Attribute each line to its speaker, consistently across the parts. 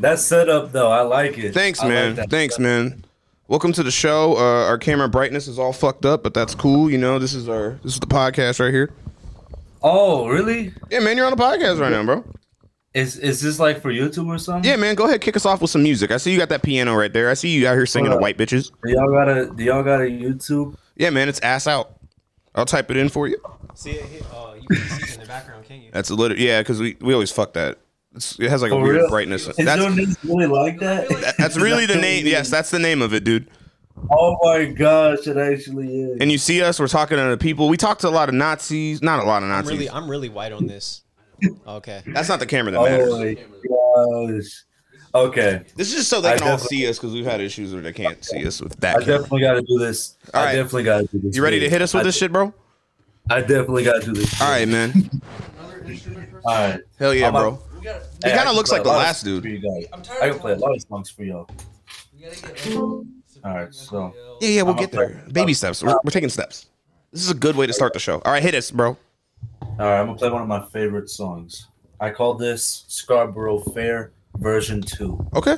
Speaker 1: that setup though, I like it.
Speaker 2: Thanks,
Speaker 1: I like
Speaker 2: man.
Speaker 1: that
Speaker 2: Thanks,
Speaker 1: setup.
Speaker 2: man. Welcome to the show. Uh, our camera brightness is all fucked up, but that's cool. You know, this is our this is the podcast right here.
Speaker 1: Oh, really?
Speaker 2: Yeah, man, you're on a podcast right now, bro.
Speaker 1: Is is this like for YouTube or something?
Speaker 2: Yeah, man, go ahead, kick us off with some music. I see you got that piano right there. I see you out here singing to
Speaker 1: Hold up.
Speaker 2: white bitches.
Speaker 1: Do y'all got a do y'all got a YouTube?
Speaker 2: Yeah, man, it's ass out. I'll type it in for you.
Speaker 3: See it here? Oh, you can see it in the background, can't you?
Speaker 2: That's a little yeah, because we, we always fuck that. It's, it has like a
Speaker 1: For
Speaker 2: weird
Speaker 1: real?
Speaker 2: brightness.
Speaker 1: Is your
Speaker 2: That's
Speaker 1: name really like that?
Speaker 2: that- that's really the name. Yes, that's the name of it, dude.
Speaker 1: Oh my gosh, it actually is.
Speaker 2: And you see us, we're talking to the people. We talk to a lot of Nazis, not a lot of
Speaker 3: I'm
Speaker 2: Nazis.
Speaker 3: really, I'm really white on this. Okay.
Speaker 2: that's not the camera that matters.
Speaker 1: oh my gosh. Okay,
Speaker 2: This is just so they
Speaker 1: I
Speaker 2: can all
Speaker 1: definitely-
Speaker 2: see us because we've had issues where they can't see us with
Speaker 1: I
Speaker 2: that. camera.
Speaker 1: definitely got to do this.
Speaker 2: All right.
Speaker 1: I definitely got to do this.
Speaker 2: You ready to hit us with
Speaker 1: I-
Speaker 2: this shit, bro? All
Speaker 1: I definitely got to do this.
Speaker 2: right, man.
Speaker 1: All right.
Speaker 2: Hell yeah,
Speaker 1: I'm
Speaker 2: bro.
Speaker 1: out.
Speaker 2: He
Speaker 1: Hey, I
Speaker 2: kind of
Speaker 1: can
Speaker 2: looks
Speaker 1: play
Speaker 2: like
Speaker 1: a
Speaker 2: the
Speaker 1: lot of
Speaker 2: last
Speaker 1: songs for
Speaker 2: dude.
Speaker 1: you guys. I can play a lot of songs for y'all. All right, so
Speaker 2: Yeah, yeah, we'll
Speaker 1: I'm
Speaker 2: get
Speaker 1: out.
Speaker 2: there. Baby steps. We're, we're taking steps. This is a good way to start the show. All right, hit us, bro.
Speaker 1: all right, I'm gonna play one of my favorite songs. I call this Scarborough Fair version two.
Speaker 2: Okay.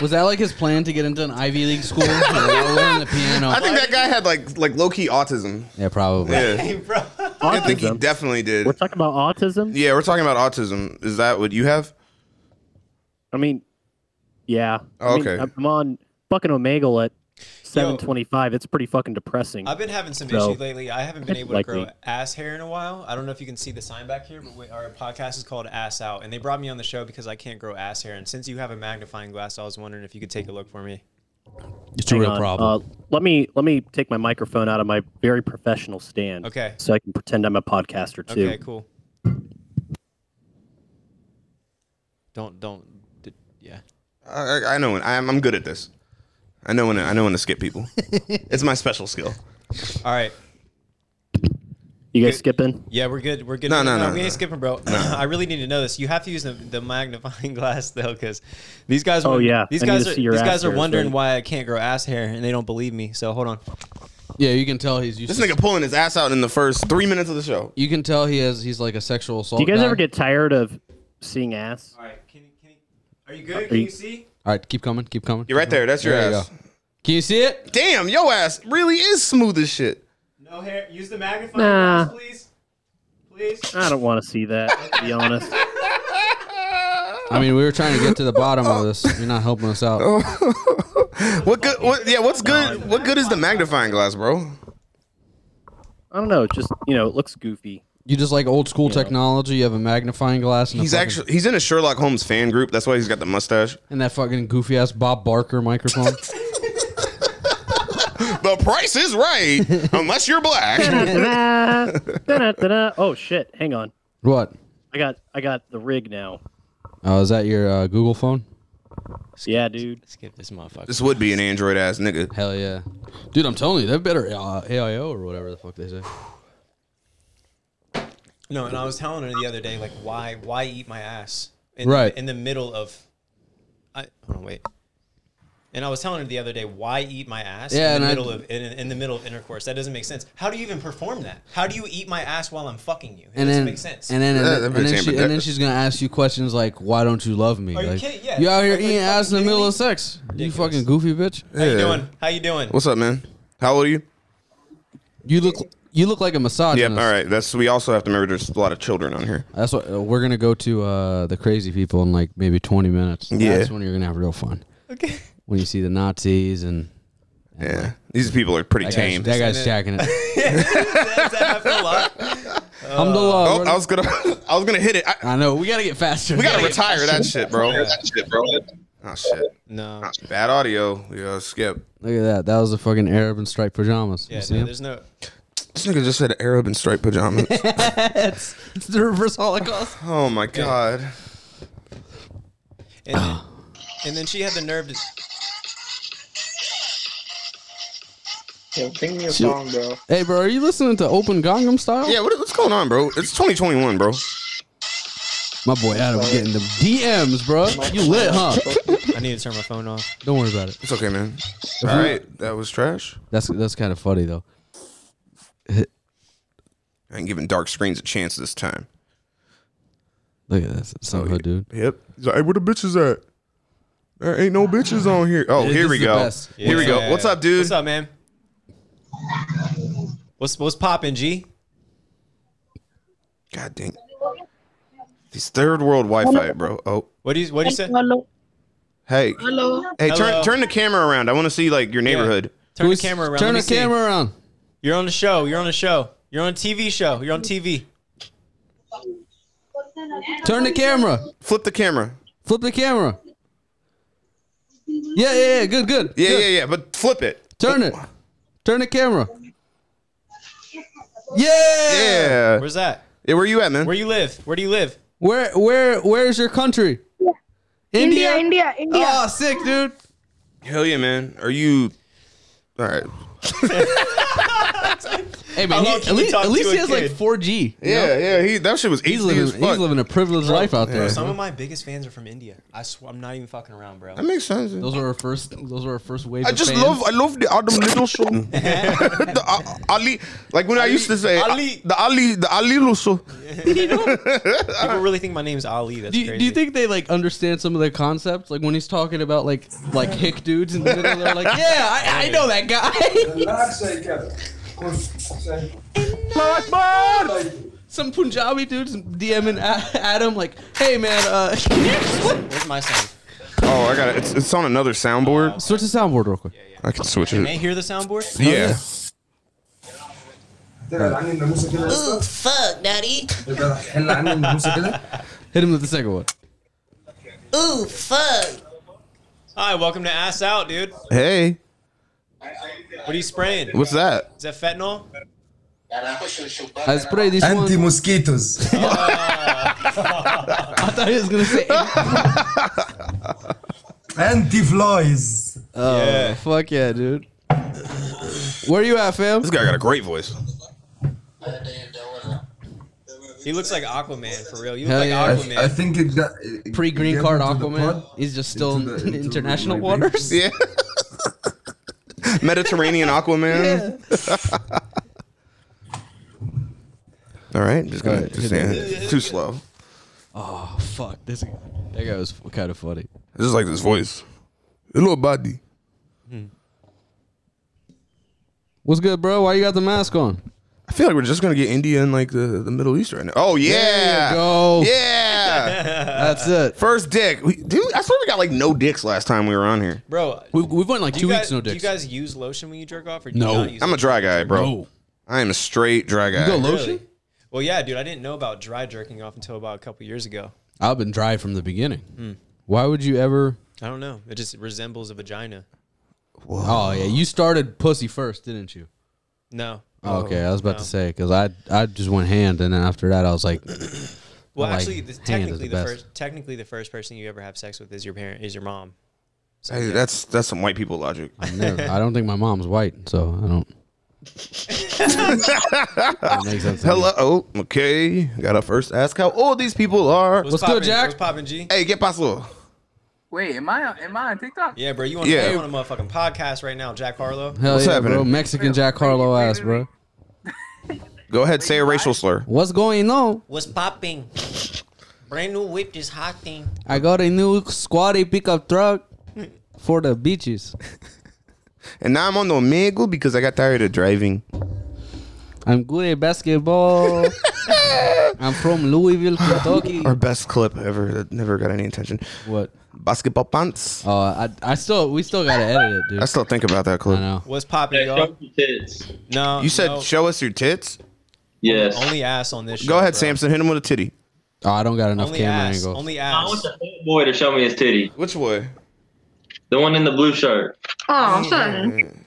Speaker 4: Was that like his plan to get into an Ivy League school? Like, I'll learn the piano.
Speaker 2: I think that guy had like like low key autism.
Speaker 4: yeah, probably.
Speaker 2: Yeah,
Speaker 3: Hey, bro.
Speaker 2: I think he
Speaker 5: Autism.
Speaker 2: definitely did.
Speaker 5: We're talking about autism.
Speaker 2: Yeah, we're talking about autism. Is that what you have?
Speaker 5: I mean, yeah. I mean,
Speaker 2: Okay.
Speaker 5: I'm on fucking Omegle at
Speaker 3: Yo.
Speaker 5: 7:25. It's pretty fucking depressing.
Speaker 3: I've been having some
Speaker 5: So-
Speaker 3: issues lately. I haven't been able to
Speaker 5: Likely.
Speaker 3: grow ass hair in a while. I don't know if you can see the sign back here, but we, our podcast is called Ass Out, and they brought me on the show because I can't grow ass hair. And since you have a magnifying glass, I was wondering if you could take a look for me.
Speaker 4: It's a
Speaker 5: Hang
Speaker 4: real
Speaker 5: on.
Speaker 4: problem.
Speaker 5: Uh, let me let me take my microphone out of my very professional stand.
Speaker 3: Okay.
Speaker 5: So I can pretend I'm a podcaster too.
Speaker 3: Okay, cool. Don't don't. d- Yeah.
Speaker 2: I, I- I know when I'm, I'm good at this. I know when to- I know when to skip people. it's my special skill.
Speaker 3: All right.
Speaker 5: You guys skipping?
Speaker 3: Yeah, we're good. We're good.
Speaker 2: No, no, no,
Speaker 3: We
Speaker 2: no.
Speaker 3: ain't skipping, bro. I really need to know this. You have to use the, the magnifying glass though, because these guys.
Speaker 5: Oh,
Speaker 3: won-
Speaker 5: yeah.
Speaker 3: These
Speaker 5: I need
Speaker 3: guys
Speaker 5: to
Speaker 3: are
Speaker 5: see your
Speaker 3: these
Speaker 5: ass
Speaker 3: guys are
Speaker 5: hair,
Speaker 3: wondering
Speaker 5: so-
Speaker 3: why I can't grow ass hair, and they don't believe me. So hold on.
Speaker 4: yeah, you can tell he's used
Speaker 2: This
Speaker 4: to,
Speaker 2: nigga pulling his ass out in the first three minutes of the show.
Speaker 4: You can tell he has he's like a sexual assault.
Speaker 5: Do you guys
Speaker 4: guy.
Speaker 5: ever get tired of seeing ass?
Speaker 3: All right. Can, can, are you good?
Speaker 5: Can you- you
Speaker 3: see?
Speaker 4: All right, keep coming, keep coming.
Speaker 2: You're right there. That's your
Speaker 4: There you
Speaker 2: ass.
Speaker 4: go. Can you see it?
Speaker 2: Damn, yo ass really is smooth as shit.
Speaker 3: No hair. Use the magnifying
Speaker 5: Nah. glass,
Speaker 3: please. Please.
Speaker 5: I don't want to see that. to be honest.
Speaker 4: I mean, we were trying to get to the bottom of this. You're not helping us out.
Speaker 2: What good? What, yeah, what's good? What good is the magnifying glass, bro?
Speaker 5: I don't know. Just you know, it looks goofy.
Speaker 4: You just like old school technology. You have a magnifying glass. And a
Speaker 2: He's
Speaker 4: fucking-
Speaker 2: actually he's in a Sherlock Holmes fan group. That's why he's got the mustache.
Speaker 4: and that fucking goofy ass Bob Barker microphone.
Speaker 2: The price is right, unless you're black.
Speaker 5: Da-da-da-da, da-da-da-da. oh shit! Hang on.
Speaker 4: what?
Speaker 5: I got I got the rig now.
Speaker 4: Oh, is that your uh, Google phone?
Speaker 5: Yeah, dude.
Speaker 3: Skip this motherfucker.
Speaker 2: This would be an Android ass nigga.
Speaker 4: Hell yeah, dude! I'm telling you, that better uh, AIO or whatever the fuck they say.
Speaker 3: No, and I was telling her the other day, like, why why eat my ass? In,
Speaker 4: Right.
Speaker 3: In the middle of, I
Speaker 2: Oh,
Speaker 3: hold on, wait. And I was telling her the other day, why eat my ass in
Speaker 4: Yeah, and
Speaker 3: the
Speaker 4: I-
Speaker 3: middle of in, in the middle of intercourse? That doesn't make sense. How do you even perform that? How do you eat my ass while I'm fucking you? It
Speaker 4: and
Speaker 3: doesn't
Speaker 4: then,
Speaker 3: make sense.
Speaker 4: And then, and,
Speaker 2: Yeah,
Speaker 4: then-
Speaker 2: that
Speaker 4: and
Speaker 2: makes
Speaker 4: then
Speaker 2: sense,
Speaker 4: she,
Speaker 2: but
Speaker 4: and
Speaker 2: that-
Speaker 4: then she's gonna ask you questions like, "Why don't you love me?"
Speaker 3: Are you
Speaker 4: like,
Speaker 3: kidding? Yeah.
Speaker 4: you out here
Speaker 3: Like, like,
Speaker 4: eating ass in the
Speaker 3: fucking
Speaker 4: middle of
Speaker 3: really?
Speaker 4: sex. You
Speaker 3: Ridiculous.
Speaker 4: fucking goofy bitch.
Speaker 3: How you
Speaker 2: Yeah.
Speaker 3: doing? How you doing?
Speaker 2: What's up, man? How old are you?
Speaker 4: You look, you look like a
Speaker 2: Yep.
Speaker 4: misogynist.
Speaker 2: All right. That's we also have to remember there's a lot of children on here.
Speaker 4: That's what uh, we're gonna go to uh, the crazy people in like maybe 20 minutes.
Speaker 2: Yeah.
Speaker 4: That's when you're gonna have real fun.
Speaker 3: okay.
Speaker 4: When you see the Nazis and
Speaker 2: Yeah, these people are pretty
Speaker 4: that
Speaker 2: tame.
Speaker 4: guy's, that guy's
Speaker 3: Isn't it?
Speaker 4: jacking it.
Speaker 3: Does that happen a lot?
Speaker 4: Alhamdulillah,
Speaker 2: Oh,
Speaker 4: brother.
Speaker 2: I was gonna I was gonna hit it. I,
Speaker 4: uh, I know. We gotta get faster.
Speaker 2: we gotta retire that shit, bro.
Speaker 3: That
Speaker 2: Oh shit.
Speaker 3: No.
Speaker 2: Bad audio. We gotta skip.
Speaker 4: Look at that. That was a fucking Arab in striped pajamas.
Speaker 3: Yeah,
Speaker 4: you see
Speaker 3: no,
Speaker 4: him?
Speaker 3: there's no.
Speaker 2: This nigga just said Arab and striped pajamas.
Speaker 4: it's, it's the reverse Holocaust.
Speaker 2: oh my god.
Speaker 3: And,
Speaker 4: Ah.
Speaker 3: and then she had the nerve to.
Speaker 6: Yo, ping me a song, bro.
Speaker 4: Hey, bro, are you listening to Open Gangnam Style?
Speaker 2: Yeah, what, what's going on, bro? It's 2021, bro.
Speaker 4: My boy Adam getting the DMs, bro. You lit, huh?
Speaker 3: I need to turn my phone off.
Speaker 4: Don't worry about it.
Speaker 2: It's okay, man. All right, that was trash.
Speaker 4: That's that's kind of funny though.
Speaker 2: I ain't giving dark screens a chance this time.
Speaker 4: Look at this, some
Speaker 3: Oh,
Speaker 4: hood dude.
Speaker 2: Yep. He's like, hey, where the bitches at? There ain't no bitches on here. Oh,
Speaker 4: Yeah,
Speaker 2: here
Speaker 4: this
Speaker 2: we
Speaker 4: is the
Speaker 2: go.
Speaker 4: best.
Speaker 2: Here we go.
Speaker 3: Yeah.
Speaker 2: What's up, dude?
Speaker 3: What's up, man? What's what's popping, G?
Speaker 2: God dang. These third world Wi-Fi, bro. Oh,
Speaker 3: What do you what do you say?
Speaker 7: Hello.
Speaker 2: hey,
Speaker 7: Hello.
Speaker 2: hey, turn
Speaker 3: Hello.
Speaker 2: turn the camera around. I want to see like your neighborhood.
Speaker 3: Turn the
Speaker 4: Who's-
Speaker 3: camera around.
Speaker 4: Turn
Speaker 3: Let me
Speaker 4: the
Speaker 3: see.
Speaker 4: camera around.
Speaker 3: You're on the show. You're on the show. You're on a TV show. You're on TV.
Speaker 4: Turn the camera.
Speaker 2: Flip the camera.
Speaker 4: Flip the camera. Yeah, yeah, yeah. Good, good.
Speaker 2: Yeah,
Speaker 4: good.
Speaker 2: yeah, yeah. But flip it.
Speaker 4: Turn it. Turn the camera. Yeah.
Speaker 2: Yeah.
Speaker 3: Where's that?
Speaker 2: Yeah, where you at, man?
Speaker 3: Where you live? Where do you live?
Speaker 4: Where, where, where's your country?
Speaker 7: India,
Speaker 4: India.
Speaker 7: India, India.
Speaker 4: Oh, sick, dude.
Speaker 2: Hell yeah, man. Are you? All right.
Speaker 4: Hey
Speaker 3: How
Speaker 4: man, he,
Speaker 3: long
Speaker 4: at
Speaker 3: can you
Speaker 4: least,
Speaker 3: talk
Speaker 4: at least
Speaker 3: to
Speaker 4: he
Speaker 3: a
Speaker 4: has like
Speaker 3: kid?
Speaker 4: 4G. you know?
Speaker 2: Yeah, yeah. He that shit was easy
Speaker 4: he's
Speaker 2: as
Speaker 4: living
Speaker 2: fuck.
Speaker 4: he's living a privileged life out there.
Speaker 3: Some of my biggest fans are from India. I swear, I'm not even fucking around, bro.
Speaker 2: That makes sense.
Speaker 4: Those were our first. Those were our first wave.
Speaker 2: I
Speaker 4: of
Speaker 2: just
Speaker 4: fans.
Speaker 2: love I love the Adam Little show. the uh, Ali, like when I used to say
Speaker 3: Ali.
Speaker 2: uh, the Ali, the Ali Little show.
Speaker 3: People really think my name's Ali. That's
Speaker 4: Do you,
Speaker 3: crazy.
Speaker 4: do you think they like understand some of their concepts? Like when he's talking about like like hick dudes in the middle, they're like, "Yeah, I, I know that guy." some Punjabi dudes DMing A- Adam like, "Hey man, uh, can you switch
Speaker 3: Where's my sound?
Speaker 2: Oh, I got it. It's, it's on another soundboard.
Speaker 4: switch the soundboard real quick?"
Speaker 2: I can switch it.
Speaker 3: Can I hear the soundboard?
Speaker 2: Yeah.
Speaker 8: Ooh, fuck, daddy.
Speaker 4: Hit him with the second one.
Speaker 8: Ooh, fuck.
Speaker 3: Hi, welcome to Ass Out, dude.
Speaker 2: Hey,
Speaker 3: What are you spraying?
Speaker 2: what's that?
Speaker 3: Is that fentanyl?
Speaker 4: I spray this one.
Speaker 9: mosquitoes.
Speaker 4: I thought he was gonna say, "Oh
Speaker 9: Anti flies.
Speaker 3: Yeah.
Speaker 4: Oh, fuck yeah, dude." Where you at, fam?
Speaker 2: This guy got a great voice.
Speaker 3: He looks like Aquaman for real. You look
Speaker 4: Hell
Speaker 3: like
Speaker 4: yeah. I-
Speaker 3: Aquaman.
Speaker 9: I think it got it- it
Speaker 4: Pre green
Speaker 9: get
Speaker 4: card
Speaker 9: into the
Speaker 4: Aquaman.
Speaker 9: pod.
Speaker 4: He's just still
Speaker 9: into the-
Speaker 4: in
Speaker 9: into
Speaker 4: international
Speaker 9: my base.
Speaker 4: waters.
Speaker 2: Yeah. Mediterranean Aquaman. All right, just gonna
Speaker 4: All right,
Speaker 2: just
Speaker 4: hit
Speaker 2: saying, too slow.
Speaker 4: Oh fuck, this guy. That guy was kind of funny.
Speaker 2: This is like this voice. Hello, buddy.
Speaker 4: What's good, bro? Why you got the mask on?
Speaker 2: I feel like we're just gonna get India and like the, the Middle East right now. Oh yeah,
Speaker 4: you go.
Speaker 2: yeah.
Speaker 4: That's it.
Speaker 2: First dick, we, dude. I swear we got like no dicks last time we were on here.
Speaker 3: Bro,
Speaker 4: We, we've went like
Speaker 3: do
Speaker 4: two
Speaker 3: you guys,
Speaker 4: weeks no
Speaker 3: do you
Speaker 4: dicks.
Speaker 3: guys use lotion when you jerk off? Or do
Speaker 4: No.
Speaker 3: you not use
Speaker 2: I'm a
Speaker 3: it?
Speaker 2: dry guy, bro.
Speaker 4: No.
Speaker 2: I am a straight dry guy.
Speaker 4: go low-
Speaker 3: Really?
Speaker 4: Lotion?
Speaker 3: Well, yeah, dude. I didn't know about dry jerking off until about a couple years ago.
Speaker 4: I've been dry from the beginning.
Speaker 3: Hmm.
Speaker 4: Why would you ever?
Speaker 3: I don't know. It just resembles a vagina.
Speaker 4: Oh yeah, you started pussy first, didn't you?
Speaker 3: No.
Speaker 4: okay, I was about to say because I I just went hand, and then after that I was like,
Speaker 3: Oh. Well,
Speaker 4: Oh, like,
Speaker 3: actually, the,
Speaker 4: hand is
Speaker 3: technically
Speaker 4: the
Speaker 3: the,
Speaker 4: best.
Speaker 3: first technically the first person you ever have sex with is your parent is your mom.
Speaker 2: Hey, that's that's some white people logic.
Speaker 4: never, I don't think my mom's white, so I don't. that makes sense. to me.
Speaker 2: Hello, oh, okay. Got to first ask how old these people are.
Speaker 4: What's good,
Speaker 3: poppin'?
Speaker 4: Jack?
Speaker 3: What's poppin', G?
Speaker 2: Hey, get paso.
Speaker 10: Wait, am I am I on TikTok?
Speaker 3: Yeah, bro. You on,
Speaker 2: Yeah.
Speaker 3: you on a motherfucking podcast right now, Jack Harlow?
Speaker 4: Hell
Speaker 2: What's
Speaker 4: yeah, bro.
Speaker 2: happening?
Speaker 4: Mexican Jack Harlow ass, bro.
Speaker 2: Go ahead, say a racial slur.
Speaker 4: What's going on?
Speaker 8: What's popping?
Speaker 3: Brand new whip is hot thing.
Speaker 4: I got a new squatty pickup truck for the beaches.
Speaker 2: And now I'm on the Omegle because I got tired of driving.
Speaker 4: I'm good at basketball. I'm from Louisville, Kentucky.
Speaker 2: Our best clip ever that never got any attention.
Speaker 4: what?
Speaker 2: Basketball pants.
Speaker 4: Oh, I, I still we still gotta edit it, dude.
Speaker 2: I still think about that
Speaker 4: I
Speaker 2: clip.
Speaker 4: know.
Speaker 3: What's poppin', y'all?
Speaker 6: kids.
Speaker 3: No,
Speaker 2: You said
Speaker 3: Uh, no,
Speaker 2: show us your tits.
Speaker 6: Yes.
Speaker 3: only ass on this. Show,
Speaker 2: Go ahead,
Speaker 3: bro.
Speaker 2: Samson. Hit him with a titty.
Speaker 4: Oh, I don't got enough
Speaker 3: Only
Speaker 4: camera
Speaker 3: ass.
Speaker 4: angles.
Speaker 3: Only
Speaker 6: I
Speaker 3: ass.
Speaker 6: want the fat boy to show me his titty.
Speaker 2: Which way?
Speaker 6: The one in the blue shirt.
Speaker 7: Oh, son.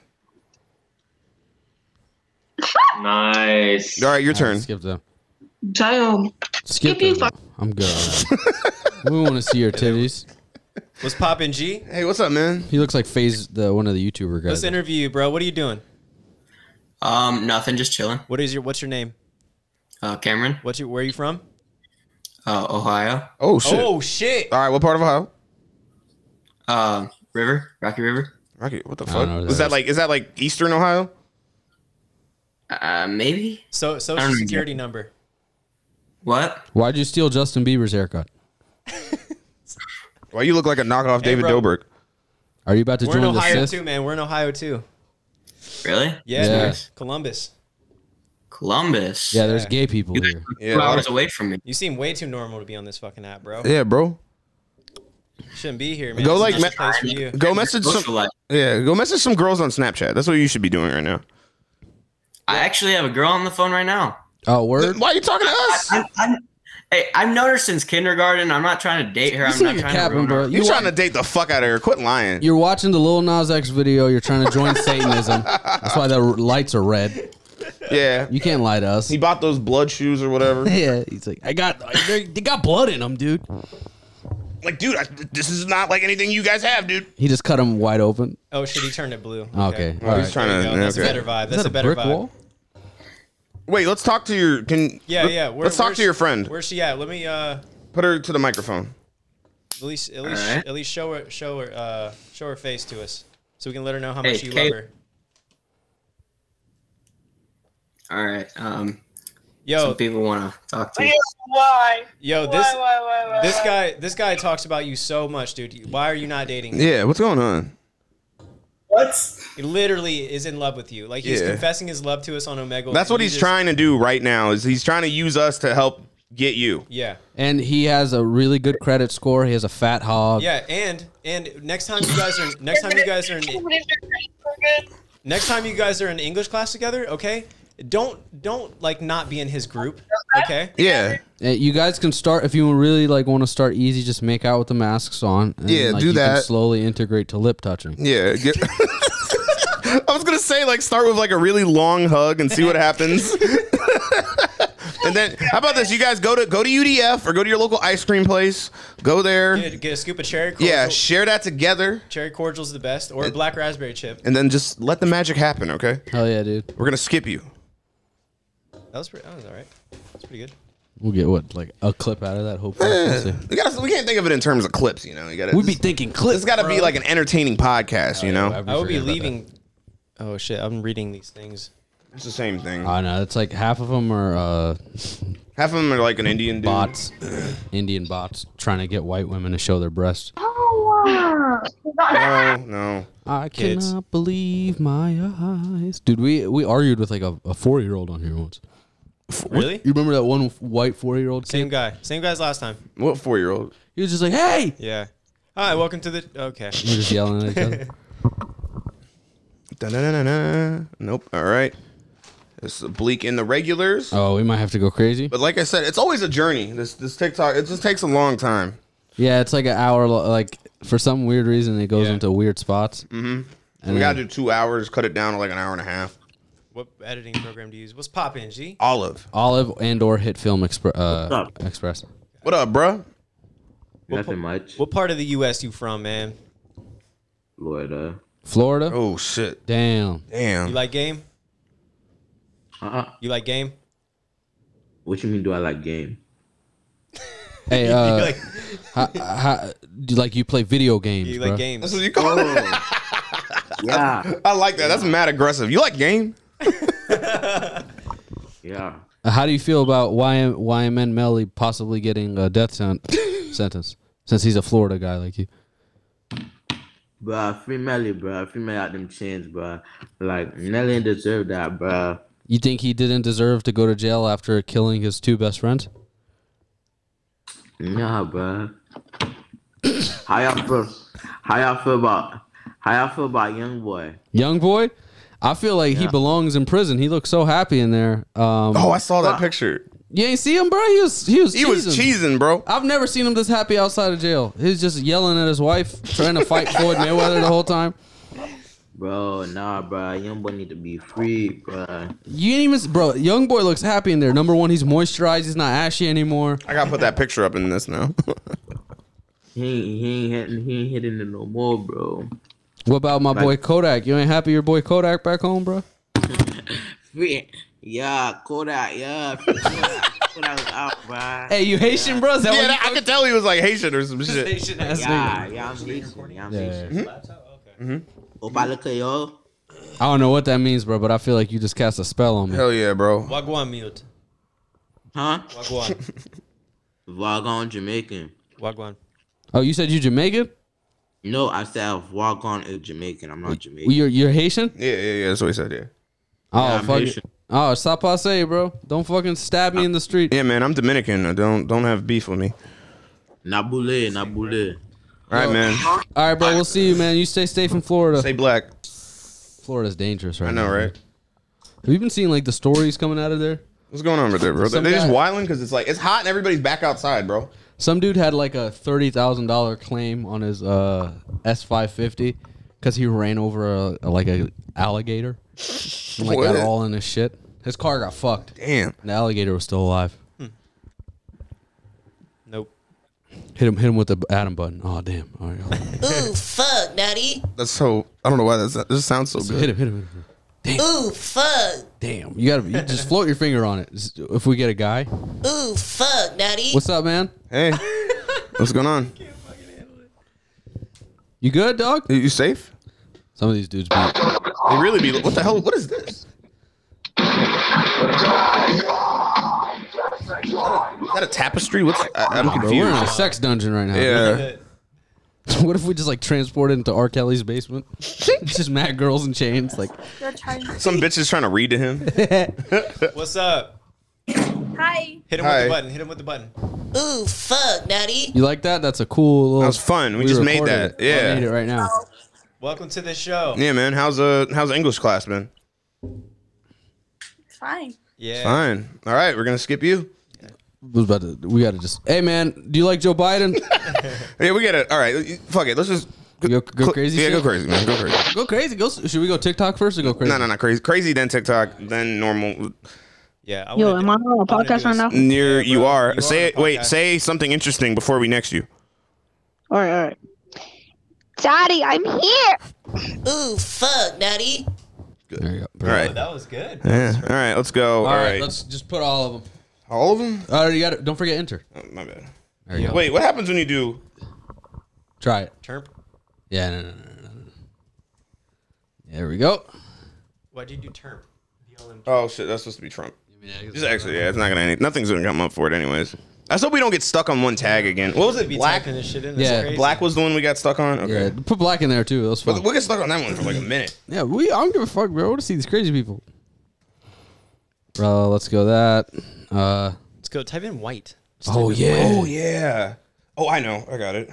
Speaker 6: Nice.
Speaker 2: All right, your turn.
Speaker 4: Skip them.
Speaker 7: Child.
Speaker 4: Skip
Speaker 7: Skip you
Speaker 4: them. I'm good. on that. we want to see your titties.
Speaker 3: What's poppin', G?
Speaker 2: Hey, what's up, man?
Speaker 4: He looks like phase the one of the YouTuber guys.
Speaker 3: Let's interview you, bro. What are you doing?
Speaker 11: Um, nothing, just chilling.
Speaker 3: What is your What's your name?
Speaker 11: Uh, Cameron,
Speaker 3: What's your Where are you from?
Speaker 11: uh, Ohio.
Speaker 2: Oh shit.
Speaker 3: Oh shit!
Speaker 2: All right, what part of Ohio?
Speaker 11: Uh, River, Rocky River.
Speaker 2: Rocky, what the
Speaker 4: I don't know
Speaker 2: fuck?
Speaker 4: where
Speaker 2: Is
Speaker 4: that
Speaker 2: that
Speaker 4: is.
Speaker 2: like is that like Eastern Ohio?
Speaker 11: Uh, maybe.
Speaker 3: So
Speaker 11: I
Speaker 3: social
Speaker 11: don't know.
Speaker 3: security number.
Speaker 11: What?
Speaker 4: Why'd you steal Justin Bieber's haircut?
Speaker 2: Why you look like a knockoff
Speaker 3: Hey,
Speaker 2: David
Speaker 3: bro.
Speaker 2: Dobrik?
Speaker 4: Are you about to
Speaker 3: We're in
Speaker 4: join the
Speaker 3: Ohio
Speaker 4: Sith?
Speaker 3: too, man. We're in Ohio too.
Speaker 11: Really?
Speaker 3: Yeah,
Speaker 4: Yeah.
Speaker 3: dude. Columbus.
Speaker 11: Columbus.
Speaker 4: Yeah, there's
Speaker 3: Yeah.
Speaker 4: gay people
Speaker 11: You guys
Speaker 4: here.
Speaker 11: are
Speaker 2: Yeah,
Speaker 11: two
Speaker 2: a lot
Speaker 11: hours
Speaker 2: of-
Speaker 11: away from me.
Speaker 3: You seem way too normal to be on this fucking app, bro.
Speaker 2: Yeah, bro.
Speaker 3: Shouldn't be here, man.
Speaker 2: Go
Speaker 3: This is
Speaker 2: like
Speaker 3: not the
Speaker 2: Ma-
Speaker 3: place for you.
Speaker 2: Go message some. Oh,
Speaker 11: Socialite.
Speaker 2: Yeah, go message some girls on Snapchat. That's what you should be doing right now.
Speaker 11: I actually have a girl on the phone right now.
Speaker 4: Oh, word.
Speaker 2: Why are you talking to us?
Speaker 11: I, I'm, hey, I've known her since kindergarten. I'm not trying to date her.
Speaker 4: This
Speaker 11: I'm not
Speaker 4: nigga
Speaker 11: trying
Speaker 4: capping,
Speaker 11: to
Speaker 4: bro.
Speaker 11: ruin her.
Speaker 2: You
Speaker 4: You
Speaker 2: trying to date the fuck out of her? Quit lying.
Speaker 4: You're watching the Lil Nas X video. You're trying to join Satanism. That's why the r- lights are red.
Speaker 2: Yeah.
Speaker 4: You can't lie to us.
Speaker 2: He bought those blood shoes or whatever.
Speaker 4: Yeah, he's like, I got, they they got blood in them, dude.
Speaker 2: like, dude, I, this is not like anything you guys have, dude.
Speaker 4: He just cut them wide open.
Speaker 3: Oh shit, he turned it blue. Okay.
Speaker 4: Okay,
Speaker 2: Oh, he's trying
Speaker 3: There
Speaker 2: to.
Speaker 3: you go. That's
Speaker 2: okay.
Speaker 3: a better vibe.
Speaker 4: Is
Speaker 3: That's
Speaker 4: that
Speaker 3: a better vibe.
Speaker 2: Wait, let's talk to your. Can
Speaker 3: Yeah,
Speaker 2: let-
Speaker 3: yeah. Where-
Speaker 2: let's talk
Speaker 3: where's-
Speaker 2: to your friend.
Speaker 3: Where's she at? Let me uh
Speaker 2: Put her to the microphone.
Speaker 3: at least at least
Speaker 11: Alright.
Speaker 3: at least show her show her uh show her face to us so we can let her know how
Speaker 11: Hey,
Speaker 3: much you
Speaker 11: Kate.
Speaker 3: love her.
Speaker 11: All right. Um,
Speaker 3: Yo,
Speaker 11: some people want to talk to you.
Speaker 7: Why?
Speaker 3: yo,
Speaker 7: Why,
Speaker 3: this
Speaker 7: why, why, why,
Speaker 3: this
Speaker 7: why?
Speaker 3: guy this guy talks about you so much, dude. Why are you not dating?
Speaker 2: Yeah, what's going on?
Speaker 9: What?
Speaker 3: He literally is in love with you. Like he's
Speaker 2: Yeah.
Speaker 3: confessing his love to us on Omega.
Speaker 2: That's
Speaker 3: and
Speaker 2: what
Speaker 3: we
Speaker 2: he's
Speaker 3: just-
Speaker 2: trying to do right now. Is he's trying to use us to help get you.
Speaker 3: Yeah.
Speaker 4: And he has a really good credit score. He has a fat hog.
Speaker 3: Yeah, and and next time you guys are next time you guys are in next time you guys are in English class together, okay? Don't don't like not be in his group, okay?
Speaker 2: Yeah,
Speaker 4: Uh, You guys can start if you really like want to start easy. Just make out with the masks on. And,
Speaker 2: Yeah,
Speaker 4: like,
Speaker 2: do
Speaker 4: you can
Speaker 2: that.
Speaker 4: slowly integrate to lip touching.
Speaker 2: yeah. get- I was gonna say like start with like a really long hug and see what happens. and then how about this? You guys go to go to UDF or go to your local ice cream place. Go there. Yeah,
Speaker 3: Get, get a scoop of cherry cordial.
Speaker 2: share that together,
Speaker 3: cherry cordial's the best or a black raspberry chip.
Speaker 2: and then just let the magic happen. Okay,
Speaker 4: Hell yeah, dude.
Speaker 2: we're gonna skip you.
Speaker 3: That was pretty that was all right. That's pretty good.
Speaker 4: We'll get what like a clip out of that. Hopefully, We'll see.
Speaker 2: We gotta we can't think of it in terms of clips. You know, you gotta.
Speaker 4: we'd be thinking clips.
Speaker 2: it's gotta be like an entertaining podcast. you know,
Speaker 3: I will be
Speaker 4: forget about
Speaker 3: leaving Oh shit, I'm reading these things.
Speaker 2: it's the same thing.
Speaker 4: I know. It's like half of them are uh,
Speaker 2: Half of them are like an Indian dude.
Speaker 4: bots, Indian bots, trying to get white women to show their breasts.
Speaker 2: No, no.
Speaker 4: I
Speaker 3: Kids.
Speaker 4: cannot believe my eyes, dude. We we argued with like a, a four year old on here once.
Speaker 3: Really?
Speaker 4: You remember that one white four year old
Speaker 3: Same
Speaker 4: kid?
Speaker 3: guy. Same guy as last time.
Speaker 2: What four year old?
Speaker 4: He was just like, "Hey!"
Speaker 3: Yeah. Hi, welcome to the okay.
Speaker 4: We We're just yelling at each other.
Speaker 2: Nope. All right. It's a bleak in the regulars.
Speaker 4: Oh, we might have to go crazy.
Speaker 2: But like I said, it's always a journey. This this TikTok, it just takes a long time.
Speaker 4: Yeah, it's like an hour. lo- Like for some weird reason, it goes
Speaker 3: Yeah.
Speaker 4: into weird spots.
Speaker 2: Mm-hmm. We gotta do two hours, cut it down to like an hour and a half.
Speaker 3: What editing program do you use? What's poppin', G?
Speaker 2: Olive,
Speaker 4: Olive and or hit film expre- uh,
Speaker 5: up?
Speaker 4: express.
Speaker 2: what up, bruh?
Speaker 6: Nothing much.
Speaker 3: What part of the US you from, man?
Speaker 6: Florida.
Speaker 4: Florida.
Speaker 2: Oh shit,
Speaker 4: Damn.
Speaker 3: You
Speaker 2: damn.
Speaker 3: like game?
Speaker 6: Uh-uh.
Speaker 3: You like game?
Speaker 6: What you mean? Do I like game?
Speaker 4: Hey, uh,
Speaker 3: like-
Speaker 4: how, how, do you, like you play video games,
Speaker 3: You
Speaker 4: bro?
Speaker 3: like
Speaker 2: That's
Speaker 3: games?
Speaker 2: what you call it.
Speaker 10: Oh. Yeah.
Speaker 2: I like that. That's mad aggressive. You like game?
Speaker 6: Yeah.
Speaker 4: Uh, How do you feel about YM, YMN Melly possibly getting a death sen- sentence since he's a Florida guy like you?
Speaker 6: Bruh, free Melly, bruh. Free Melly out them chains, bruh. Like, Nelly ain't deserve that, bruh.
Speaker 4: You think he didn't deserve to go to jail after killing his two best friends?
Speaker 6: Nah, bruh. how y'all feel? How y'all feel about? How y'all feel about young boy?
Speaker 4: Young boy, I feel like he belongs in prison. He looks so happy in there. Um,
Speaker 2: Oh, I saw that picture.
Speaker 4: you ain't see him, bro. He was he was
Speaker 2: He was cheesing, bro.
Speaker 4: I've never seen him this happy outside of jail. He's just yelling at his wife, trying to fight Floyd Mayweather the whole time.
Speaker 6: Bro, nah, bro. Young boy need to be free, bro.
Speaker 4: You ain't even, bro. Young boy looks happy in there. Number one, he's moisturized. He's not ashy anymore.
Speaker 2: I gotta put that picture up in this now.
Speaker 6: He ain't, he ain't hitting, he ain't hitting it no more, bro.
Speaker 4: What about my
Speaker 6: Right.
Speaker 4: boy Kodak? You ain't happy your boy Kodak back home, bro?
Speaker 6: Free. Yeah, Kodak, yeah. free Kodak, Kodak out, bro.
Speaker 4: Hey, you Haitian, bro? Is that
Speaker 2: yeah,
Speaker 4: what
Speaker 2: that- I could tell he was like Haitian or some shit. Mm-hmm.
Speaker 6: Yeah, yeah, I'm Haitian. Yeah, I'm Haitian.
Speaker 4: Mm-hmm.
Speaker 6: Opa, look at yo.
Speaker 4: I don't know what that means, bro, but I feel like you just cast a spell on me.
Speaker 2: Hell yeah, bro.
Speaker 3: Wagwan mute.
Speaker 6: Huh?
Speaker 3: Wagwan.
Speaker 6: Vlog Jamaican.
Speaker 3: Wagwan.
Speaker 4: Oh, you said you Jamaican?
Speaker 6: No, I said I walk on is Jamaican. I'm not Jamaican.
Speaker 4: You're you're Haitian?
Speaker 2: Yeah, yeah, yeah. That's what he said. Yeah.
Speaker 4: Oh,
Speaker 6: I'm
Speaker 4: fuck
Speaker 6: Haitian.
Speaker 4: it. Oh, stop passe, bro. Don't fucking stab me in the street.
Speaker 2: Yeah, man. I'm Dominican. I don't don't have beef with me.
Speaker 6: Nabule, Nabule.
Speaker 2: All right, man.
Speaker 4: All right, bro. We'll see you, man. You stay safe in Florida.
Speaker 2: Stay black.
Speaker 4: Florida's dangerous right
Speaker 2: I
Speaker 4: now.
Speaker 2: know,
Speaker 4: bro.
Speaker 2: right?
Speaker 4: Have you been seeing like the stories coming out of there?
Speaker 2: What's going on over there, bro?
Speaker 4: Some
Speaker 2: They're just
Speaker 4: guy-
Speaker 2: wilding because it's like it's hot and everybody's back outside, bro.
Speaker 4: Some dude had like a thirty thousand dollar claim on his uh S five fifty because he ran over a, like a alligator and like got
Speaker 2: What?
Speaker 4: all in his shit. His car got fucked.
Speaker 2: Damn.
Speaker 4: The alligator was still alive.
Speaker 3: Nope.
Speaker 4: Hit him! Hit him with the atom button. Oh damn! All right, all right.
Speaker 8: Ooh, fuck, Nutty.
Speaker 2: That's so. I don't know why that's, that just sounds so
Speaker 4: hit
Speaker 2: good.
Speaker 4: him! Hit him! Hit him!
Speaker 8: Ooh, fuck.
Speaker 4: Damn! You gotta you just float your finger on it. Just- If we get a guy,
Speaker 8: Ooh, fuck, Nutty.
Speaker 4: what's up, man?
Speaker 2: Hey, what's going on?
Speaker 4: You good, dog?
Speaker 2: You- You safe?
Speaker 4: Some of these dudes. Be-
Speaker 2: They really be. What the hell? What is this? Is that a tapestry? What's I, I'm
Speaker 4: Bro, we're in a
Speaker 2: confused.
Speaker 4: sex dungeon right now.
Speaker 2: Yeah.
Speaker 4: What if we just like transport it into R. Kelly's basement? It's just mad girls in chains. Like,
Speaker 12: You're trying to.
Speaker 2: Some bitch is trying to read to him.
Speaker 3: What's up?
Speaker 12: Hi.
Speaker 3: Hit him with
Speaker 2: Hi.
Speaker 3: the button. Hit him with the button.
Speaker 8: Ooh, fuck, Nutty.
Speaker 4: you like that? That's a cool. Little,
Speaker 2: That was fun. We just made
Speaker 4: recorded
Speaker 2: that.
Speaker 4: it. I
Speaker 2: Yeah.
Speaker 4: need it right now.
Speaker 3: Welcome to the show.
Speaker 2: Yeah, man. How's uh how's English class been?
Speaker 12: Fine.
Speaker 3: Yeah.
Speaker 2: Fine. All right, we're gonna skip you.
Speaker 4: Was about to, we got to just. Hey man, do you like Joe Biden?
Speaker 2: Yeah, we gotta. All right, you- fuck it. Let's just
Speaker 4: Go, go
Speaker 2: cl-
Speaker 4: crazy.
Speaker 2: Yeah,
Speaker 4: shit?
Speaker 2: go crazy, man. Go crazy.
Speaker 4: Go crazy. Go. s- Should we go TikTok first or go crazy?
Speaker 2: No, no, no. Crazy, crazy. Then TikTok. Then normal.
Speaker 3: Yeah. I
Speaker 12: Yo,
Speaker 3: wanna
Speaker 12: am
Speaker 3: do-
Speaker 12: I on a
Speaker 3: wanna do
Speaker 12: podcast right
Speaker 3: this.
Speaker 12: now?
Speaker 2: Near you are.
Speaker 3: You are
Speaker 2: say
Speaker 3: on
Speaker 2: it.
Speaker 3: the
Speaker 2: Wait.
Speaker 3: podcast.
Speaker 2: Say something interesting before we next you.
Speaker 12: All right, all right. Daddy, I'm here.
Speaker 8: Ooh, fuck, Nutty.
Speaker 4: There you go.
Speaker 2: All right.
Speaker 3: Oh, That was good.
Speaker 2: Yeah. All right. Let's go.
Speaker 4: All
Speaker 2: All
Speaker 4: right,
Speaker 2: right.
Speaker 4: Let's just put all of them.
Speaker 2: Oh, All of them.
Speaker 4: All right. You got it. Don't forget enter.
Speaker 2: Oh, my bad.
Speaker 4: There you go.
Speaker 2: Wait. What happens when you do?
Speaker 4: Try it.
Speaker 3: Turn.
Speaker 4: Yeah. No, no, no, no, no, no. There we go.
Speaker 3: Why'd you do term? BLM.
Speaker 2: Oh shit. That's supposed to be Trump.
Speaker 4: Oh,
Speaker 2: It's actually. Yeah. It's not gonna. Nothing's gonna come up for it anyways. I just hope we don't get stuck on one tag again. What was it?
Speaker 3: Be
Speaker 2: Black.
Speaker 3: typing this shit in. That's
Speaker 4: Yeah,
Speaker 3: crazy.
Speaker 2: Black was the one we got stuck on. Okay.
Speaker 4: Yeah. Put black in there too. That was fun.
Speaker 2: But we'll get stuck on that one for like a minute.
Speaker 4: Yeah, we. I don't give a fuck, bro. I want to see these crazy people. Bro, let's go that. Uh,
Speaker 3: Let's go. Type in white.
Speaker 4: oh yeah.
Speaker 2: Oh yeah. Oh, I know. I got it.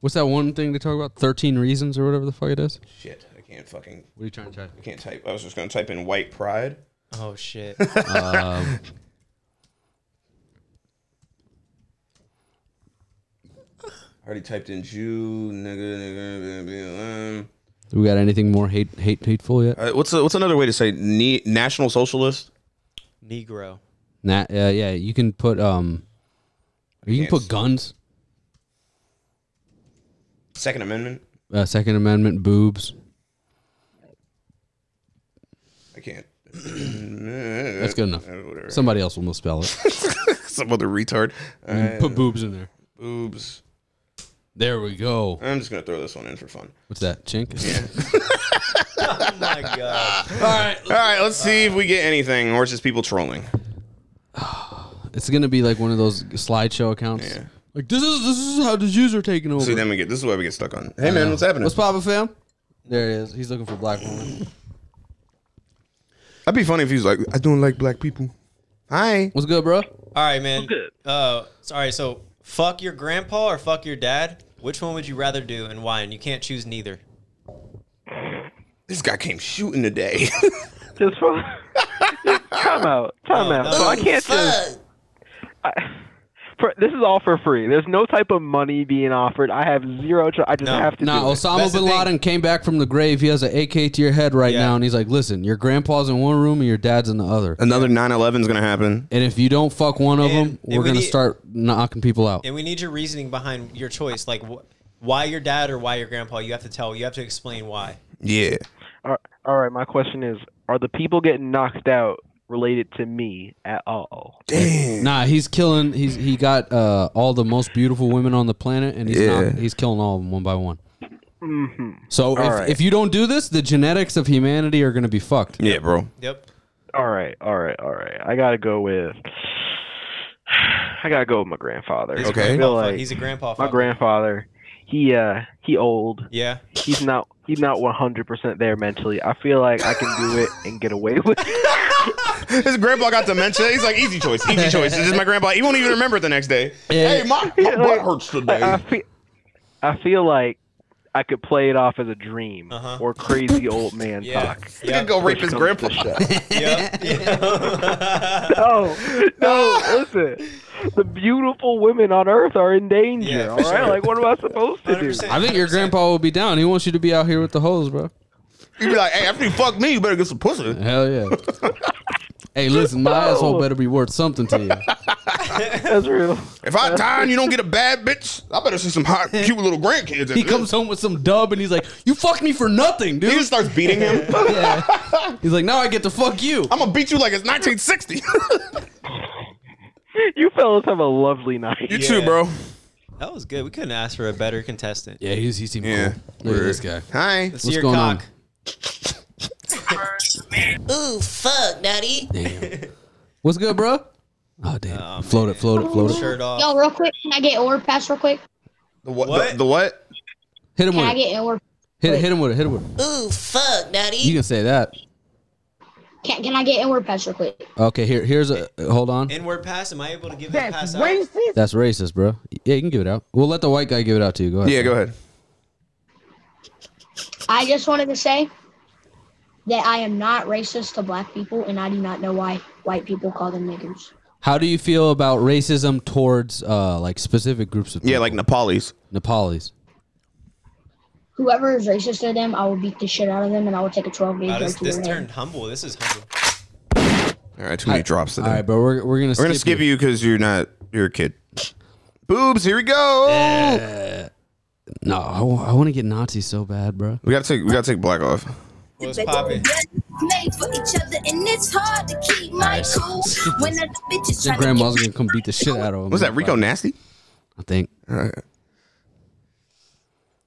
Speaker 4: What's that one thing they talk about? Thirteen reasons or whatever the fuck it is.
Speaker 2: Shit. I can't fucking.
Speaker 4: What are you trying to
Speaker 2: I can't type. I was just gonna type in white pride.
Speaker 3: Oh shit.
Speaker 4: try? Um,
Speaker 2: I already typed in Jew. Nigga. Nigga. blah, blah, blah.
Speaker 4: do we got anything more hate, hate, hateful yet?
Speaker 2: Uh, what's a, what's another way to say ne- national socialist?
Speaker 3: Negro.
Speaker 4: Nah. Uh, yeah, you can put um, you can
Speaker 2: can't
Speaker 4: put
Speaker 2: see.
Speaker 4: guns.
Speaker 2: Second Amendment.
Speaker 4: Uh, Second Amendment boobs.
Speaker 2: I can't.
Speaker 4: That's
Speaker 2: That's
Speaker 4: good enough.
Speaker 2: Uh, Whatever. Some,
Speaker 4: Somebody else will misspell it.
Speaker 2: other retard. Uh,
Speaker 4: And put boobs in there.
Speaker 2: boobs.
Speaker 4: There we go.
Speaker 2: I'm just gonna throw this one in for fun.
Speaker 4: What's that? Chink.
Speaker 3: Oh my god.
Speaker 4: All right.
Speaker 2: All right, let's Uh, see if we get anything, or it's just people trolling.
Speaker 4: It's gonna be like one of those slideshow accounts.
Speaker 2: Yeah.
Speaker 4: Like this is this is how the Jews are taking over.
Speaker 2: See, then we get. This is why we get stuck on. Hey man, what's happening?
Speaker 4: What's poppin', fam? There it is. He's looking for black woman.
Speaker 2: That'd be funny if he was like, I don't like black people. Hi.
Speaker 4: What's good, bro?
Speaker 3: All right, man. Uh, sorry. So, fuck your grandpa or fuck your dad. Which one would you rather do, and why? And you can't choose neither.
Speaker 2: This guy came shooting today.
Speaker 10: Just for time out, time
Speaker 3: No,
Speaker 2: Oh,
Speaker 10: out.
Speaker 3: no.
Speaker 10: So I
Speaker 8: Ooh,
Speaker 10: can't
Speaker 8: fuck.
Speaker 10: just. I,
Speaker 12: for this is all for free. There's no type of money being offered. I have zero. Tr- I just have to.
Speaker 4: Nah,
Speaker 12: do it.
Speaker 4: Osama bin Laden came back from the grave. He has an AK to your head right now, and he's like, "Listen, your grandpa's in one room and your dad's in the other.
Speaker 2: Another 9/11 is gonna happen.
Speaker 4: And if you don't fuck one of them,
Speaker 3: and
Speaker 4: we're
Speaker 3: we
Speaker 4: gonna
Speaker 3: need-
Speaker 4: start knocking people
Speaker 6: Oh.
Speaker 4: out."
Speaker 3: And we need your reasoning behind your choice, like wh- why your dad or why your grandpa. You have to tell. You have to explain why.
Speaker 2: Yeah.
Speaker 12: All all right. My question is: Are the people getting knocked out related to me at all?
Speaker 4: Nah, he's killing. He's he got uh, all the most beautiful women on the planet, and he's
Speaker 12: Yeah.
Speaker 4: not, he's killing all of them one by one.
Speaker 12: Mm-hmm.
Speaker 4: So if,
Speaker 12: All right.
Speaker 4: if you don't do this, the genetics of humanity are gonna be fucked.
Speaker 2: Yeah, bro.
Speaker 3: Yep.
Speaker 12: All right. All right. All right. I gotta go with. I gotta go with my grandfather.
Speaker 3: He's a
Speaker 12: I
Speaker 3: grandpa
Speaker 12: feel
Speaker 3: fuck-
Speaker 12: like
Speaker 3: he's a grandpa
Speaker 12: My
Speaker 3: fucker.
Speaker 12: grandfather. He uh he old.
Speaker 3: Yeah.
Speaker 12: He's not he's not one hundred percent there mentally. I feel like I can do it and get away with. it.
Speaker 2: His grandpa got dementia. He's like, easy choice, easy choice. This is my grandpa. He won't even remember it the next day. Hey, my, my butt hurts today.
Speaker 12: I, I feel I feel like I could play it off as a dream
Speaker 3: Uh-huh.
Speaker 12: or crazy old man talk.
Speaker 2: He could go rape
Speaker 12: Push
Speaker 2: his
Speaker 12: comes to
Speaker 2: grandpa.
Speaker 12: shove. no, no, listen. The beautiful women on earth are in danger. all right, like what am I supposed to do?
Speaker 4: I think your grandpa will be down. He wants you to be out here with the hoes, bro.
Speaker 2: He'd be like, hey, after you fuck me, you better get some pussy.
Speaker 4: Hell yeah. hey, listen, my asshole better be worth something to you.
Speaker 12: That's real.
Speaker 2: If I die and you don't get a bad bitch, I better see some hot, cute little grandkids.
Speaker 4: He comes home with some dub and he's like, "You fucked me for nothing, dude." He just
Speaker 2: starts beating him.
Speaker 4: He's like, "Now I get to fuck you."
Speaker 2: I'm gonna beat you like it's 1960.
Speaker 12: You fellas have a lovely night.
Speaker 3: You too, Yeah. bro. That was good. We couldn't ask for a better contestant.
Speaker 4: Yeah, he's he seemed yeah. cool. Look at this guy.
Speaker 2: Hi.
Speaker 3: Let's see
Speaker 4: What's
Speaker 3: your
Speaker 4: going
Speaker 3: cock.
Speaker 13: Ooh, fuck, Daddy.
Speaker 4: What's good, bro? Oh damn! float it, float it, float it.
Speaker 14: Yo, real quick, can I get orb pass real quick?
Speaker 2: The what? The, what?
Speaker 4: Hit him
Speaker 14: Can
Speaker 4: with
Speaker 14: I
Speaker 4: it.
Speaker 14: get orb?
Speaker 4: Hit, hit him with it. Hit him with it.
Speaker 14: Ooh, fuck,
Speaker 4: You
Speaker 14: Daddy.
Speaker 4: can say that.
Speaker 14: Can, can I get orb pass real quick?
Speaker 4: Okay, here, here's a. Hold on.
Speaker 3: Inward pass. Am I able to give that pass out?
Speaker 4: That's racist, bro. Yeah, you can give it out. We'll let the white guy give it out to you. Go ahead.
Speaker 2: Yeah, go ahead.
Speaker 14: I just wanted to say that I am not racist to black people, and I do not know why white people call them niggers.
Speaker 4: How do you feel about racism towards uh like specific groups of people?
Speaker 2: Yeah, like Nepalis.
Speaker 4: Nepalis.
Speaker 14: Whoever is racist to them, I will beat the shit out of them, and I will take a 12 gauge
Speaker 3: Wow,
Speaker 14: right
Speaker 3: this,
Speaker 14: to their
Speaker 3: this
Speaker 14: head.
Speaker 3: turned humble. This is humble.
Speaker 2: All right, too many drops today. All right,
Speaker 4: bro, we're, we're gonna
Speaker 2: we're gonna
Speaker 4: skip
Speaker 2: skip you because you're not you're a kid. Boobs, here we go.
Speaker 4: No, I, w- I want to get Nazi so bad, bro.
Speaker 2: We gotta take we gotta take black off.
Speaker 15: Made for each other, and it's hard to keep my
Speaker 4: Nice.
Speaker 15: cool when other bitches
Speaker 4: Your
Speaker 15: trying to
Speaker 4: grandma's gonna come beat the shit out of him.
Speaker 2: What's that, Rico Nasty?
Speaker 4: I think.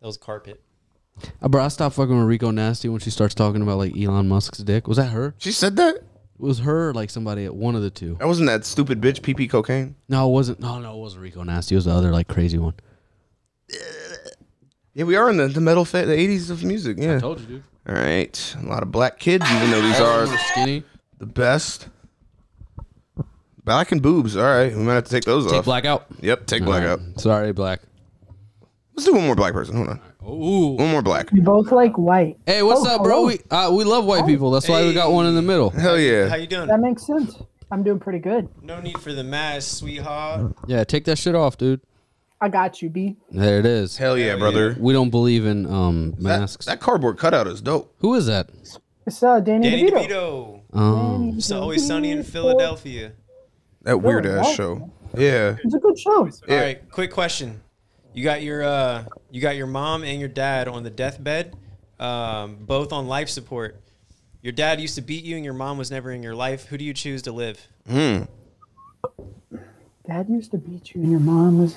Speaker 3: That was carpet.
Speaker 4: Uh, bro, I stopped fucking with Rico Nasty when she starts talking about like Elon Musk's dick. Was that her?
Speaker 2: She said that.
Speaker 4: It was her, or, like somebody at one of the two.
Speaker 2: That wasn't that stupid bitch PP cocaine.
Speaker 4: No, it wasn't. No, no, it wasn't Rico Nasty. It was the other like crazy one.
Speaker 2: Yeah, we are in the, the metal fa- the 80s of music. Yeah,
Speaker 4: told you, dude.
Speaker 2: All right, a lot of black kids, even though these
Speaker 4: All
Speaker 2: are
Speaker 4: of them are skinny.
Speaker 2: the best. Black and boobs. All right, we might have to take those
Speaker 4: Take
Speaker 2: off.
Speaker 4: black out.
Speaker 2: Yep, take black out.
Speaker 4: Sorry, black.
Speaker 2: Let's do one more black person. Hold on.
Speaker 4: Ooh,
Speaker 2: one more black.
Speaker 16: You both like white.
Speaker 4: Hey, what's
Speaker 16: Oh,
Speaker 4: up, bro? We uh, we love white people. That's why we got one in the middle.
Speaker 2: Hell yeah.
Speaker 3: How you doing?
Speaker 16: That makes sense. I'm doing pretty good.
Speaker 3: No need for the mask, sweetheart.
Speaker 4: Yeah, take that shit off, dude.
Speaker 16: I got you, B.
Speaker 4: There it is.
Speaker 2: Hell yeah, brother.
Speaker 4: We don't believe in um masks.
Speaker 2: That cardboard cutout is dope.
Speaker 4: Who is that?
Speaker 16: It's uh, Danny,
Speaker 3: Danny
Speaker 16: DeVito.
Speaker 3: DeVito.
Speaker 4: Um,
Speaker 3: It's always sunny in Philadelphia.
Speaker 2: That weird ass
Speaker 3: right.
Speaker 2: show. Yeah.
Speaker 16: It's a good show.
Speaker 3: All right, quick question. You got your uh, you got your mom and your dad on the deathbed, um, both on life support. Your dad used to beat you, and your mom was never in your life. Who do you choose to live?
Speaker 2: Hmm.
Speaker 16: Dad used to beat you, and your mom was.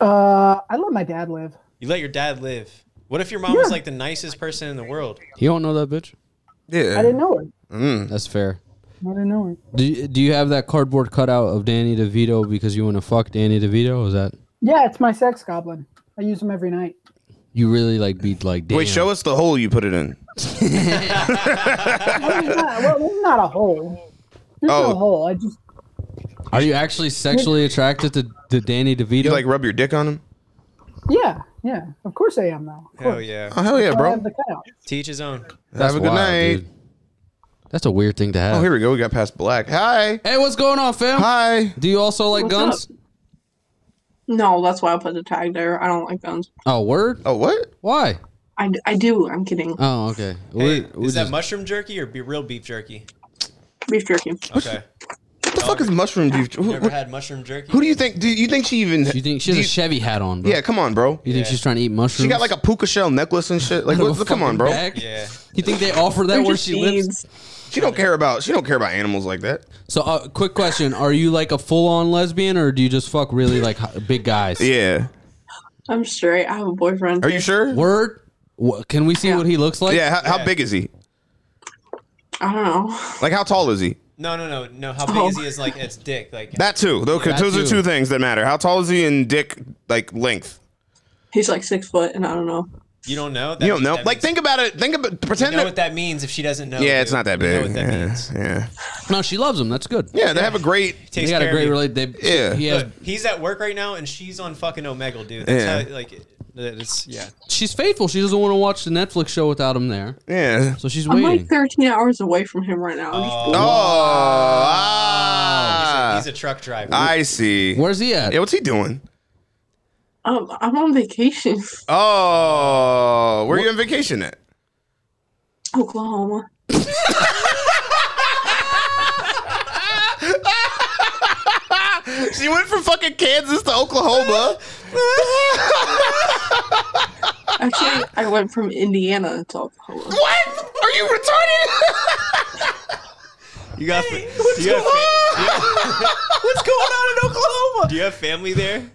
Speaker 16: Uh, I let my dad live.
Speaker 3: You let your dad live. What if your mom was like the nicest person in the world?
Speaker 4: You don't know that bitch?
Speaker 2: Yeah. Mm.
Speaker 16: I didn't know her.
Speaker 4: That's fair.
Speaker 16: I didn't know her.
Speaker 4: Do you, do you have that cardboard cutout of Danny DeVito because you want to fuck Danny DeVito? Is that
Speaker 16: Yeah, it's my sex goblin. I use him every night.
Speaker 4: you really like beat like? Damn.
Speaker 2: Wait, show us the hole you put it in.
Speaker 16: Well, it's not, well, it's not a hole. There's
Speaker 2: Oh.
Speaker 16: no hole. I just
Speaker 4: Are you actually sexually attracted to, to Danny DeVito?
Speaker 2: You like rub your dick on him?
Speaker 16: yeah, yeah. Of course I am though.
Speaker 3: Hell yeah!
Speaker 2: Oh, hell yeah,
Speaker 16: I
Speaker 2: bro.
Speaker 16: have the cutout.
Speaker 3: Teach his own.
Speaker 2: Have a good night.
Speaker 4: That's a weird thing to have.
Speaker 2: Oh, here we go. We got past black. Hi.
Speaker 4: Hey, what's going on, fam?
Speaker 2: Hi.
Speaker 4: Do you also like guns?
Speaker 7: No, that's why I put the tag there. I don't like guns.
Speaker 4: Oh, word?
Speaker 2: Oh, what?
Speaker 4: Why?
Speaker 7: I, I do. I'm kidding.
Speaker 4: Oh, okay.
Speaker 3: Hey,
Speaker 4: We- we
Speaker 3: is that
Speaker 4: just-
Speaker 3: mushroom jerky or be real beef jerky?
Speaker 7: Beef jerky.
Speaker 3: Okay.
Speaker 2: What the
Speaker 4: Oh.
Speaker 2: fuck is mushroom beef? Who,
Speaker 3: Never
Speaker 2: who,
Speaker 3: had mushroom jerky.
Speaker 2: who do you think? Do you think she even? Do you
Speaker 4: think she has a Chevy hat on? bro.
Speaker 2: Yeah, come on, bro.
Speaker 4: You think she's trying to eat mushrooms?
Speaker 2: She got like a puka shell necklace and shit. Like,
Speaker 4: Out of
Speaker 2: what,
Speaker 4: a
Speaker 2: come on,
Speaker 4: fucking
Speaker 2: bro.
Speaker 4: bag? You think they offer that where she lives?
Speaker 2: She don't care about. She don't care about animals like that.
Speaker 4: So, uh, quick question: Are you like a full-on lesbian, or do you just fuck really like h- big guys?
Speaker 2: Yeah.
Speaker 7: I'm straight. I have a boyfriend.
Speaker 2: Are you sure?
Speaker 4: Word. Wha- Can we see what he looks like?
Speaker 2: Yeah. How, how big is he?
Speaker 7: I don't know. Oh.
Speaker 2: Like, how tall is he?
Speaker 3: No, no, no, no. How big is he? Is like it's dick. Like
Speaker 2: That too. Those,
Speaker 3: That
Speaker 2: those are
Speaker 3: too.
Speaker 2: two things that matter. How tall is he and dick like length?
Speaker 7: He's like six foot, and I don't know.
Speaker 3: you don't know. That
Speaker 2: You don't
Speaker 3: means-
Speaker 2: know.
Speaker 3: that
Speaker 2: Like, think about it. Think about pretend.
Speaker 3: You know
Speaker 2: that-
Speaker 3: what that means if she doesn't know.
Speaker 2: yeah,
Speaker 3: dude.
Speaker 2: it's not that
Speaker 3: You know what
Speaker 2: big.
Speaker 3: that
Speaker 2: yeah, yeah.
Speaker 4: No, she loves him. That's good.
Speaker 2: Yeah, they have a great.
Speaker 3: Takes They got a care of great you. rela-
Speaker 4: They,
Speaker 2: yeah.
Speaker 4: he has-
Speaker 3: Look, he's at work right now, and she's on fucking Omegle, dude. That's
Speaker 4: Yeah.
Speaker 3: how, like, it's yeah.
Speaker 4: she's faithful. She doesn't want to watch the Netflix show without him there.
Speaker 2: Yeah.
Speaker 4: So she's
Speaker 7: I'm
Speaker 4: waiting.
Speaker 7: like 13 hours away from him right now.
Speaker 4: Oh.
Speaker 3: he's a truck driver.
Speaker 2: I see.
Speaker 4: Where's he at?
Speaker 2: Yeah, what's he doing?
Speaker 7: Um, I'm on vacation.
Speaker 2: Oh, where are you on vacation at?
Speaker 7: Oklahoma.
Speaker 2: she went from fucking Kansas to Oklahoma.
Speaker 7: Actually, I went from Indiana to Oklahoma.
Speaker 2: What? Are you retarded?
Speaker 3: You got. what's,
Speaker 7: going
Speaker 3: what's going on in Oklahoma? Do you have family there?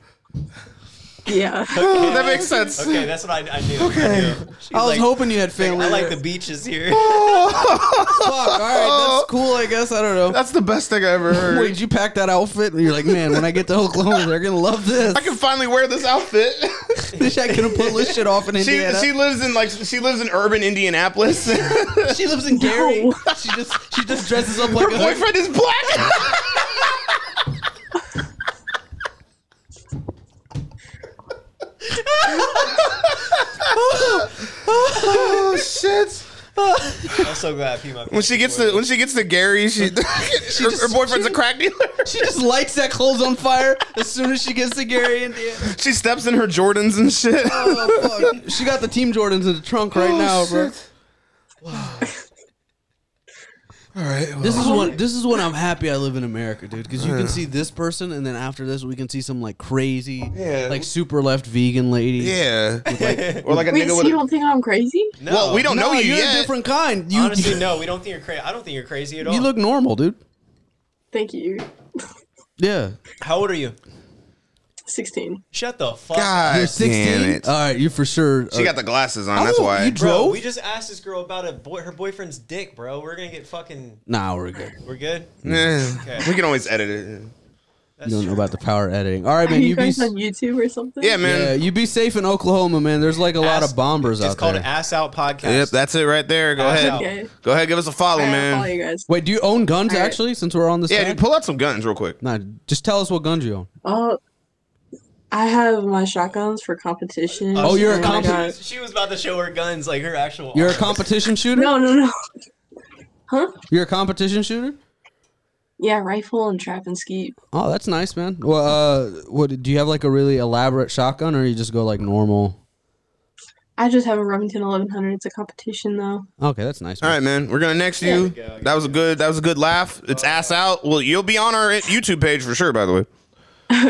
Speaker 7: Yeah.
Speaker 2: that makes sense.
Speaker 3: Okay, that's what I, I knew. I,
Speaker 2: Okay.
Speaker 3: knew. She's
Speaker 4: I was
Speaker 3: like,
Speaker 4: hoping Oh, you had
Speaker 3: like,
Speaker 4: family.
Speaker 3: I like
Speaker 4: there.
Speaker 3: the beaches here.
Speaker 2: Oh.
Speaker 4: Fuck. All right, that's cool. I guess I don't know.
Speaker 2: That's the best thing I ever heard.
Speaker 4: Wait, did you pack that outfit? And you're like, man, when I get to Oklahoma, they're gonna love this.
Speaker 2: I can finally wear this outfit.
Speaker 4: Wish I could have pulled this shit off in
Speaker 2: She,
Speaker 4: Indiana.
Speaker 2: she lives in like she lives in urban Indianapolis. Her
Speaker 4: She lives in Gary. She just she just dresses up like a
Speaker 2: boyfriend is black. oh shit.
Speaker 3: I'm so glad I pee my
Speaker 2: When she gets to when she gets to Gary, she, her, her boyfriend's a crack dealer.
Speaker 4: She just lights that clothes on fire as soon as she gets to Gary, Indiana.
Speaker 2: She steps in her Jordans and shit.
Speaker 4: Oh fuck! She got the team Jordans in the trunk right
Speaker 2: Oh,
Speaker 4: now, bro.
Speaker 2: shit. All right.
Speaker 4: This is
Speaker 2: well.
Speaker 4: what this is what I'm happy I live in America, dude. Because you can see this person, and then after this, we can see some like crazy,
Speaker 2: Yeah.
Speaker 4: like super left vegan lady.
Speaker 2: Yeah, or like a
Speaker 7: Wait,
Speaker 2: nigga
Speaker 7: so
Speaker 2: with.
Speaker 7: you
Speaker 2: A,
Speaker 7: don't think I'm crazy?
Speaker 3: No. Well, we don't
Speaker 4: No,
Speaker 3: know you
Speaker 4: you're
Speaker 3: yet.
Speaker 4: a different kind. You,
Speaker 3: Honestly, no, we don't think you're crazy. I don't think you're crazy at all.
Speaker 4: you look normal, dude.
Speaker 7: Thank you.
Speaker 4: Yeah.
Speaker 3: How old are you?
Speaker 7: 16.
Speaker 3: Shut the fuck.
Speaker 2: God
Speaker 3: up.
Speaker 4: You're 16.
Speaker 2: damn it.
Speaker 4: All right, you for sure.
Speaker 2: she
Speaker 4: uh,
Speaker 2: got the glasses on.
Speaker 4: Oh,
Speaker 2: that's why.
Speaker 4: you
Speaker 3: Bro,
Speaker 4: drove?
Speaker 3: we just asked this girl about a boy, her boyfriend's dick, bro. We're gonna get fucking.
Speaker 4: Nah, we're good.
Speaker 3: We're good.
Speaker 2: Yeah.
Speaker 3: Okay.
Speaker 2: We can always edit it.
Speaker 4: you don't know about the power editing. All right,
Speaker 7: Are
Speaker 4: man.
Speaker 7: you,
Speaker 4: You be
Speaker 7: guys
Speaker 4: s-
Speaker 7: on YouTube or something?
Speaker 2: Yeah, man.
Speaker 4: Yeah, you be safe in Oklahoma, man. There's like a lot of bombers
Speaker 3: It's
Speaker 4: out
Speaker 3: called
Speaker 4: there.
Speaker 3: Ass Out Podcast.
Speaker 2: Yep, that's it right there. Go
Speaker 3: Ass
Speaker 2: ahead.
Speaker 3: out.
Speaker 7: Okay.
Speaker 2: Go ahead, give us a follow,
Speaker 7: All right, I'll
Speaker 2: man.
Speaker 7: follow you guys.
Speaker 4: Wait, do you own guns
Speaker 7: All right.
Speaker 4: actually? Since we're on this,
Speaker 2: Yeah,
Speaker 4: side?
Speaker 2: dude, pull out some guns real quick.
Speaker 4: Nah, just tell us what guns you own.
Speaker 7: Oh, I have my shotguns for competition.
Speaker 4: Oh, you're a
Speaker 7: and I
Speaker 4: comp-
Speaker 7: got-
Speaker 3: She was about to show her guns, like her actual.
Speaker 4: You're a competition shooter.
Speaker 7: No, no, no. Huh?
Speaker 4: You're a competition shooter.
Speaker 7: Yeah, rifle and trap and skeet.
Speaker 4: Oh, that's nice, man. Well, uh, what do you have like a really elaborate shotgun, or you just go like normal?
Speaker 7: I just have a Remington 1100. It's a competition though.
Speaker 4: Okay, that's nice.
Speaker 2: All right, man. We're gonna next you. That was a good. That was a good laugh. It's ass out. Well, you'll be on our YouTube page for sure. By the way.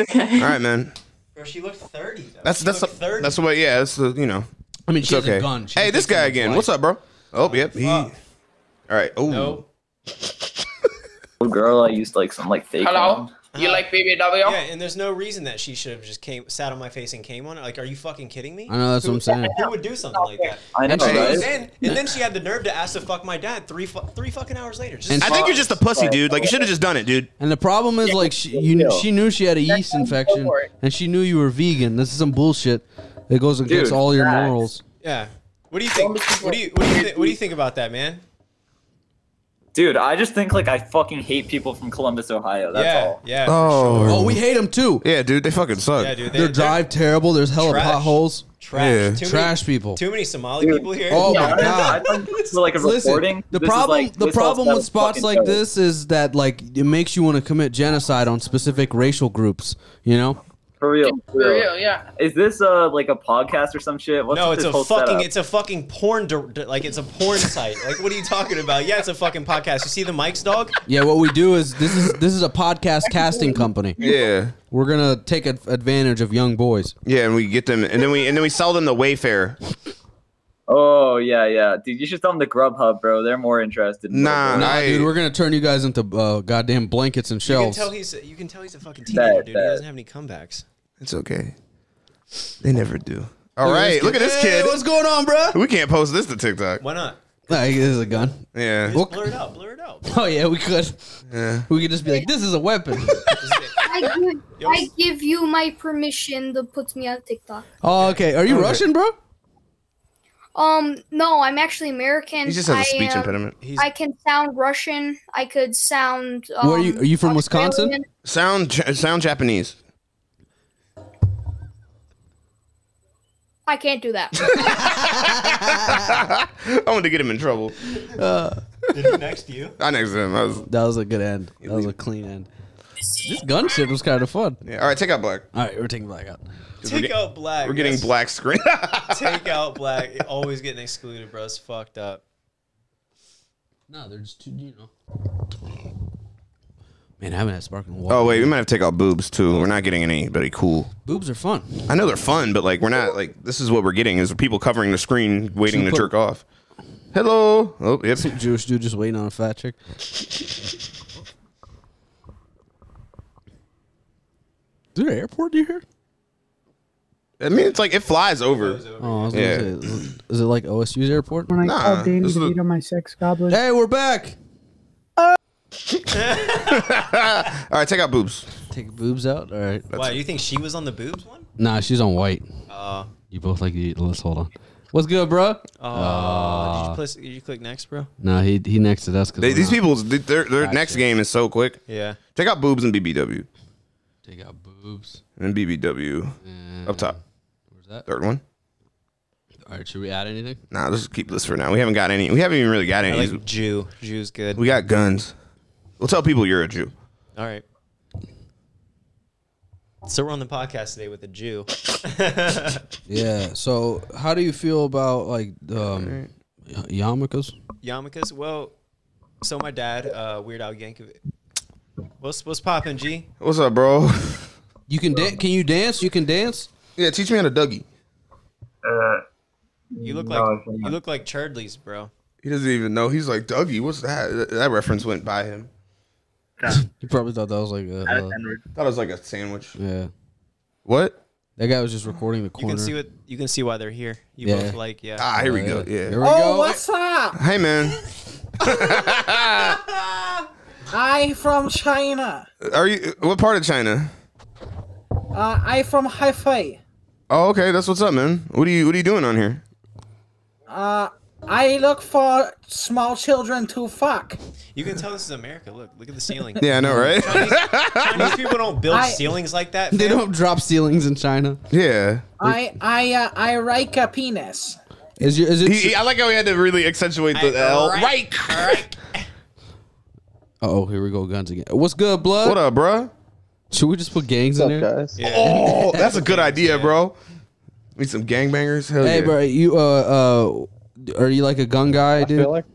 Speaker 7: Okay.
Speaker 2: All right, man.
Speaker 3: Bro, she looked 30. Though.
Speaker 2: That's
Speaker 3: She
Speaker 2: that's
Speaker 3: looked 30.
Speaker 2: that's what. Yeah, that's the you know.
Speaker 4: I mean,
Speaker 2: it's
Speaker 4: she has a gun. She
Speaker 2: hey,
Speaker 4: can
Speaker 2: this
Speaker 4: take
Speaker 2: guy
Speaker 4: someone's
Speaker 2: again.
Speaker 4: life.
Speaker 2: What's up, bro? Oh, yep. He. All right. Oh.
Speaker 3: No.
Speaker 10: girl I used like some like fake.
Speaker 11: Hello?
Speaker 10: one.
Speaker 11: You like BBW? Yeah,
Speaker 3: Yeah, and there's no reason that she should have just came, sat on my face and came on it. Like, are you fucking kidding me?
Speaker 4: I know that's what I'm saying.
Speaker 3: Who would do something like that?
Speaker 10: I know,
Speaker 3: And, she-
Speaker 10: right?
Speaker 3: then, and then she had the nerve to ask to fuck my dad three fu- three fucking hours later. Just
Speaker 2: I think you're just a pussy, dude. Like you should have just done it, dude.
Speaker 4: And the problem is, like, she you, she knew she had a yeast infection, and she knew you were vegan. This is some bullshit. It goes against
Speaker 10: Dude,
Speaker 4: all your
Speaker 10: facts.
Speaker 4: morals.
Speaker 3: yeah. What do you think? What do you what do you, thi- what do you think about that, man?
Speaker 10: Dude, I just think like I fucking hate people from Columbus, Ohio. That's
Speaker 3: yeah,
Speaker 10: all.
Speaker 3: yeah.
Speaker 2: Oh.
Speaker 4: Oh, we hate them too.
Speaker 2: Yeah, dude. They fucking suck.
Speaker 3: Yeah, dude. They,
Speaker 4: Their drive terrible. There's hella
Speaker 3: Trash.
Speaker 4: potholes.
Speaker 3: Trash.
Speaker 2: Yeah.
Speaker 3: Too many-
Speaker 4: Trash people.
Speaker 3: Too many Somali people here.
Speaker 4: Oh my god.
Speaker 10: So, like a recording.
Speaker 4: the
Speaker 10: this is,
Speaker 4: problem
Speaker 10: like,
Speaker 4: the
Speaker 10: this all
Speaker 4: problem
Speaker 10: sounds
Speaker 4: with spots
Speaker 10: fucking
Speaker 4: like
Speaker 10: dope.
Speaker 4: this is that like it makes you want to commit genocide on specific racial groups. You know,
Speaker 10: for real.
Speaker 9: For real, yeah.
Speaker 10: Is this uh like a podcast or some shit? What's
Speaker 3: no,
Speaker 10: with
Speaker 3: it's
Speaker 10: this
Speaker 3: a
Speaker 10: whole
Speaker 3: fucking
Speaker 10: setup?
Speaker 3: it's a fucking porn dir- di- like it's a porn site. Like what are you talking about? Yeah, it's a fucking podcast. You see the mics, dog?
Speaker 4: Yeah, what we do is this is this is a podcast casting company.
Speaker 2: Yeah.
Speaker 4: We're gonna take ad- advantage of young boys.
Speaker 2: Yeah, and we get them, and then we and then we sell them the Wayfair.
Speaker 10: Oh yeah, yeah, dude. You should tell them the Grubhub, bro. They're more interested.
Speaker 4: nah, dude, we're gonna turn you guys into uh, goddamn blankets and
Speaker 3: You can
Speaker 4: shelves.
Speaker 3: tell he's you can tell he's a fucking
Speaker 4: That-
Speaker 3: teenager, dude. He
Speaker 4: that-
Speaker 3: doesn't have any comebacks.
Speaker 2: It's okay. They never do. All
Speaker 4: Look at
Speaker 2: right,
Speaker 4: this
Speaker 2: look at
Speaker 4: kid.
Speaker 2: this kid.
Speaker 4: Hey, what's going on, bro?
Speaker 2: We can't post this to TikTok.
Speaker 3: Why not?
Speaker 4: Like, this is a gun.
Speaker 2: Yeah.
Speaker 4: We'll-
Speaker 3: Blur it out, blur it out.
Speaker 4: oh yeah, we could.
Speaker 2: Yeah.
Speaker 4: We could just be like, this is a weapon.
Speaker 13: I give, I give you my permission to put me on TikTok.
Speaker 4: oh okay. Are you
Speaker 2: Okay.
Speaker 4: Russian, bro?
Speaker 13: Um, no, I'm actually American.
Speaker 4: He just has a
Speaker 13: a
Speaker 4: speech impediment. He's-
Speaker 13: I can sound Russian. I could sound. Um,
Speaker 2: Where are you? Are you from Wisconsin?
Speaker 13: Australian.
Speaker 2: Sound Ja- sound Japanese.
Speaker 13: I can't do that.
Speaker 2: I wanted to get him in trouble.
Speaker 4: Uh,
Speaker 3: Did he next to you?
Speaker 2: I next to him. I was,
Speaker 4: that was a good end. That was a clean end. This gun shit was kind of fun.
Speaker 2: Yeah. All right, take out black.
Speaker 4: All right, we're taking black out.
Speaker 3: Take out black.
Speaker 2: We're getting
Speaker 3: yes.
Speaker 2: black screen.
Speaker 3: Take out black. Always getting excluded, bro. It's fucked up.
Speaker 4: No, they're just too, you know. Man, I haven't had sparkling water.
Speaker 2: oh wait, we might have to take out boobs too. We're not getting anybody cool.
Speaker 4: Boobs are fun.
Speaker 2: I know they're fun, but like we're not like this is what we're getting is people covering the screen waiting to
Speaker 4: Super-
Speaker 2: jerk off. Hello. Oh, yep.
Speaker 4: Some Jewish dude just waiting on a fat chick. Is there an airport near here?
Speaker 2: I mean, it's like it flies over.
Speaker 4: Oh, I was
Speaker 2: Yeah.
Speaker 4: gonna say, is it- is it like OSU's airport?
Speaker 17: When I called Danny
Speaker 4: this is
Speaker 17: DeVito
Speaker 4: the-
Speaker 17: my sex goblin.
Speaker 4: Hey, we're back.
Speaker 2: All right, take out boobs.
Speaker 4: Take boobs out. All right.
Speaker 3: Why? You think she was on the boobs one?
Speaker 4: Nah, she's on white.
Speaker 3: Uh,
Speaker 4: You both like to eat. Let's hold on. What's good, bro? Ah.
Speaker 3: Oh, did, you place, did you click next, bro?
Speaker 4: No, he he next to us. Cause
Speaker 2: They,
Speaker 4: we're
Speaker 2: these
Speaker 4: not-
Speaker 2: people, their their next game is so quick.
Speaker 3: Yeah.
Speaker 2: Take out boobs and BBW.
Speaker 4: Take out boobs.
Speaker 2: And then BBW up top.
Speaker 4: Mm-hmm. Where's that?
Speaker 2: Third one.
Speaker 4: All right, should we add anything?
Speaker 2: Nah, let's just keep this for now. We haven't got any. We haven't even really got any.
Speaker 3: I like Jew. Jew's good.
Speaker 2: we got guns. We'll tell people you're a Jew.
Speaker 3: All right. So we're on the podcast today with a Jew.
Speaker 4: Yeah. So, how do you feel about like um, y- yarmulkes?
Speaker 3: Yarmulkes. Well, so my dad, uh, Weird Al Yankovic. What's what's poppin', G?
Speaker 2: What's up, bro?
Speaker 4: You can dance. Can you dance? You can dance.
Speaker 2: Yeah, teach me how to Dougie.
Speaker 10: Uh,
Speaker 3: You look
Speaker 2: No,
Speaker 3: like
Speaker 2: it's
Speaker 3: you
Speaker 2: not.
Speaker 3: look like Churdley's, bro.
Speaker 2: He doesn't even know. He's like Dougie. What's that? That- That reference went by him.
Speaker 4: You probably thought that was like a. uh,
Speaker 2: Thought it was like a sandwich.
Speaker 4: yeah.
Speaker 2: What?
Speaker 4: That guy was just recording the
Speaker 3: You
Speaker 4: corner.
Speaker 3: can see what you can see why they're here. You
Speaker 4: Yeah.
Speaker 3: both like, yeah. Oh,
Speaker 2: Ah, here we go. Yeah.
Speaker 4: Here we go.
Speaker 18: what's
Speaker 4: Oh,
Speaker 18: up?
Speaker 2: Hey, man.
Speaker 18: I from China.
Speaker 2: Are you? What part of China?
Speaker 18: Uh, I from Hefei.
Speaker 2: Oh, okay. That's what's up, man. What are you? What are you doing on here?
Speaker 18: Uh, I look for small children to fuck.
Speaker 3: You can tell this is America. Look, look at the ceiling.
Speaker 2: Yeah, I know, right?
Speaker 3: Chinese, Chinese people don't build
Speaker 18: I-
Speaker 3: ceilings like that.
Speaker 4: They
Speaker 3: fam.
Speaker 4: don't drop ceilings in China.
Speaker 2: Yeah.
Speaker 18: I I uh, I like a penis.
Speaker 4: Is your is it?
Speaker 2: He, he- I like how he had to really accentuate the
Speaker 18: I-
Speaker 2: L.
Speaker 18: right.
Speaker 2: Right.
Speaker 4: Oh, here we go, guns again. What's good, blood? What
Speaker 2: up, bruh?
Speaker 4: Should we just put gangs in there?
Speaker 2: Oh, that's a good idea, bro. Need some gangbangers. Hell
Speaker 4: Hey,
Speaker 2: yeah.
Speaker 4: bro, you uh uh, are you like a gun guy, dude?
Speaker 19: feel like-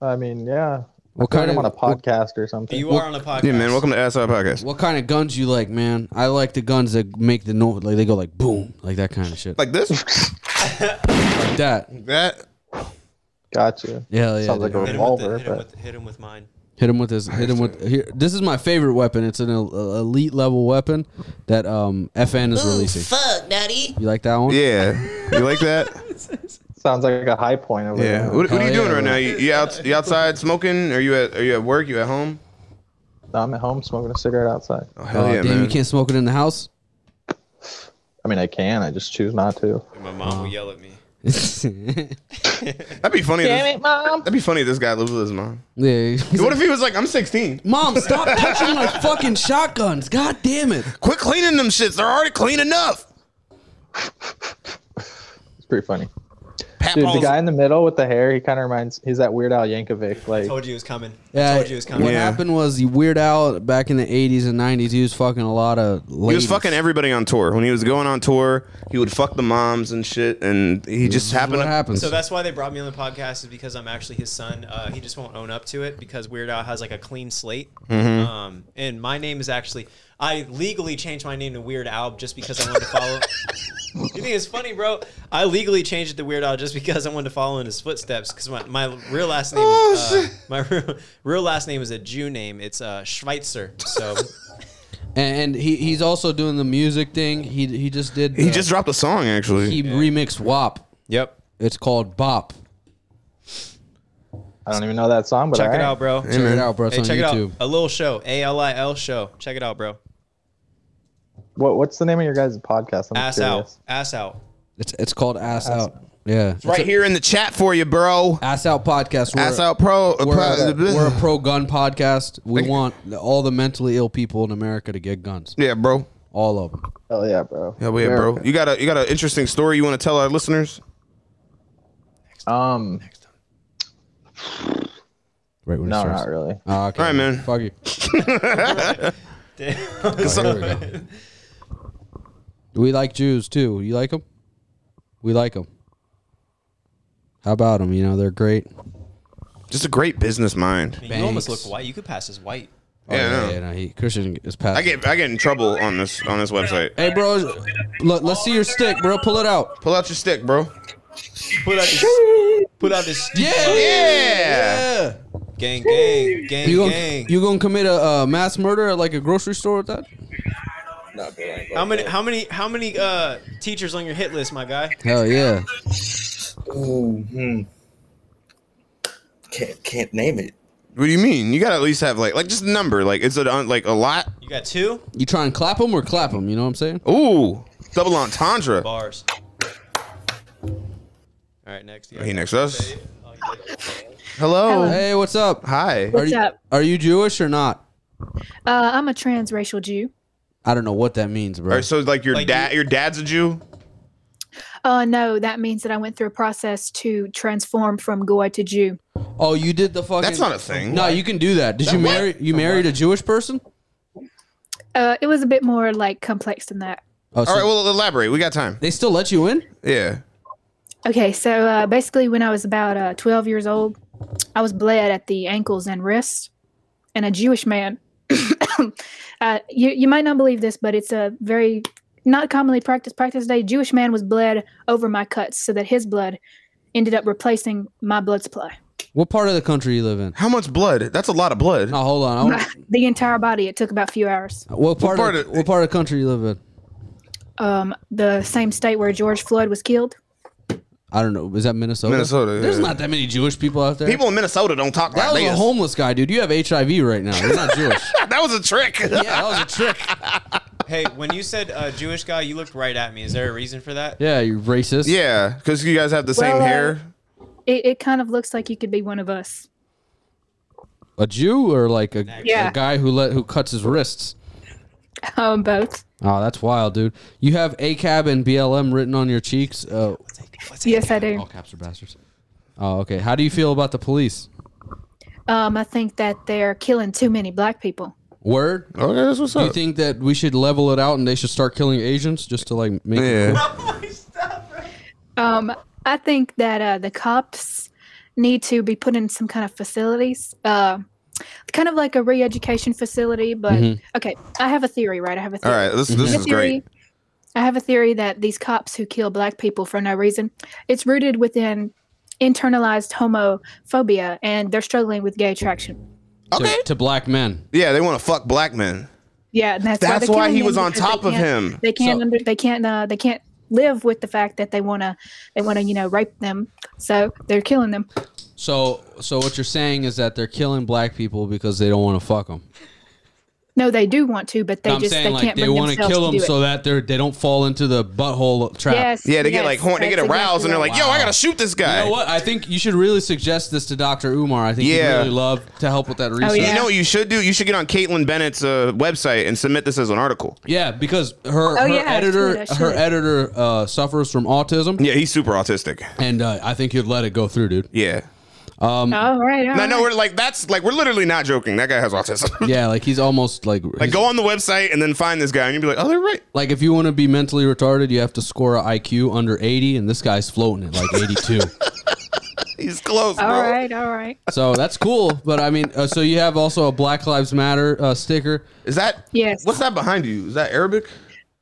Speaker 19: I mean, yeah.
Speaker 4: What
Speaker 19: I feel like
Speaker 4: kind
Speaker 19: I'm on
Speaker 4: of-
Speaker 19: a podcast or something?
Speaker 4: You are on a podcast. Yeah, man,
Speaker 2: welcome to Ass Out Podcast.
Speaker 4: What kind of guns you like, man? I like the guns that make the noise, like they go like boom, like that kind of shit,
Speaker 2: like this,
Speaker 4: like that.
Speaker 2: That.
Speaker 19: Gotcha.
Speaker 4: Hell yeah,
Speaker 19: Sounds like a
Speaker 4: dude.
Speaker 19: revolver.
Speaker 3: Hit him,
Speaker 19: But
Speaker 3: with, hit him with mine.
Speaker 4: Hit him with this. Hit him with here. This is my favorite weapon. It's an el- uh, elite level weapon that um FN is
Speaker 8: Ooh,
Speaker 4: releasing.
Speaker 8: fuck, daddy.
Speaker 4: You like that one?
Speaker 2: Yeah, you like that?
Speaker 19: sounds like a high point over
Speaker 2: Yeah.
Speaker 19: there.
Speaker 2: What, what are you doing right now? You, you, out, you outside smoking? Are you at Are you at work? You at home?
Speaker 19: No, I'm at home smoking a cigarette outside.
Speaker 2: Oh, hell yeah,
Speaker 4: damn, you
Speaker 2: man.
Speaker 4: can't smoke it in the house.
Speaker 19: I mean, I can. I just choose not to.
Speaker 3: My
Speaker 19: Oh,
Speaker 3: mom will yell at me.
Speaker 2: That'd be funny. if
Speaker 19: Damn
Speaker 2: this,
Speaker 19: it, mom.
Speaker 2: That'd be funny. if This guy lives with his mom.
Speaker 4: Yeah.
Speaker 2: What if he was like, I'm 16?
Speaker 4: Mom, stop touching my fucking shotguns. God damn it.
Speaker 2: Quit cleaning them shits. They're already clean enough.
Speaker 19: It's pretty funny.
Speaker 2: Pat
Speaker 19: Dude, the
Speaker 2: Paul's-
Speaker 19: guy in the middle with the hair, he kind of reminds. He's that Weird Al Yankovic. Like,
Speaker 3: told you it was coming. I
Speaker 4: Yeah,
Speaker 3: told you it was coming.
Speaker 4: What happened was he Weird Al back in the '80s and '90s. He was fucking a lot of.
Speaker 2: He was
Speaker 4: Ladies.
Speaker 2: fucking everybody on tour. When he was going on tour, he would fuck the moms and shit, and he just happened. to-
Speaker 3: So that's why they brought me on the podcast is because I'm actually his son. Uh, he just won't own up to it because Weird Al has like a clean slate.
Speaker 2: Mhm.
Speaker 3: Um, and my name is actually I legally changed my name to Weird Al just because I wanted to follow. you think it's funny, bro? I legally changed it to Weird Al just because I wanted to follow in his footsteps. Because my, my real last name,
Speaker 2: Oh,
Speaker 3: is, uh, my real, real last name is a Jew name. It's uh, Schweitzer. So
Speaker 4: And he, he's also doing the music thing. He he just did.
Speaker 2: He
Speaker 4: the-
Speaker 2: just dropped a song actually.
Speaker 4: He remixed WAP.
Speaker 3: Yep.
Speaker 4: It's called Bop.
Speaker 19: I don't even know that song, but
Speaker 3: check
Speaker 19: alright.
Speaker 3: it out, bro.
Speaker 4: Check it out, bro. It's
Speaker 3: hey,
Speaker 4: on
Speaker 3: check
Speaker 4: YouTube.
Speaker 3: it out. A little show, A L I L show. Check it out, bro.
Speaker 19: What, what's the name of your guys' podcast? I'm
Speaker 3: Ass
Speaker 19: curious.
Speaker 3: out. Ass out.
Speaker 4: It's it's called Ass, Out. Yeah.
Speaker 2: It's right here in the chat for you, bro.
Speaker 4: Ass Out Podcast. We're-
Speaker 2: Ass Out Pro.
Speaker 4: We're, a, we're a pro gun podcast. We want all the mentally ill people in America to get guns.
Speaker 2: Yeah, bro.
Speaker 4: All of them.
Speaker 19: Hell yeah, bro.
Speaker 2: Hell yeah, bro. You got a you got an interesting story you want to tell our listeners?
Speaker 19: Um.
Speaker 4: Right when
Speaker 19: No, not really.
Speaker 4: Ah, okay.
Speaker 2: All right, man.
Speaker 4: Fuck you. We like Jews too. You like them? We like them. How about them? You know they're great.
Speaker 2: Just a great business mind.
Speaker 3: You almost look white. You could pass as white.
Speaker 4: Oh,
Speaker 2: yeah, no.
Speaker 4: yeah, no, he, Christian is
Speaker 2: I
Speaker 4: passing.
Speaker 2: get I get in trouble on this on this website.
Speaker 4: Hey, bro, look, let's see your stick, bro. Pull it out.
Speaker 2: Pull out your stick, bro.
Speaker 3: Put out this. Put out this.
Speaker 4: Oh, Yeah, yeah.
Speaker 3: Gang, gang, gang,
Speaker 4: You gonna,
Speaker 3: gang.
Speaker 4: you gonna commit a uh, mass murder at like a grocery store with that?
Speaker 3: How many? How many? How many uh, teachers on your hit list, my guy?
Speaker 4: Hell yeah.
Speaker 1: Ooh, hmm. Can't, can't name it.
Speaker 2: What do you mean? You got to at least have like like just a number. Like it's a like a lot.
Speaker 3: You got two
Speaker 4: You try and clap them or clap them. You know what I'm saying?
Speaker 2: Ooh, double entendre.
Speaker 3: bars. All right, next.
Speaker 2: He next us. Hello.
Speaker 20: Hello.
Speaker 4: Hey, what's up?
Speaker 2: Hi.
Speaker 4: are
Speaker 20: What's
Speaker 4: you,
Speaker 20: up?
Speaker 4: Are you Jewish or not?
Speaker 20: Uh, I'm a transracial Jew.
Speaker 4: I don't know what that means, bro.
Speaker 2: All right, so like your dad, your dad's a Jew.
Speaker 20: Uh, no, that means that I went through a process to transform from Goy to Jew.
Speaker 4: Oh, you did the fucking.
Speaker 2: That's not a thing.
Speaker 4: No, you can do that. Did you marry? You married a Jewish person?
Speaker 20: Uh, it was a bit more like complex than that.
Speaker 4: Oh, so
Speaker 2: All right, well elaborate. We got time.
Speaker 4: They still let you in?
Speaker 2: Yeah.
Speaker 20: Okay, so uh, basically, when I was about uh, 12 years old, I was bled at the ankles and wrists, and a Jewish man. uh, you you might not believe this, but it's a very not commonly practiced practice today. Jewish man was bled over my cuts so that his blood ended up replacing my blood supply.
Speaker 4: What part of the country you live in?
Speaker 2: How much blood? That's a lot of blood.
Speaker 4: No, hold on. I wanna-
Speaker 20: the entire body. It took about a few hours.
Speaker 4: what part? of, what part of the country you live in?
Speaker 20: Um, the same state where George Floyd was killed.
Speaker 4: I don't know. Is that Minnesota?
Speaker 2: Minnesota,
Speaker 4: There's
Speaker 2: yeah.
Speaker 4: not that many Jewish people out there.
Speaker 2: People in Minnesota don't talk
Speaker 4: that was
Speaker 2: like this.
Speaker 4: a homeless guy, dude. You have HIV right now. You're not Jewish.
Speaker 2: that was a trick. yeah,
Speaker 4: that was a trick.
Speaker 3: Hey, when you said uh, Jewish guy, you looked right at me. Is there a reason for that?
Speaker 4: Yeah, you're racist.
Speaker 2: Yeah, because you guys have the same
Speaker 20: Well, uh,
Speaker 2: hair.
Speaker 20: It, it kind of looks like you could be one of us.
Speaker 4: A Jew or like a,
Speaker 20: Yeah.
Speaker 4: a guy who let who cuts his wrists.
Speaker 20: Um, both.
Speaker 4: Oh, that's wild, dude. You have ACAB and BLM written on your cheeks. Uh,
Speaker 20: yes, I do.
Speaker 4: all caps are bastards. Oh, okay. How do you feel about the police?
Speaker 20: Um, I think that they're killing too many black people.
Speaker 4: Word.
Speaker 2: Okay, that's what's
Speaker 4: Do you
Speaker 2: up.
Speaker 4: think that we should level it out and they should start killing Asians just to like make? it
Speaker 2: Yeah.
Speaker 4: cool?
Speaker 20: Um, I think that uh, the cops need to be put in some kind of facilities, uh, kind of like a re-education facility. But
Speaker 2: Mhm.
Speaker 20: okay, I have a theory, right? I have a
Speaker 2: All
Speaker 20: theory.
Speaker 2: right, this- this
Speaker 20: I have a
Speaker 2: is great.
Speaker 20: theory- I have a theory that these cops who kill black people for no reason, it's rooted within internalized homophobia, and they're struggling with gay attraction.
Speaker 4: Okay. To, to black men.
Speaker 2: Yeah, they want to fuck black men.
Speaker 20: Yeah, and that's,
Speaker 2: That's
Speaker 20: they're
Speaker 2: why
Speaker 20: killing
Speaker 2: he
Speaker 20: them
Speaker 2: was on
Speaker 20: because they
Speaker 2: top of
Speaker 20: can't-
Speaker 2: him.
Speaker 20: They can't. under, they can't. Uh, they can't live with the fact that they wanna. They wanna, you know, rape them. So they're killing them.
Speaker 4: So, so what you're saying is that they're killing black people because they don't want to fuck them.
Speaker 20: No, they do want to, but they
Speaker 4: No, I'm
Speaker 20: just
Speaker 4: saying
Speaker 20: they
Speaker 4: like
Speaker 20: can't
Speaker 4: they
Speaker 20: bring
Speaker 4: want to
Speaker 20: themselves
Speaker 4: kill
Speaker 20: to
Speaker 4: them
Speaker 20: do it.
Speaker 4: so that they're they don't fall into the butthole trap.
Speaker 20: Yes, Yeah, they get, yes, like, horn- they get that's aroused and they're exactly like,
Speaker 2: "Yo, I gotta shoot this guy."
Speaker 4: You know what? I think you should really suggest this to Doctor Umar. I think
Speaker 2: Yeah.
Speaker 4: he'd really love to help
Speaker 20: Oh,
Speaker 4: with that research.
Speaker 2: You know what you should do? You should get on Caitlin Bennett's uh, website and submit this as an article.
Speaker 4: Yeah, because her,
Speaker 2: Oh,
Speaker 4: her
Speaker 2: yeah, I
Speaker 4: editor
Speaker 2: should, I
Speaker 4: her
Speaker 2: should.
Speaker 4: editor uh, suffers from autism.
Speaker 2: Yeah, he's super autistic,
Speaker 4: and uh, I think you'd let it go through, dude.
Speaker 2: Yeah.
Speaker 4: Um,
Speaker 20: All right, all
Speaker 2: No, no,
Speaker 20: right.
Speaker 2: we're like that's like we're literally not joking. That guy has autism.
Speaker 4: yeah, like he's almost like
Speaker 2: like go on the website and then find this guy and you'll be like, oh, they're right.
Speaker 4: Like if you want to be mentally retarded, you have to score an IQ under 80, and this guy's floating at like 82.
Speaker 2: He's close.
Speaker 20: All
Speaker 2: bro.
Speaker 20: right, all right.
Speaker 4: so that's cool. But I mean, uh, so you have also a Black Lives Matter uh, sticker.
Speaker 2: Is that
Speaker 20: Yes.
Speaker 2: what's that behind you? Is that Arabic?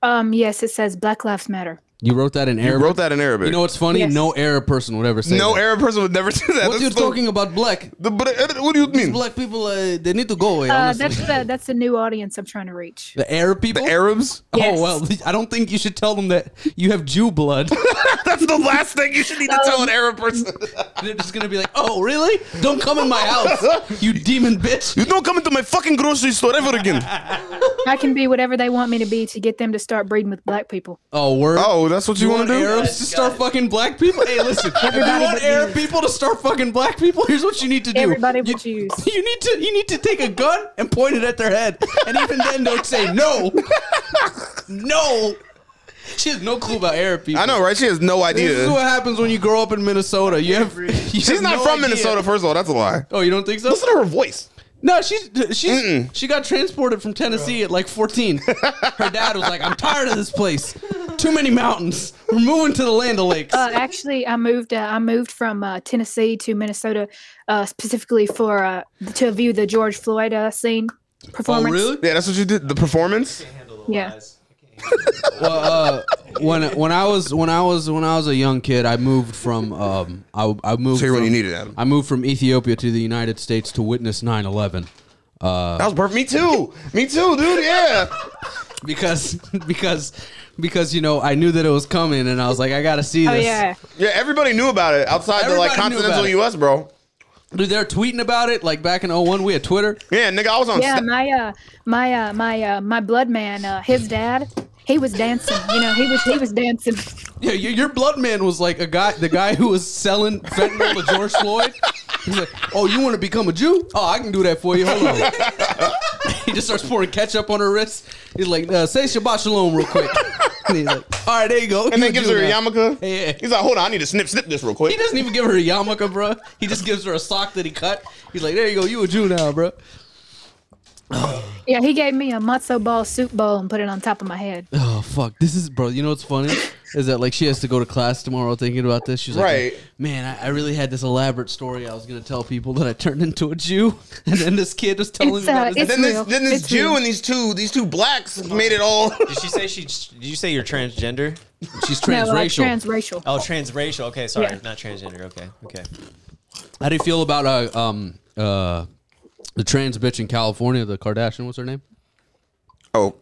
Speaker 20: Um, yes, it says Black Lives Matter.
Speaker 4: You wrote that in Arabic.
Speaker 2: wrote that in Arabic.
Speaker 4: You know what's funny?
Speaker 20: Yes.
Speaker 4: No Arab person would ever say.
Speaker 2: No
Speaker 4: that.
Speaker 2: Arab person would never do that.
Speaker 4: What you talking about, black?
Speaker 2: The, but, uh, what do you mean?
Speaker 4: Black people, uh, they need to go away.
Speaker 20: Uh,
Speaker 4: honestly.
Speaker 20: that's the that's the new audience I'm trying to reach.
Speaker 4: The Arab people? The
Speaker 2: Arabs?
Speaker 4: Oh, well, I don't think you should tell them that you have Jew blood.
Speaker 2: That's the last thing you should need to tell an Arab person.
Speaker 4: They're just going to be like, oh, really? Don't come in my house, you demon bitch.
Speaker 2: You don't come into my fucking grocery store ever again.
Speaker 20: I can be whatever they want me to be to get them to start breeding with black people.
Speaker 4: Oh, word.
Speaker 2: Oh, that's what you,
Speaker 4: want
Speaker 2: wanna do?
Speaker 4: Arabs to start fucking black people? Hey, listen. if you
Speaker 20: Everybody
Speaker 4: want
Speaker 20: but
Speaker 4: Arab people to start fucking black people, here's what you need to do.
Speaker 20: Everybody
Speaker 4: you,
Speaker 20: but Jews.
Speaker 4: you need to you need to take a gun and point it at their head, and even then don't say no, no. She has no clue about Arab people.
Speaker 2: I know, right? She has no idea.
Speaker 4: This is what happens when you grow up in Minnesota. You have you
Speaker 2: She's not from Minnesota, first of all. That's a lie.
Speaker 4: Oh, you don't think so? Listen
Speaker 2: to her voice.
Speaker 4: No, she's she's she got transported from Tennessee at like 14. Her dad was like, "I'm tired of this place. Too many mountains. We're moving to the Land O'Lakes."
Speaker 20: Uh, actually, I moved. Uh, I moved from uh, Tennessee to Minnesota uh, specifically for uh, to view the George Floyd uh, scene
Speaker 4: Oh,
Speaker 20: performance.
Speaker 2: Yeah, that's what you did. The performance.
Speaker 20: Yeah.
Speaker 4: well, uh, when when I was when I was when I was a young kid, I moved from um I, I moved
Speaker 2: Say
Speaker 4: from,
Speaker 2: when you need it, Adam.
Speaker 4: I moved from Ethiopia to the United States to witness 9/11. Uh,
Speaker 2: That was perfect. Me too. Me too, dude. Yeah.
Speaker 4: because because because you know I knew that it was coming, and I was like, I gotta see this.
Speaker 2: Yeah, everybody knew about it outside the like
Speaker 4: Everybody knew about
Speaker 2: continental
Speaker 4: it.
Speaker 2: U.S., bro.
Speaker 4: Dude, they're tweeting about it like back in 01. We had Twitter.
Speaker 2: Yeah, nigga, I was
Speaker 20: Yeah, my uh, my uh, my uh, my blood man, uh, his dad, he was dancing. You know, he was he was dancing.
Speaker 4: Yeah, your, your blood man was like a guy, the guy who was selling fentanyl to George Floyd. He's like, "Oh, you want to become a Jew? Oh, I can do that for you. Hold on." he just starts pouring ketchup on her wrist. He's like, uh, "Say Shabbat Shalom real quick." And he's like, "All right, there you go."
Speaker 2: And then
Speaker 4: You're
Speaker 2: gives her a
Speaker 4: Jew now."
Speaker 2: yarmulke.
Speaker 4: Yeah.
Speaker 2: He's like, hold on, I need to snip snip this real quick.
Speaker 4: He doesn't even give her a yarmulke, bro. He just gives her a sock that he cut. He's like, "There you go. You a Jew now, bro."
Speaker 20: Yeah, he gave me a matzo ball soup bowl and put it on top of my head.
Speaker 4: Oh fuck! This is bro. You know what's funny is that like she has to go to class tomorrow thinking about this. She's like,
Speaker 2: Right.
Speaker 4: "Man, I, I really had this elaborate story. I was gonna tell people that I turned into a Jew, and then this kid was telling
Speaker 20: uh,
Speaker 4: me about
Speaker 2: And
Speaker 4: his-
Speaker 2: then this, then this Jew and these two these two blacks made it all.
Speaker 3: Did she say she? Did you say you're transgender?
Speaker 4: She's
Speaker 20: No, like transracial.
Speaker 3: Oh, transracial. Okay, sorry,
Speaker 20: Yeah.
Speaker 3: not transgender. Okay, okay.
Speaker 4: How do you feel about uh um uh the trans bitch in California, the Kardashian? What's her name?
Speaker 2: Oh,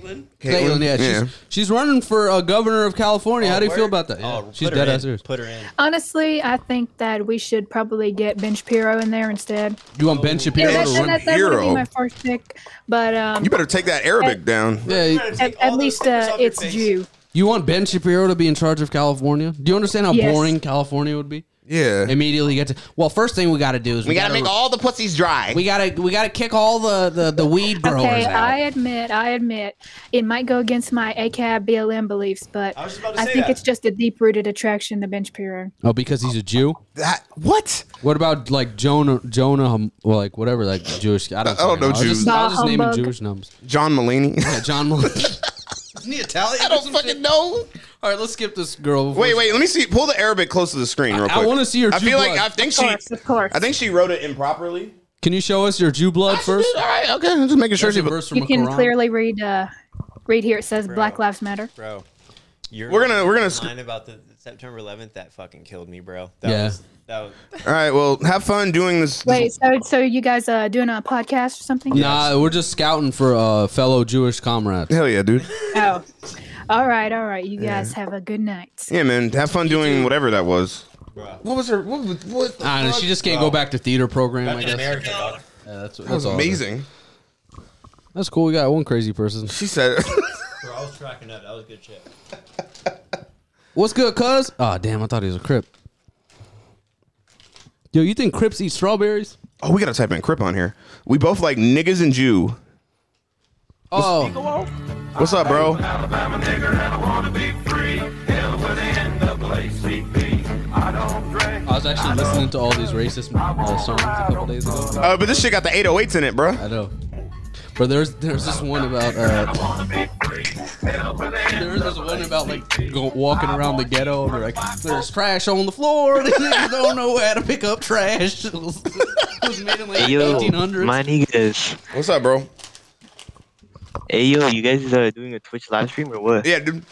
Speaker 4: Caitlyn, yeah, she's, she's running for uh, governor of California. How do you feel about that? Yeah, she's dead ass serious.
Speaker 3: Oh, Put her in.
Speaker 20: Honestly, I think that we should probably get Ben Shapiro in there instead.
Speaker 4: You want
Speaker 2: Oh.
Speaker 4: Ben Shapiro
Speaker 20: yeah,
Speaker 4: to
Speaker 20: that,
Speaker 4: run?
Speaker 20: that, that would be
Speaker 2: Hero.
Speaker 20: my first pick, but um,
Speaker 2: You better take that Arabic down.
Speaker 4: Yeah,
Speaker 20: at, at least uh, it's Jew.
Speaker 4: you want Ben Shapiro to be in charge of California? Do you understand how
Speaker 20: Yes.
Speaker 4: boring California would be?
Speaker 2: Yeah.
Speaker 4: Immediately get to. Well, first thing we got to do is
Speaker 2: We gotta make all the pussies dry.
Speaker 4: We gotta we gotta kick all the the, the weed growers
Speaker 20: Okay,
Speaker 4: out.
Speaker 20: I admit, I admit, it might go against my ACAB BLM beliefs, but I, think
Speaker 4: that.
Speaker 20: it's just a deep-rooted attraction to Ben Shapiro.
Speaker 4: oh, because he's a Jew.
Speaker 2: That what?
Speaker 4: What about like Jonah Jonah um, well, like whatever like Jewish? I don't,
Speaker 2: I
Speaker 4: fucking
Speaker 2: don't know
Speaker 4: I was
Speaker 2: Jews.
Speaker 4: just, I was just
Speaker 2: Bah
Speaker 4: naming
Speaker 2: humbug.
Speaker 4: Jewish names.
Speaker 2: John Mulaney.
Speaker 4: Yeah, John Mulaney. Isn't he Italian? I
Speaker 2: don't fucking know.
Speaker 4: All right, let's skip this girl. before
Speaker 2: Wait,
Speaker 4: she-
Speaker 2: wait. Let me see. Pull the Arabic close to the screen, real
Speaker 4: I
Speaker 2: quick.
Speaker 4: wanna see her
Speaker 2: I
Speaker 4: Jew
Speaker 2: feel like
Speaker 4: blood.
Speaker 2: I think
Speaker 4: Of
Speaker 2: she.
Speaker 4: course, of course.
Speaker 2: I think she wrote it improperly.
Speaker 4: Can you show us your Jew blood first?
Speaker 2: All right. Okay. I'm just making sure
Speaker 4: There's
Speaker 2: she.
Speaker 4: a verse from
Speaker 20: You
Speaker 4: the
Speaker 20: can
Speaker 4: Quran.
Speaker 20: clearly read, uh, read here. It says Black Lives Matter.
Speaker 3: bro. You're
Speaker 2: We're gonna- we're gonna sc-
Speaker 3: line about the September 11th that fucking killed me, bro. That
Speaker 2: Yeah.
Speaker 3: was that was
Speaker 2: All right. Well, have fun doing this.
Speaker 20: Wait, so so you guys uh, doing a podcast or something?
Speaker 4: Nah, we're just scouting for uh, fellow Jewish comrades.
Speaker 2: Hell yeah, dude.
Speaker 20: Oh, all right, all right. You guys have a good night.
Speaker 2: Yeah, man. Have fun doing whatever that was. What was her? What? was- what the
Speaker 4: I don't know,
Speaker 2: fuck?
Speaker 4: she just can't go back to theater program. I guess. Yeah, that's,
Speaker 2: That was
Speaker 4: all it is.
Speaker 2: amazing.
Speaker 4: That's cool. We got one crazy person.
Speaker 2: She said,
Speaker 3: Bro, I was tracking that. That was good shit.
Speaker 4: "What's good, cuz?" Oh, damn! I thought he was a Crip. Yo, you think Crips eat strawberries?
Speaker 2: Oh, we gotta type in Crip on here. We both like niggas and Jew.
Speaker 4: Oh,
Speaker 2: What's up, bro?
Speaker 4: I was actually listening to all these racist uh, songs a couple days ago.
Speaker 2: Uh, but this shit got the 808s in it, bro. I
Speaker 4: know. But there's there's this one about uh, there's this one about like go, walking around the ghetto. And they're like, "There's trash on the floor. These niggas don't know how to pick up trash." It was made in like
Speaker 21: Hey, yo,
Speaker 4: 1800s.
Speaker 21: my niggas.
Speaker 2: What's up, bro?
Speaker 21: Hey, yo, you guys are doing a Twitch live stream or what?
Speaker 2: Yeah, dude.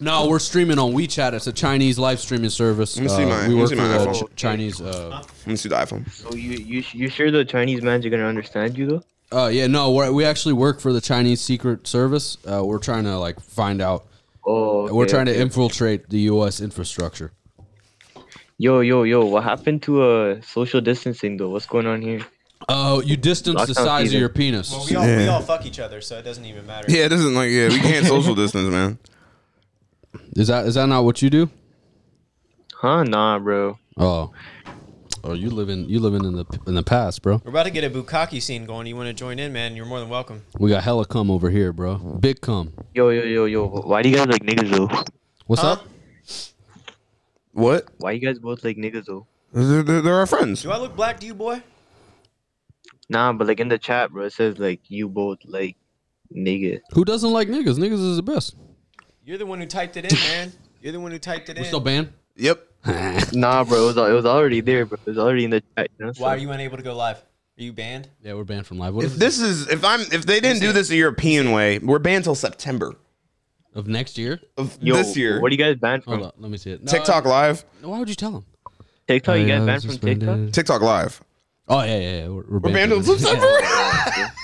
Speaker 4: No, we're streaming on WeChat. It's a Chinese live streaming service.
Speaker 21: Let me see
Speaker 4: Uh,
Speaker 21: my- let
Speaker 4: we
Speaker 21: me
Speaker 4: work
Speaker 21: see
Speaker 4: for
Speaker 21: my
Speaker 4: the
Speaker 21: iPhone.
Speaker 4: Ch- Chinese. Uh,
Speaker 2: Let me see the iPhone.
Speaker 21: So Oh, you you you sure the Chinese man's are gonna understand you though?
Speaker 4: uh, yeah, no, we're, we actually work for the Chinese Secret Service. Uh, we're trying to like find out.
Speaker 21: Oh,
Speaker 4: we're
Speaker 21: okay,
Speaker 4: trying to
Speaker 21: okay.
Speaker 4: infiltrate the U.S. infrastructure.
Speaker 21: Yo, yo, yo, what happened to uh social distancing though? What's going on here?
Speaker 4: Oh, you distance the
Speaker 21: Lockdown
Speaker 4: size
Speaker 21: season.
Speaker 4: of your penis.
Speaker 21: Well,
Speaker 3: We all, we
Speaker 2: Yeah.
Speaker 3: all fuck each other, so it doesn't even matter.
Speaker 2: Yeah, it doesn't like yeah. We can't social distance, man.
Speaker 4: Is that is that not what you do?
Speaker 21: Huh? Nah, bro.
Speaker 4: Oh, oh, you living you living in the in the past, bro.
Speaker 3: We're about to get a bukkake scene going. You want to join in, man? You're more than welcome.
Speaker 4: We got hella cum over here, bro. Big cum.
Speaker 21: Yo, yo, yo, yo. Why do you guys like niggas though?
Speaker 4: What's
Speaker 3: Huh?
Speaker 4: up?
Speaker 2: What?
Speaker 21: Why you guys both like niggas though?
Speaker 2: They're, they're- they're our friends.
Speaker 3: Do I look black to you, boy?
Speaker 21: Nah, but like in the chat, bro, it says like you both like nigga.
Speaker 4: Who doesn't like niggas? Niggas is the best.
Speaker 3: You're the one who typed it in, man. You're the one who typed it in.
Speaker 4: banned?
Speaker 2: Yep.
Speaker 21: nah, bro, it was, al- it was already there, bro. It was already in the chat. You know? so-
Speaker 3: Why are you unable to go live? Are you banned?
Speaker 4: Yeah, we're banned from live.
Speaker 2: If this is if I'm if they didn't do this the European way, we're banned till September
Speaker 4: Of next year?
Speaker 2: of
Speaker 21: Yo,
Speaker 2: this year.
Speaker 21: What are you guys banned
Speaker 4: Hold
Speaker 21: from?
Speaker 4: on, let me see it.
Speaker 2: TikTok Live.
Speaker 4: Why would you tell him?
Speaker 21: TikTok, you
Speaker 4: Oh,
Speaker 21: guys
Speaker 4: yeah,
Speaker 21: banned from TikTok?
Speaker 2: TikTok Live.
Speaker 4: Oh yeah, yeah, yeah. We're, we're
Speaker 2: We're banned
Speaker 4: from
Speaker 2: till
Speaker 4: this.
Speaker 2: September.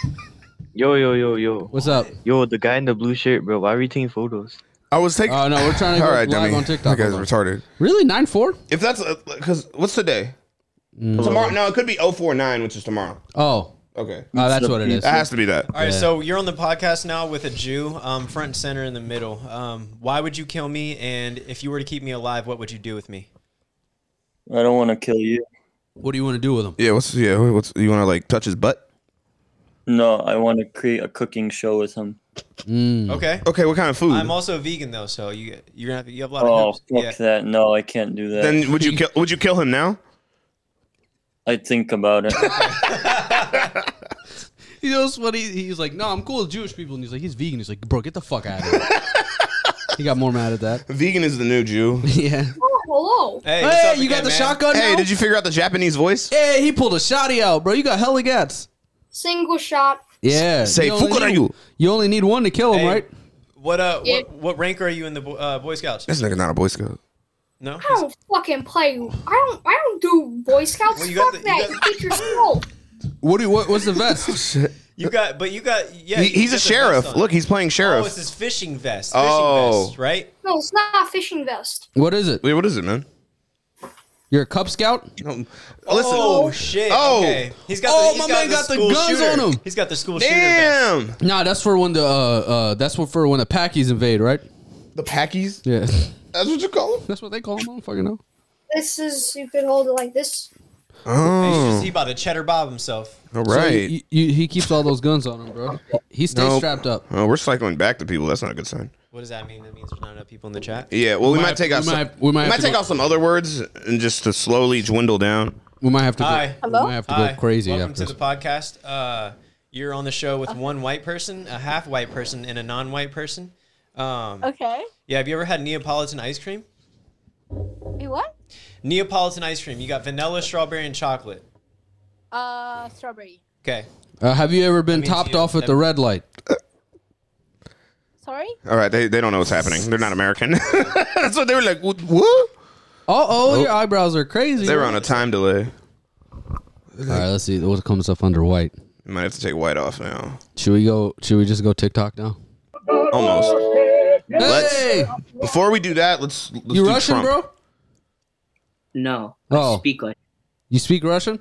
Speaker 21: Yo, yo, yo, yo.
Speaker 4: What's up?
Speaker 21: Yo, the guy in the blue shirt, bro. Why are you taking photos?
Speaker 2: I was taking.
Speaker 4: Oh no, we're trying to go
Speaker 2: All right,
Speaker 4: live
Speaker 2: dummy.
Speaker 4: on TikTok.
Speaker 2: That guy's
Speaker 4: Hold on.
Speaker 2: retarded.
Speaker 4: Really, nine four? Mm.
Speaker 2: If that's because what's the day? Tomorrow? No, it could be 049, which is tomorrow.
Speaker 4: Oh,
Speaker 2: Okay.
Speaker 4: Oh, that's what it is.
Speaker 2: It has to be that.
Speaker 3: All right, so you're on the podcast now with a Jew, um, front and center in the middle. Um, why would you kill me? And if you were to keep me alive, what would you do with me?
Speaker 10: I don't want to kill you.
Speaker 4: What do you want to do with him?
Speaker 2: Yeah. What's yeah? What's you want to like touch his butt?
Speaker 10: No, I want to create a cooking show with him.
Speaker 4: Hmm. Mm.
Speaker 3: Okay.
Speaker 2: Okay. What kind of food?
Speaker 3: I'm also vegan though, so you you're gonna have, you have a lot
Speaker 10: Oh,
Speaker 3: of
Speaker 10: fuck
Speaker 3: hoops. Yeah.
Speaker 10: that! No, I can't do that.
Speaker 2: then would you kill? Would you kill him now?
Speaker 10: I think about it.
Speaker 4: He knows what he, he's like. No, I'm cool with Jewish people, and he's like, he's vegan. He's like, bro, get the fuck out of here. he got more mad at that.
Speaker 2: Vegan is the new Jew.
Speaker 4: yeah.
Speaker 13: Oh, hello.
Speaker 3: Hey,
Speaker 4: what's Hey, up you again, got the man? shotgun
Speaker 2: Hey,
Speaker 4: now?
Speaker 2: did you figure out the Japanese voice?
Speaker 4: Hey, he pulled a shotty out, bro. You got hella gats.
Speaker 13: Single shot.
Speaker 4: Yeah.
Speaker 2: Say,
Speaker 4: only
Speaker 2: "Fukurayu."
Speaker 4: need- You only need one to kill him,
Speaker 3: Hey.
Speaker 4: right?
Speaker 3: What uh
Speaker 13: Yeah.
Speaker 3: what, what rank are you in the Bo- uh, Boy Scouts?
Speaker 2: This nigga not a Boy Scout.
Speaker 3: No.
Speaker 13: I don't fucking play. I don't. I don't do Boy Scouts.
Speaker 3: Well, you got
Speaker 13: Fuck
Speaker 3: the- you
Speaker 13: that. You Get yourself.
Speaker 4: What do you, what, what's the vest?
Speaker 3: You got but you got yeah.
Speaker 2: He-
Speaker 3: you
Speaker 2: he's
Speaker 3: got the
Speaker 2: a
Speaker 3: vest
Speaker 2: sheriff.
Speaker 3: on.
Speaker 2: Look, he's playing
Speaker 3: Oh, it's
Speaker 2: sheriff.
Speaker 3: his fishing vest. Fishing
Speaker 2: Oh.
Speaker 3: vest, right?
Speaker 13: No, it's not a fishing vest.
Speaker 4: What is it?
Speaker 2: Wait, what is it, man?
Speaker 4: You're a Cub Scout?
Speaker 2: Listen.
Speaker 3: Oh shit.
Speaker 2: Oh.
Speaker 3: Okay. He's got
Speaker 4: Oh,
Speaker 3: the, he's
Speaker 4: my
Speaker 3: got
Speaker 4: man
Speaker 3: the
Speaker 4: got the
Speaker 3: school
Speaker 4: guns
Speaker 3: shooter.
Speaker 4: on him.
Speaker 3: He's got the school shooter vest.
Speaker 2: Damn.
Speaker 4: Nah, that's for when the uh, uh that's what for when the Packies invade, right?
Speaker 2: The Packies.
Speaker 4: Yeah.
Speaker 2: That's what you call them.
Speaker 4: That's what they call them. I don't fucking know.
Speaker 13: This is. You could hold it like this.
Speaker 3: He's just-
Speaker 2: Oh.
Speaker 3: he about to cheddar bob himself.
Speaker 2: All
Speaker 4: So
Speaker 2: right.
Speaker 4: you- you- he keeps all those guns on him, bro. He stays
Speaker 2: Nope.
Speaker 4: strapped up.
Speaker 2: Oh, we're cycling back to people. That's not a good sign.
Speaker 3: What does that mean? That means there's not enough people in the chat.
Speaker 2: Yeah. Well, we,
Speaker 4: might have-
Speaker 2: might, take
Speaker 4: we
Speaker 2: out.
Speaker 4: might
Speaker 2: some,
Speaker 4: have- we might have to
Speaker 2: take
Speaker 4: go-
Speaker 2: out some other words and just to slowly dwindle down.
Speaker 4: We might have to.
Speaker 3: Hi.
Speaker 4: Go, we might have to
Speaker 3: Hi.
Speaker 4: go crazy
Speaker 3: Welcome
Speaker 4: after
Speaker 3: to
Speaker 4: this.
Speaker 3: the podcast. Uh, you're on the show
Speaker 2: Uh.
Speaker 3: with one white person, a half white person, and a non-white person. Um,
Speaker 22: Okay.
Speaker 3: Yeah. Have you ever had Neapolitan ice cream?
Speaker 22: Wait, what?
Speaker 3: Neapolitan ice cream. You got vanilla, strawberry, and chocolate.
Speaker 22: Uh, strawberry.
Speaker 3: Okay.
Speaker 4: Uh, have you ever been
Speaker 3: means
Speaker 4: topped
Speaker 3: you-
Speaker 4: off at
Speaker 3: that-
Speaker 4: the red light?
Speaker 22: Sorry.
Speaker 2: All right. They, they don't know what's happening. They're not American. That's what they were like. What? what?
Speaker 4: Uh oh,
Speaker 2: Nope.
Speaker 4: your eyebrows are crazy.
Speaker 2: They were on a time delay.
Speaker 4: All right, let's see what comes up under white.
Speaker 2: You might have to take white off now.
Speaker 4: Should we go? Should we just go TikTok now?
Speaker 2: Almost.
Speaker 4: Hey!
Speaker 2: Let's, before we do that, let's. let's
Speaker 4: you
Speaker 2: do
Speaker 4: Russian,
Speaker 2: Trump.
Speaker 4: bro?
Speaker 23: No.
Speaker 4: Oh,
Speaker 23: Speak like
Speaker 4: you speak Russian?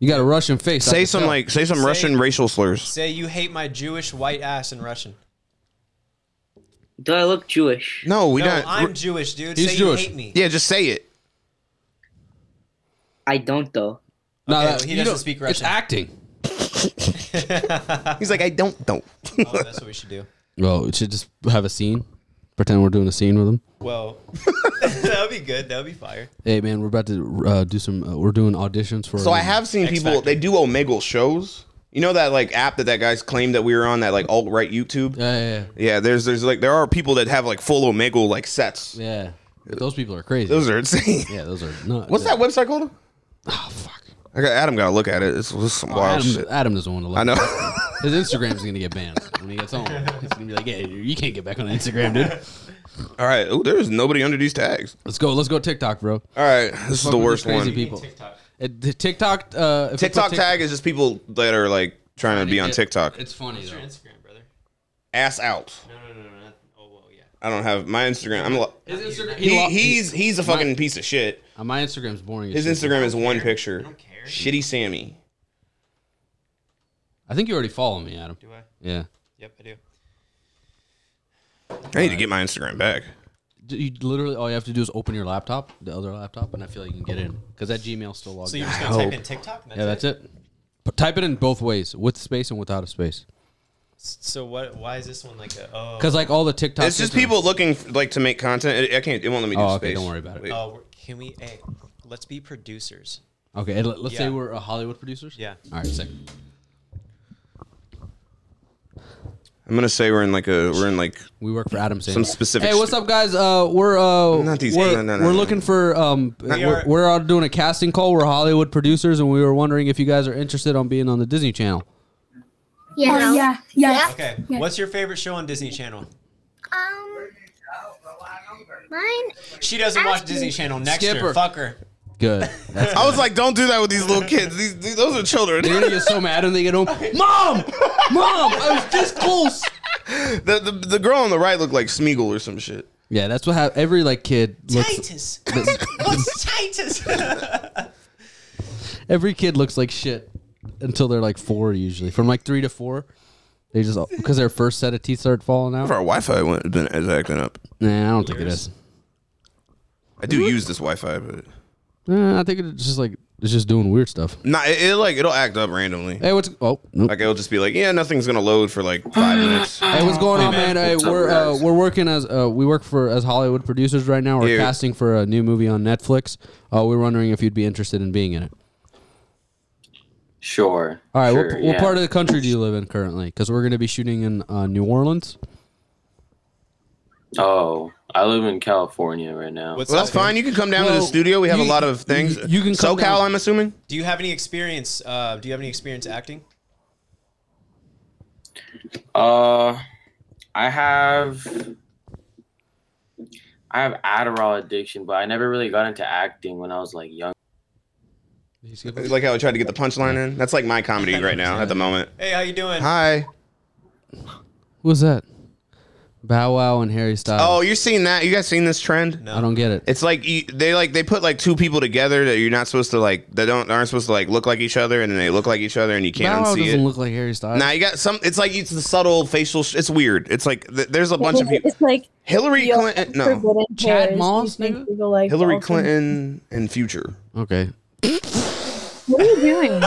Speaker 4: You got a Russian face. I
Speaker 2: Say
Speaker 4: can
Speaker 2: some
Speaker 4: tell.
Speaker 2: like say some Russian racial slurs.
Speaker 3: Say you hate my Jewish white ass in Russian.
Speaker 2: Do I look Jewish? No, we
Speaker 3: no,
Speaker 2: don't.
Speaker 3: I'm Jewish, dude. Say you hate me.
Speaker 2: Yeah, just say it.
Speaker 5: I don't though.
Speaker 4: No,
Speaker 3: Okay,
Speaker 4: that-
Speaker 3: he
Speaker 4: you
Speaker 3: doesn't
Speaker 4: don't-
Speaker 3: speak
Speaker 4: It's
Speaker 3: Russian.
Speaker 4: acting.
Speaker 2: He's like, I don't don't.
Speaker 3: Oh, that's what we should do.
Speaker 4: Well, we should just have a scene. Pretend we're doing a scene with him.
Speaker 3: Well, that would be good. That would be fire.
Speaker 4: Hey man, we're about to uh, do some. Uh, we're doing auditions for.
Speaker 2: So I have seen people they do Omegle shows. You know that like app that that guy's claimed that we were on that like alt right YouTube.
Speaker 4: Yeah, yeah,
Speaker 2: yeah. There's there's like there are people that have like full Omegle like sets.
Speaker 4: Yeah, those people are crazy.
Speaker 2: Those are insane.
Speaker 4: Yeah, those are nuts.
Speaker 2: What's that website called? Oh fuck. I got Adam. Got to look at it. It's, it's some wild
Speaker 4: Oh, Adam,
Speaker 2: shit.
Speaker 4: Adam doesn't want to look.
Speaker 2: I know.
Speaker 4: at it. His Instagram's gonna get banned when he gets home. It's gonna be like, hey, you can't get back on Instagram, dude.
Speaker 2: All right. Oh, there's nobody under these tags.
Speaker 4: Let's go. Let's go TikTok, bro. All
Speaker 2: right. This is
Speaker 4: Fuck
Speaker 2: the
Speaker 4: with
Speaker 2: worst
Speaker 4: these crazy
Speaker 2: one.
Speaker 4: People. Uh, the TikTok. Uh, if you put
Speaker 2: TikTok
Speaker 4: Tik-
Speaker 2: tag is just people that are like trying to be on
Speaker 4: get-
Speaker 2: TikTok.
Speaker 4: It's funny though.
Speaker 2: Ass out. oh, I don't have my Instagram. I'm. lo-
Speaker 4: His Instagram- he
Speaker 2: He,
Speaker 4: lo-
Speaker 2: he's he's a
Speaker 4: my-
Speaker 2: fucking piece of shit.
Speaker 4: Uh, my Instagram's boring. as
Speaker 2: His
Speaker 4: shit.
Speaker 2: Instagram is one picture. Shitty Sammy.
Speaker 4: I think you already follow me, Adam. Do
Speaker 3: I?
Speaker 4: Yeah.
Speaker 3: Yep, I do.
Speaker 2: I need to get my Instagram back.
Speaker 4: D- You literally all you have to do is open your laptop, the other laptop, and I feel like you can get in because that Gmail's still logged.
Speaker 3: So you're
Speaker 4: in.
Speaker 3: just gonna
Speaker 4: I
Speaker 3: type
Speaker 4: hope.
Speaker 3: in TikTok and
Speaker 4: yeah, that's
Speaker 3: that's
Speaker 4: it. But type it in both ways, with space and without a space,
Speaker 3: So what? Why is this one like a? Oh,
Speaker 4: because like all the TikTok.
Speaker 2: it's just people looking f- like to make content. It, I can't. It won't let me do
Speaker 4: Oh, okay,
Speaker 2: space.
Speaker 4: don't worry about it.
Speaker 2: Wait.
Speaker 3: Oh, we're- can we? Hey, let's be producers.
Speaker 4: Okay, and let- let's say
Speaker 3: Yeah.
Speaker 4: we're uh, Hollywood producers.
Speaker 3: Yeah.
Speaker 4: All right, sick.
Speaker 2: I'm gonna say we're in like a we're in like
Speaker 4: we work for Adam.
Speaker 2: Some specific.
Speaker 4: Hey, what's up, guys? Uh, we're uh, not
Speaker 2: these-
Speaker 4: We're,
Speaker 2: no, no, no,
Speaker 4: we're
Speaker 2: no.
Speaker 4: looking for um,
Speaker 2: Not-
Speaker 4: we're, we're out doing a casting call. We're Hollywood producers, and we were wondering if you guys are interested on being on the Disney Channel.
Speaker 13: Yeah.
Speaker 22: Oh,
Speaker 13: yeah. Yeah.
Speaker 3: Okay. What's your favorite show on Disney Channel?
Speaker 13: Um. Mine.
Speaker 3: She doesn't watch Disney Channel. Next
Speaker 4: Skip
Speaker 3: her.
Speaker 4: her.
Speaker 3: Fuck her.
Speaker 4: Good.
Speaker 2: I was like, don't do that with these little kids. These, these those are children.
Speaker 4: They're gonna get so mad when they get home. Mom, mom, I was this close.
Speaker 2: The, the the girl on the right looked like Smeagol or some shit.
Speaker 4: Yeah, that's what ha- every like kid looks.
Speaker 3: Titus.
Speaker 4: the-
Speaker 3: What's Titus?
Speaker 4: Every kid looks like shit until they're like four, usually. From like three to four, they just because their first set of teeth start falling out.
Speaker 2: If our Wi-Fi went, been, is acting up.
Speaker 4: Oh. Nah, I don't think it is.
Speaker 2: I do use this Wi-Fi, but
Speaker 4: Nah, Eh, I think it's just like it's just doing weird stuff.
Speaker 2: nah, it, it like it'll act up randomly.
Speaker 4: Hey, what's oh
Speaker 2: like it'll just be like, yeah, nothing's gonna load for like five minutes.
Speaker 4: Hey, what's going on, man? Hey,
Speaker 2: What's up,
Speaker 4: we're uh,
Speaker 2: guys?
Speaker 4: we're working as uh, we work for as Hollywood producers right now. We're
Speaker 2: Yeah.
Speaker 4: casting for a new movie on Netflix. Uh, we we're wondering if you'd be interested in being in it.
Speaker 5: Sure.
Speaker 4: All right,
Speaker 5: Sure,
Speaker 4: what, what
Speaker 5: yeah.
Speaker 4: part of the country do you live in currently? Because we're going to be shooting in uh, New Orleans.
Speaker 5: Oh, I live in California right now.
Speaker 2: Well, that's fine. You can come down to the studio. We have a lot of things. You, can SoCal. I'm assuming.
Speaker 3: Do you have any experience? Uh, do you have any experience acting?
Speaker 5: Uh, I have. I have Adderall addiction, but I never really got into acting when I was like young.
Speaker 2: Like how I tried to get the punchline in. That's like my comedy right now at the moment.
Speaker 3: Hey, how you doing?
Speaker 2: Hi.
Speaker 4: Who's that? Bow Wow and Harry Styles.
Speaker 2: Oh, you're seeing that? You guys seen this trend?
Speaker 4: I don't get it.
Speaker 2: It's like you, they like they put like two people together that you're not supposed to like. They don't aren't supposed to like look like each other, and then they look like each other, and you
Speaker 4: Bow
Speaker 2: can't
Speaker 4: Wow
Speaker 2: unsee
Speaker 4: doesn't
Speaker 2: it.
Speaker 4: look like Harry Styles.
Speaker 2: Now you got some. It's like it's the subtle facial. Sh- it's weird. It's like th- there's a bunch of people.
Speaker 23: It's like
Speaker 2: Hillary Clinton. No,
Speaker 23: Chad Moss. Like
Speaker 2: Hillary
Speaker 23: dolphins.
Speaker 2: Clinton and Future.
Speaker 4: Okay.
Speaker 23: What are you doing?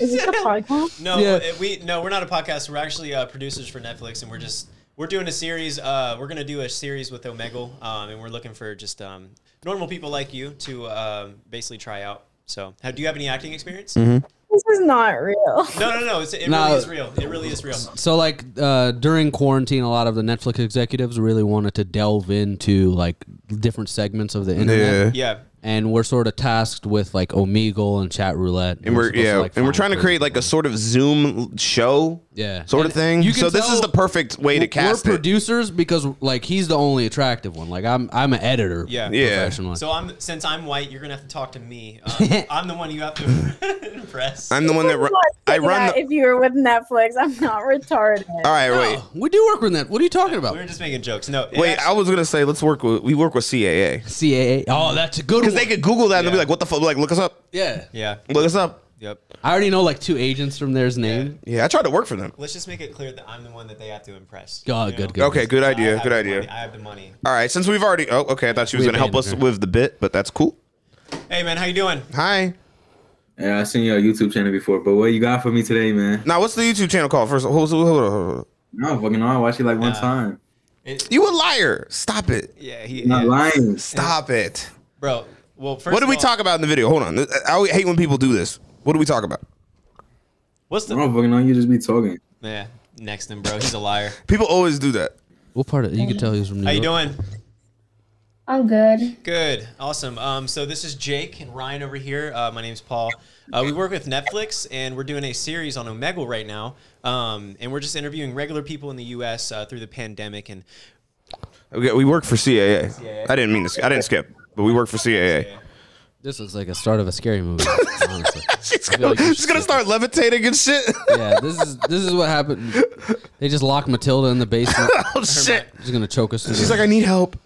Speaker 23: Is this a podcast?
Speaker 3: No, uh, we no, we're not a podcast. We're actually uh, producers for Netflix, and we're just we're doing a series. Uh, we're gonna do a series with Omegle, um, and we're looking for just um, normal people like you to um basically try out. So, have, do you have any acting experience?
Speaker 2: Mm-hmm.
Speaker 23: This is not real.
Speaker 3: No, no, no. It's, it
Speaker 4: No.
Speaker 3: really is real. It really is real.
Speaker 4: So like uh, during quarantine, a lot of the Netflix executives really wanted to delve into like different segments of the internet.
Speaker 3: Yeah. Yeah.
Speaker 4: And we're sort of tasked with like Omegle and chat roulette.
Speaker 2: And we're
Speaker 4: supposed to,
Speaker 2: yeah,
Speaker 4: like,
Speaker 2: and we're
Speaker 4: find
Speaker 2: trying to
Speaker 4: things.
Speaker 2: create like a sort of Zoom show,
Speaker 4: Yeah.
Speaker 2: sort of thing.
Speaker 4: you can
Speaker 2: so this
Speaker 4: tell
Speaker 2: is the perfect way to
Speaker 4: We're-
Speaker 2: cast
Speaker 4: We're
Speaker 2: it.
Speaker 4: producers because like he's the only attractive one. Like I'm I'm an editor.
Speaker 3: Yeah.
Speaker 4: Professionally.
Speaker 3: So I'm since I'm white, you're gonna have to talk to me. Um, I'm the one you have to impress.
Speaker 2: I'm the one that
Speaker 23: I'm
Speaker 2: ru-
Speaker 23: not
Speaker 2: I
Speaker 23: saying
Speaker 2: run.
Speaker 23: that
Speaker 2: The,
Speaker 23: if you were with Netflix, I'm not retarded.
Speaker 2: all right, wait,
Speaker 4: we do work with that. What are you talking about?
Speaker 3: We're just making jokes. No. it
Speaker 2: wait.
Speaker 3: actually-
Speaker 2: I was gonna say let's work with we work with CAA.
Speaker 4: CAA. Oh, that's a good.
Speaker 3: Mm-hmm.
Speaker 2: Because they could Google that and they'll be like, "What the fuck?" Like, look us up.
Speaker 4: Yeah.
Speaker 3: Yeah.
Speaker 2: Look us up.
Speaker 3: Yep.
Speaker 4: I already know like two agents from their's name.
Speaker 2: Yeah, I tried to work for them.
Speaker 3: Let's just make it clear that I'm the one that they have to impress.
Speaker 4: God, good, good.
Speaker 2: Okay, good
Speaker 3: I
Speaker 2: idea.
Speaker 3: have
Speaker 2: Good
Speaker 3: the
Speaker 2: idea.
Speaker 3: money, I have the money.
Speaker 2: All right, since we've already. Oh, okay. I thought she was
Speaker 3: We
Speaker 2: going to help us
Speaker 3: abandoned her.
Speaker 2: with the bit, but that's cool.
Speaker 3: Hey man, how you doing?
Speaker 2: Hi.
Speaker 6: Yeah, I seen your YouTube channel before, but what you got for me today, man?
Speaker 2: Now, what's the YouTube channel called? First, hold, hold, hold, hold, hold.
Speaker 6: No, fucking know. I watched it like one time.
Speaker 2: You a liar! Stop it.
Speaker 3: Yeah, he.
Speaker 6: Not
Speaker 3: yeah.
Speaker 6: lying.
Speaker 2: Stop it.
Speaker 3: Bro, well, first
Speaker 2: what did
Speaker 3: of
Speaker 2: we
Speaker 3: all-
Speaker 2: talk about in the video? Hold on. I always hate when people do this. What do we talk about?
Speaker 3: What's the?
Speaker 6: I don't fucking know. You just be talking.
Speaker 3: Yeah, next him, bro. He's a liar.
Speaker 2: People always do that.
Speaker 4: What part of you can tell he was from New
Speaker 3: How you
Speaker 4: York.
Speaker 3: doing?
Speaker 23: I'm good.
Speaker 3: Good, awesome. Um, so this is Jake and Ryan over here. Uh, my name's Paul. Uh, we work with Netflix, and we're doing a series on Omegle right now. Um, and we're just interviewing regular people in the U.S. Uh, through the pandemic, and
Speaker 2: Okay, we work for CAA.
Speaker 3: CAA.
Speaker 2: I didn't mean to. sk- I didn't skip, but we work for CAA.
Speaker 12: This looks like a start of a scary movie. Honestly.
Speaker 2: she's
Speaker 12: gonna,
Speaker 2: she's gonna start levitating and shit.
Speaker 4: yeah, this is this is what happened. They just locked Matilda in the basement.
Speaker 2: oh shit!
Speaker 4: She's gonna choke us. to
Speaker 2: She's
Speaker 4: death.
Speaker 2: like, I need help.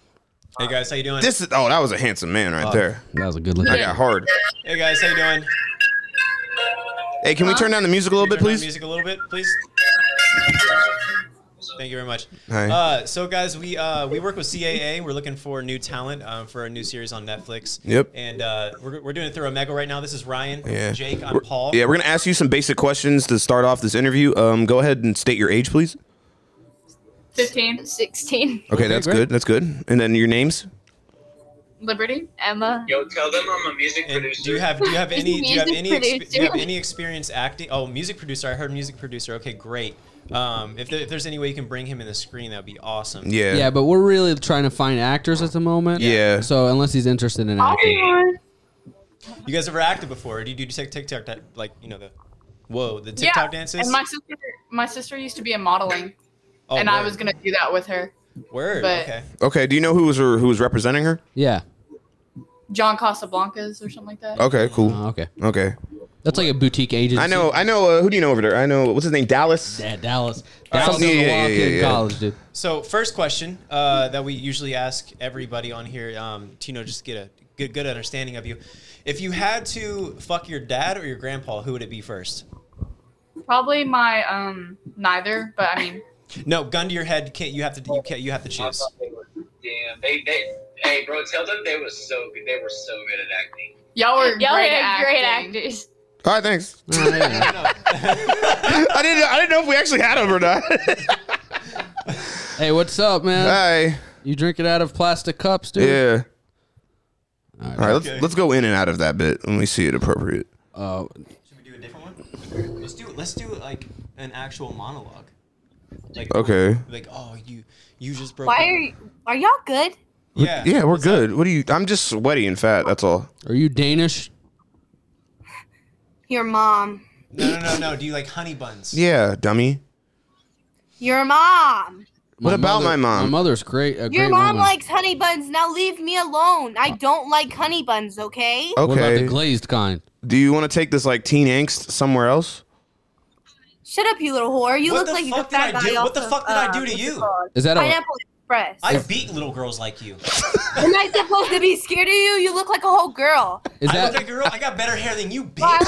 Speaker 3: Hey guys, how you doing?
Speaker 2: This is. Oh, that was a handsome man right there.
Speaker 4: That was a good
Speaker 2: look. I got hard.
Speaker 3: Hey guys, how you doing?
Speaker 2: Hey, can we turn down the music a little
Speaker 3: Can
Speaker 2: bit,
Speaker 3: you turn down
Speaker 2: please?
Speaker 3: Music a little bit, please. Thank you very much.
Speaker 2: Hi.
Speaker 3: Uh, so, guys, we uh, we work with CAA. We're looking for new talent um, for a new series on Netflix.
Speaker 2: Yep.
Speaker 3: And uh, we're, we're doing it through Omega right now. This is Ryan.
Speaker 2: Yeah.
Speaker 3: Jake. I'm
Speaker 2: We're-
Speaker 3: Paul.
Speaker 2: Yeah, we're gonna ask you some basic questions to start off this interview. Um, go ahead and state your age, please.
Speaker 22: 15. 16.
Speaker 2: Okay, that's good. That's good. And then your names.
Speaker 22: Liberty. Emma.
Speaker 9: Yo, tell them I'm a music producer.
Speaker 3: Do you have do you have
Speaker 22: He's
Speaker 3: any do you have
Speaker 22: music
Speaker 3: any exp- do you have
Speaker 22: producer.
Speaker 3: any experience acting? Oh, music producer. I heard music producer. Okay, great. Um, if, there, if there's any way you can bring him in the screen, that would be awesome.
Speaker 4: yeah, but we're really trying to find actors at the moment.
Speaker 2: Yeah.
Speaker 4: So unless he's interested in acting,
Speaker 3: You guys ever acted before? Or do you do tick TikTok that like you know the whoa the
Speaker 23: Yeah,
Speaker 3: TikTok dances?
Speaker 23: And my sister, my sister used to be in modeling,
Speaker 2: Oh,
Speaker 23: and I
Speaker 2: word.
Speaker 23: was gonna do that with her.
Speaker 3: Word.
Speaker 23: But
Speaker 3: okay.
Speaker 2: Okay. Do you know who was her, who was representing her?
Speaker 4: Yeah.
Speaker 23: John Casablancas or something like that.
Speaker 2: Okay. Cool.
Speaker 4: Uh, okay.
Speaker 2: Okay.
Speaker 4: That's like a boutique agency.
Speaker 2: I know. I know. Uh, who do you know over there? I know. What's his name? Dallas.
Speaker 4: Yeah, Dallas.
Speaker 2: Dallas yeah, yeah, yeah, yeah, yeah.
Speaker 4: dude.
Speaker 3: So first question uh, that we usually ask everybody on here, um, to, you know, just to get a good good understanding of you. If you had to fuck your dad or your grandpa, who would it be first?
Speaker 23: Probably my um neither, but I mean
Speaker 3: No, gun to your head. Can't you have to? You can't. You have to choose.
Speaker 9: Damn, they, they, hey, bro, tell them they were so good. They were so good at acting.
Speaker 23: y'all were
Speaker 9: Y'all
Speaker 23: great,
Speaker 9: are
Speaker 23: at
Speaker 9: great
Speaker 23: acting. actors.
Speaker 2: All right. Thanks.
Speaker 4: Oh,
Speaker 2: I didn't. I didn't know if we actually had him or not.
Speaker 4: Hey, what's up, man?
Speaker 2: Hi.
Speaker 4: You drink it out of plastic cups, dude.
Speaker 2: Yeah. All right.
Speaker 4: Okay.
Speaker 2: Let's let's go in and out of that bit when we see it appropriate.
Speaker 4: Oh.
Speaker 3: Let's do. Let's do like an actual monologue. Like,
Speaker 2: Okay.
Speaker 3: Like oh you you just broke.
Speaker 22: Why
Speaker 3: up.
Speaker 22: are you, are y'all good?
Speaker 3: Yeah.
Speaker 2: Yeah, we're good. What do you? I'm just sweaty and fat. That's all.
Speaker 4: Are you Danish?
Speaker 22: Your mom.
Speaker 3: No no no no. Do you like honey buns?
Speaker 2: Yeah, dummy.
Speaker 22: Your mom.
Speaker 2: what about my mom?
Speaker 4: My mother's great. A
Speaker 22: Your
Speaker 4: great
Speaker 22: mom
Speaker 4: woman.
Speaker 22: likes honey buns. Now leave me alone. I don't like honey buns, okay?
Speaker 2: Okay.
Speaker 4: What about the glazed kind?
Speaker 2: Do you want to take this like teen angst somewhere else?
Speaker 22: Shut up, you little whore. You look
Speaker 3: What the
Speaker 22: like
Speaker 3: fuck
Speaker 22: the fat
Speaker 3: did I
Speaker 22: guy
Speaker 3: do?
Speaker 22: off
Speaker 3: What the
Speaker 22: of,
Speaker 3: fuck did I
Speaker 22: uh,
Speaker 3: do to
Speaker 22: what's it
Speaker 3: you?
Speaker 22: called?
Speaker 4: Is that a-
Speaker 22: Pineapple Express?
Speaker 3: I beat little girls like you.
Speaker 22: Am I supposed to be scared of you? You look like a whole girl.
Speaker 4: Is
Speaker 3: I
Speaker 4: that-
Speaker 3: look like a girl. I got better hair than you, bitch.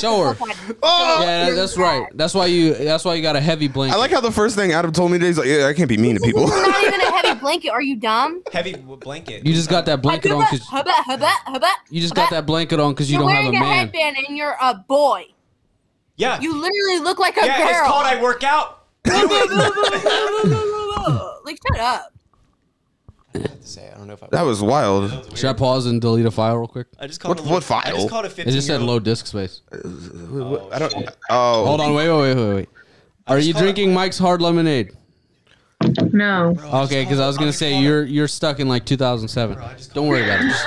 Speaker 4: Show her.
Speaker 2: Oh.
Speaker 4: Yeah, that- that's right. That's why you. That's why you got a heavy blanket.
Speaker 2: I like how the first thing Adam told me today is like, yeah, I can't be mean to people.
Speaker 22: You're not even a heavy blanket. Are you dumb?
Speaker 3: Heavy w- blanket.
Speaker 4: You just got that blanket on because
Speaker 22: Hubba, hubba, hubba.
Speaker 4: you just got that blanket on because you
Speaker 22: are
Speaker 4: don't have
Speaker 22: wearing
Speaker 4: a
Speaker 22: a,
Speaker 4: man.
Speaker 22: headband and you're a boy.
Speaker 3: Yeah.
Speaker 22: You literally look like a
Speaker 3: yeah,
Speaker 22: girl.
Speaker 3: it's called I work out.
Speaker 22: like, shut up.
Speaker 3: Say, I don't know if I.
Speaker 2: That was wild.
Speaker 4: Should I pause and delete a file real quick?
Speaker 3: I just called
Speaker 2: What-
Speaker 3: it a
Speaker 2: what
Speaker 3: little- I
Speaker 2: file?
Speaker 3: just called a
Speaker 2: It
Speaker 4: It just said
Speaker 3: 15-year-old
Speaker 4: low disk space.
Speaker 2: I don't. Oh,
Speaker 4: Hold on. Wait, wait, wait, wait, wait. Are you drinking Mike's hard lemonade?
Speaker 23: No.
Speaker 4: Okay, because I was gonna say you're you're stuck in like 2007. Don't worry about it. Just-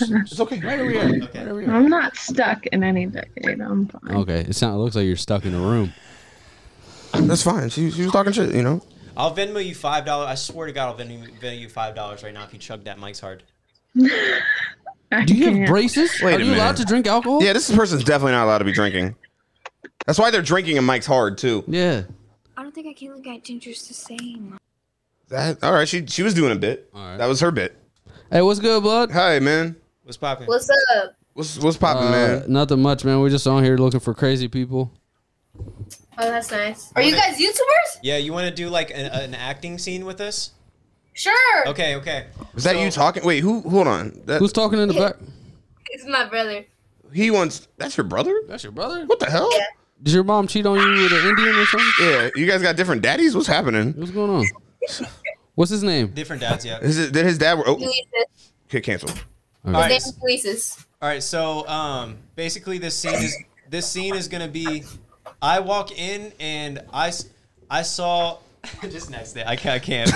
Speaker 2: It's okay. Right
Speaker 4: over
Speaker 2: here.
Speaker 23: I'm not stuck in any decade. I'm fine.
Speaker 4: Okay, it sounds. It looks like you're stuck in a room.
Speaker 2: That's fine. She, she was talking shit, you know.
Speaker 3: I'll Venmo you five dollars. I swear to God, I'll Venmo, Venmo you five dollars right now if you chug that Mike's hard.
Speaker 4: Do you have braces?
Speaker 2: Wait
Speaker 4: Are
Speaker 2: a
Speaker 4: you allowed
Speaker 2: minute.
Speaker 4: to drink alcohol?
Speaker 2: Yeah, this person's definitely not allowed to be drinking. That's why they're drinking and Mike's hard too.
Speaker 4: Yeah.
Speaker 14: I don't think I can look at Ginger's the same.
Speaker 2: That all right. She she was doing a bit. That was her bit.
Speaker 4: Hey, what's good, blood?
Speaker 2: Hi, man.
Speaker 3: What's poppin'?
Speaker 14: up?
Speaker 2: What's what's popping, man?
Speaker 4: Uh, Nothing much, man. We're just on here looking for crazy people.
Speaker 19: Oh, that's nice. Are you guys YouTubers?
Speaker 3: Yeah, you want to do like an, an acting scene with us?
Speaker 19: Sure.
Speaker 3: Okay, okay.
Speaker 2: Is that you talking? Wait, who? Hold on. That, Who's
Speaker 4: talking in the back?
Speaker 19: It's my brother.
Speaker 2: He wants. That's your brother.
Speaker 14: That's your brother.
Speaker 2: What the hell?
Speaker 4: Did your mom cheat on you with an Indian or something?
Speaker 2: Yeah, you guys got different daddies. What's happening?
Speaker 4: What's going on? What's his name?
Speaker 3: Different dads, yeah.
Speaker 2: Is it, did his dad? Oh,
Speaker 19: Luises.
Speaker 2: okay, cancel.
Speaker 3: All right.
Speaker 19: His name is Luises.
Speaker 3: All right, so um, basically this scene is this scene is gonna be, I walk in and I s- I saw just next day I can't I can't.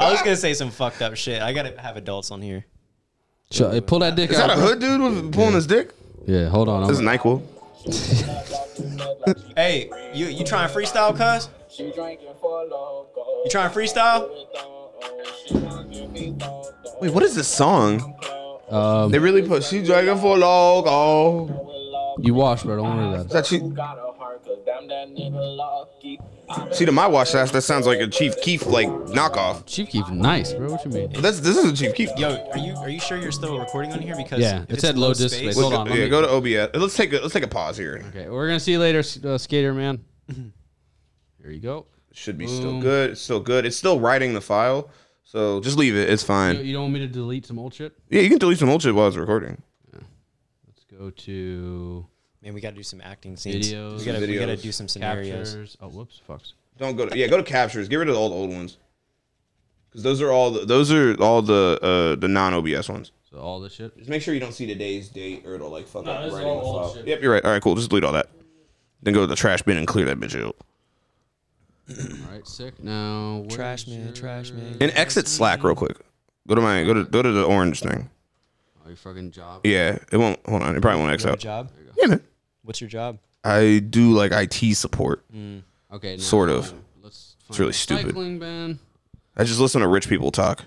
Speaker 3: I was gonna say some fucked up shit. I gotta have adults on here.
Speaker 4: Sh- hey, pull that dick
Speaker 2: Is
Speaker 4: out.
Speaker 2: that a
Speaker 4: bro.
Speaker 2: hood dude with pulling his dick?
Speaker 4: Yeah, hold on.
Speaker 2: This is Nyquil.
Speaker 3: Hey, you you trying freestyle, cuz? You trying freestyle?
Speaker 2: Wait, what is this song?
Speaker 4: Um,
Speaker 2: they really put she dragging for log. Oh,
Speaker 4: You washed, bro. Don't worry about
Speaker 2: is
Speaker 4: it.
Speaker 2: that she? See to my watch, that's that sounds like a Chief Keef like knockoff.
Speaker 4: Chief Keef, nice, bro. What you mean?
Speaker 2: That's this is a Chief Keef.
Speaker 3: Yo, are you are you sure you're still recording on here? Because
Speaker 4: Yeah,
Speaker 3: if
Speaker 4: it said low disk space. Hold on, let
Speaker 2: yeah,
Speaker 4: me-
Speaker 2: go to OBS. Let's take a let's take a pause here.
Speaker 4: Okay, we're gonna see you later, s- uh, skater man. Here you go.
Speaker 2: Should be still
Speaker 4: Boom.
Speaker 2: good. It's still good. It's still writing the file, so just leave it. It's
Speaker 4: You,
Speaker 2: fine.
Speaker 4: you don't want me to delete some old shit?
Speaker 2: Yeah, you can delete some old shit while it's recording.
Speaker 4: Let's go to
Speaker 3: Man, we gotta do some acting scenes.
Speaker 4: videos.
Speaker 3: we gotta we
Speaker 2: videos,
Speaker 3: gotta do some scenarios.
Speaker 4: Captures. Oh, whoops, fucks.
Speaker 2: Don't go to yeah. Go to captures. Get rid of all the old ones. Because those are all the, those are all the uh, the non OBS ones.
Speaker 4: So all this shit.
Speaker 2: Just make sure you don't see today's date or it'll like fuck
Speaker 4: No,
Speaker 2: up
Speaker 4: this is
Speaker 2: writing
Speaker 4: all
Speaker 2: the
Speaker 4: old
Speaker 2: file.
Speaker 4: shit.
Speaker 2: Yep, you're right. All right, cool. Just delete all that. Then go to the trash bin and clear that bitch out.
Speaker 4: All right, sick. Now where
Speaker 3: Trash
Speaker 4: is
Speaker 3: man, trash man.
Speaker 2: And exit Slack real quick. Go to my go to go to the orange thing.
Speaker 4: Oh, your fucking job.
Speaker 2: Yeah, it won't. Hold on, it probably won't
Speaker 3: You
Speaker 2: X
Speaker 3: have a
Speaker 2: out.
Speaker 3: job?
Speaker 2: Yeah, man.
Speaker 3: What's your job?
Speaker 2: I do like IT support.
Speaker 4: Mm. Okay. now
Speaker 2: Sort of.
Speaker 4: Let's
Speaker 2: It's really
Speaker 4: find
Speaker 2: stupid.
Speaker 4: Recycling bin.
Speaker 2: I just listen to rich people talk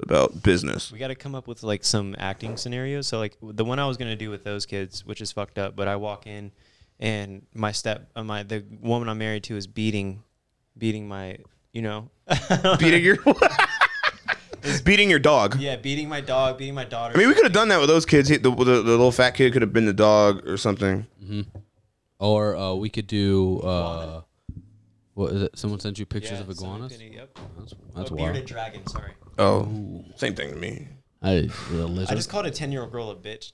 Speaker 2: about business.
Speaker 3: We got to come up with like some acting scenarios. So like the one I was gonna do with those kids, which is fucked up, but I walk in and my step, uh, my the woman I'm married to is beating, beating my, you know,
Speaker 2: beating your beating your dog.
Speaker 3: yeah, beating my dog, beating my daughter.
Speaker 2: I mean, we could have done that with those kids. He- The, the, the little fat kid could have been the dog or something.
Speaker 4: Mm-hmm. Or uh, we could do. Uh, what is it? Someone sent you pictures
Speaker 3: Yeah,
Speaker 4: of
Speaker 3: something
Speaker 4: iguanas.
Speaker 3: like that, yep.
Speaker 4: That's, that's
Speaker 3: a
Speaker 4: wild.
Speaker 3: bearded dragon. Sorry,
Speaker 2: Oh, same thing to me.
Speaker 4: I, the
Speaker 3: I
Speaker 4: lizard.
Speaker 3: just called a ten year old girl a bitch.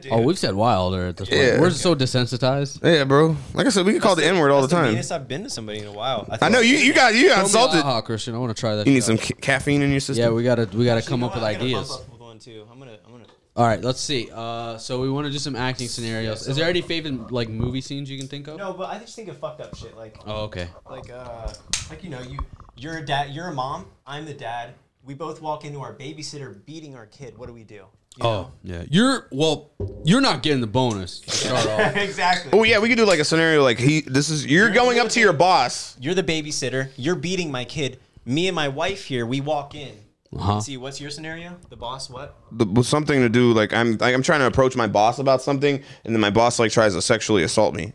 Speaker 3: Dude.
Speaker 4: oh, we've said wilder at this point.
Speaker 2: Yeah.
Speaker 4: We're so desensitized.
Speaker 2: Yeah, bro. Like I said, we could call the N word all the
Speaker 3: That's
Speaker 2: time.
Speaker 3: meanest I've been to somebody in a while.
Speaker 2: I know you. You got you got
Speaker 4: Throw me
Speaker 2: insulted.
Speaker 4: a haha, Christian. I want to try that.
Speaker 2: You need
Speaker 4: shit
Speaker 2: some
Speaker 4: out.
Speaker 2: ca- caffeine in your system.
Speaker 4: Yeah, we gotta we gotta
Speaker 3: Actually,
Speaker 4: come
Speaker 3: you
Speaker 4: up
Speaker 3: know
Speaker 4: with
Speaker 3: what? I gotta bump
Speaker 4: ideas.
Speaker 3: up with one, too. I'm gonna, I'm gonna.
Speaker 4: All right, let's see. Uh, so we want to do some acting scenarios. Is there any favorite like movie scenes you can think of?
Speaker 3: No, but I just think of fucked up shit like.
Speaker 4: Oh, okay.
Speaker 3: like uh like you know you you're a dad you're a mom i'm the dad we both walk into our babysitter beating our kid what do we do
Speaker 4: Oh, yeah. You're well. You're not getting the bonus. to start off.
Speaker 3: exactly
Speaker 2: Oh yeah, we could do like a scenario like he. This is you're going up to your boss.
Speaker 3: you're the babysitter you're beating my kid me and my wife here we walk in
Speaker 2: Uh-huh.
Speaker 3: see what's your scenario the boss what
Speaker 2: The, with something to do like I'm like I'm trying to approach my boss about something, and then my boss like tries to sexually assault me.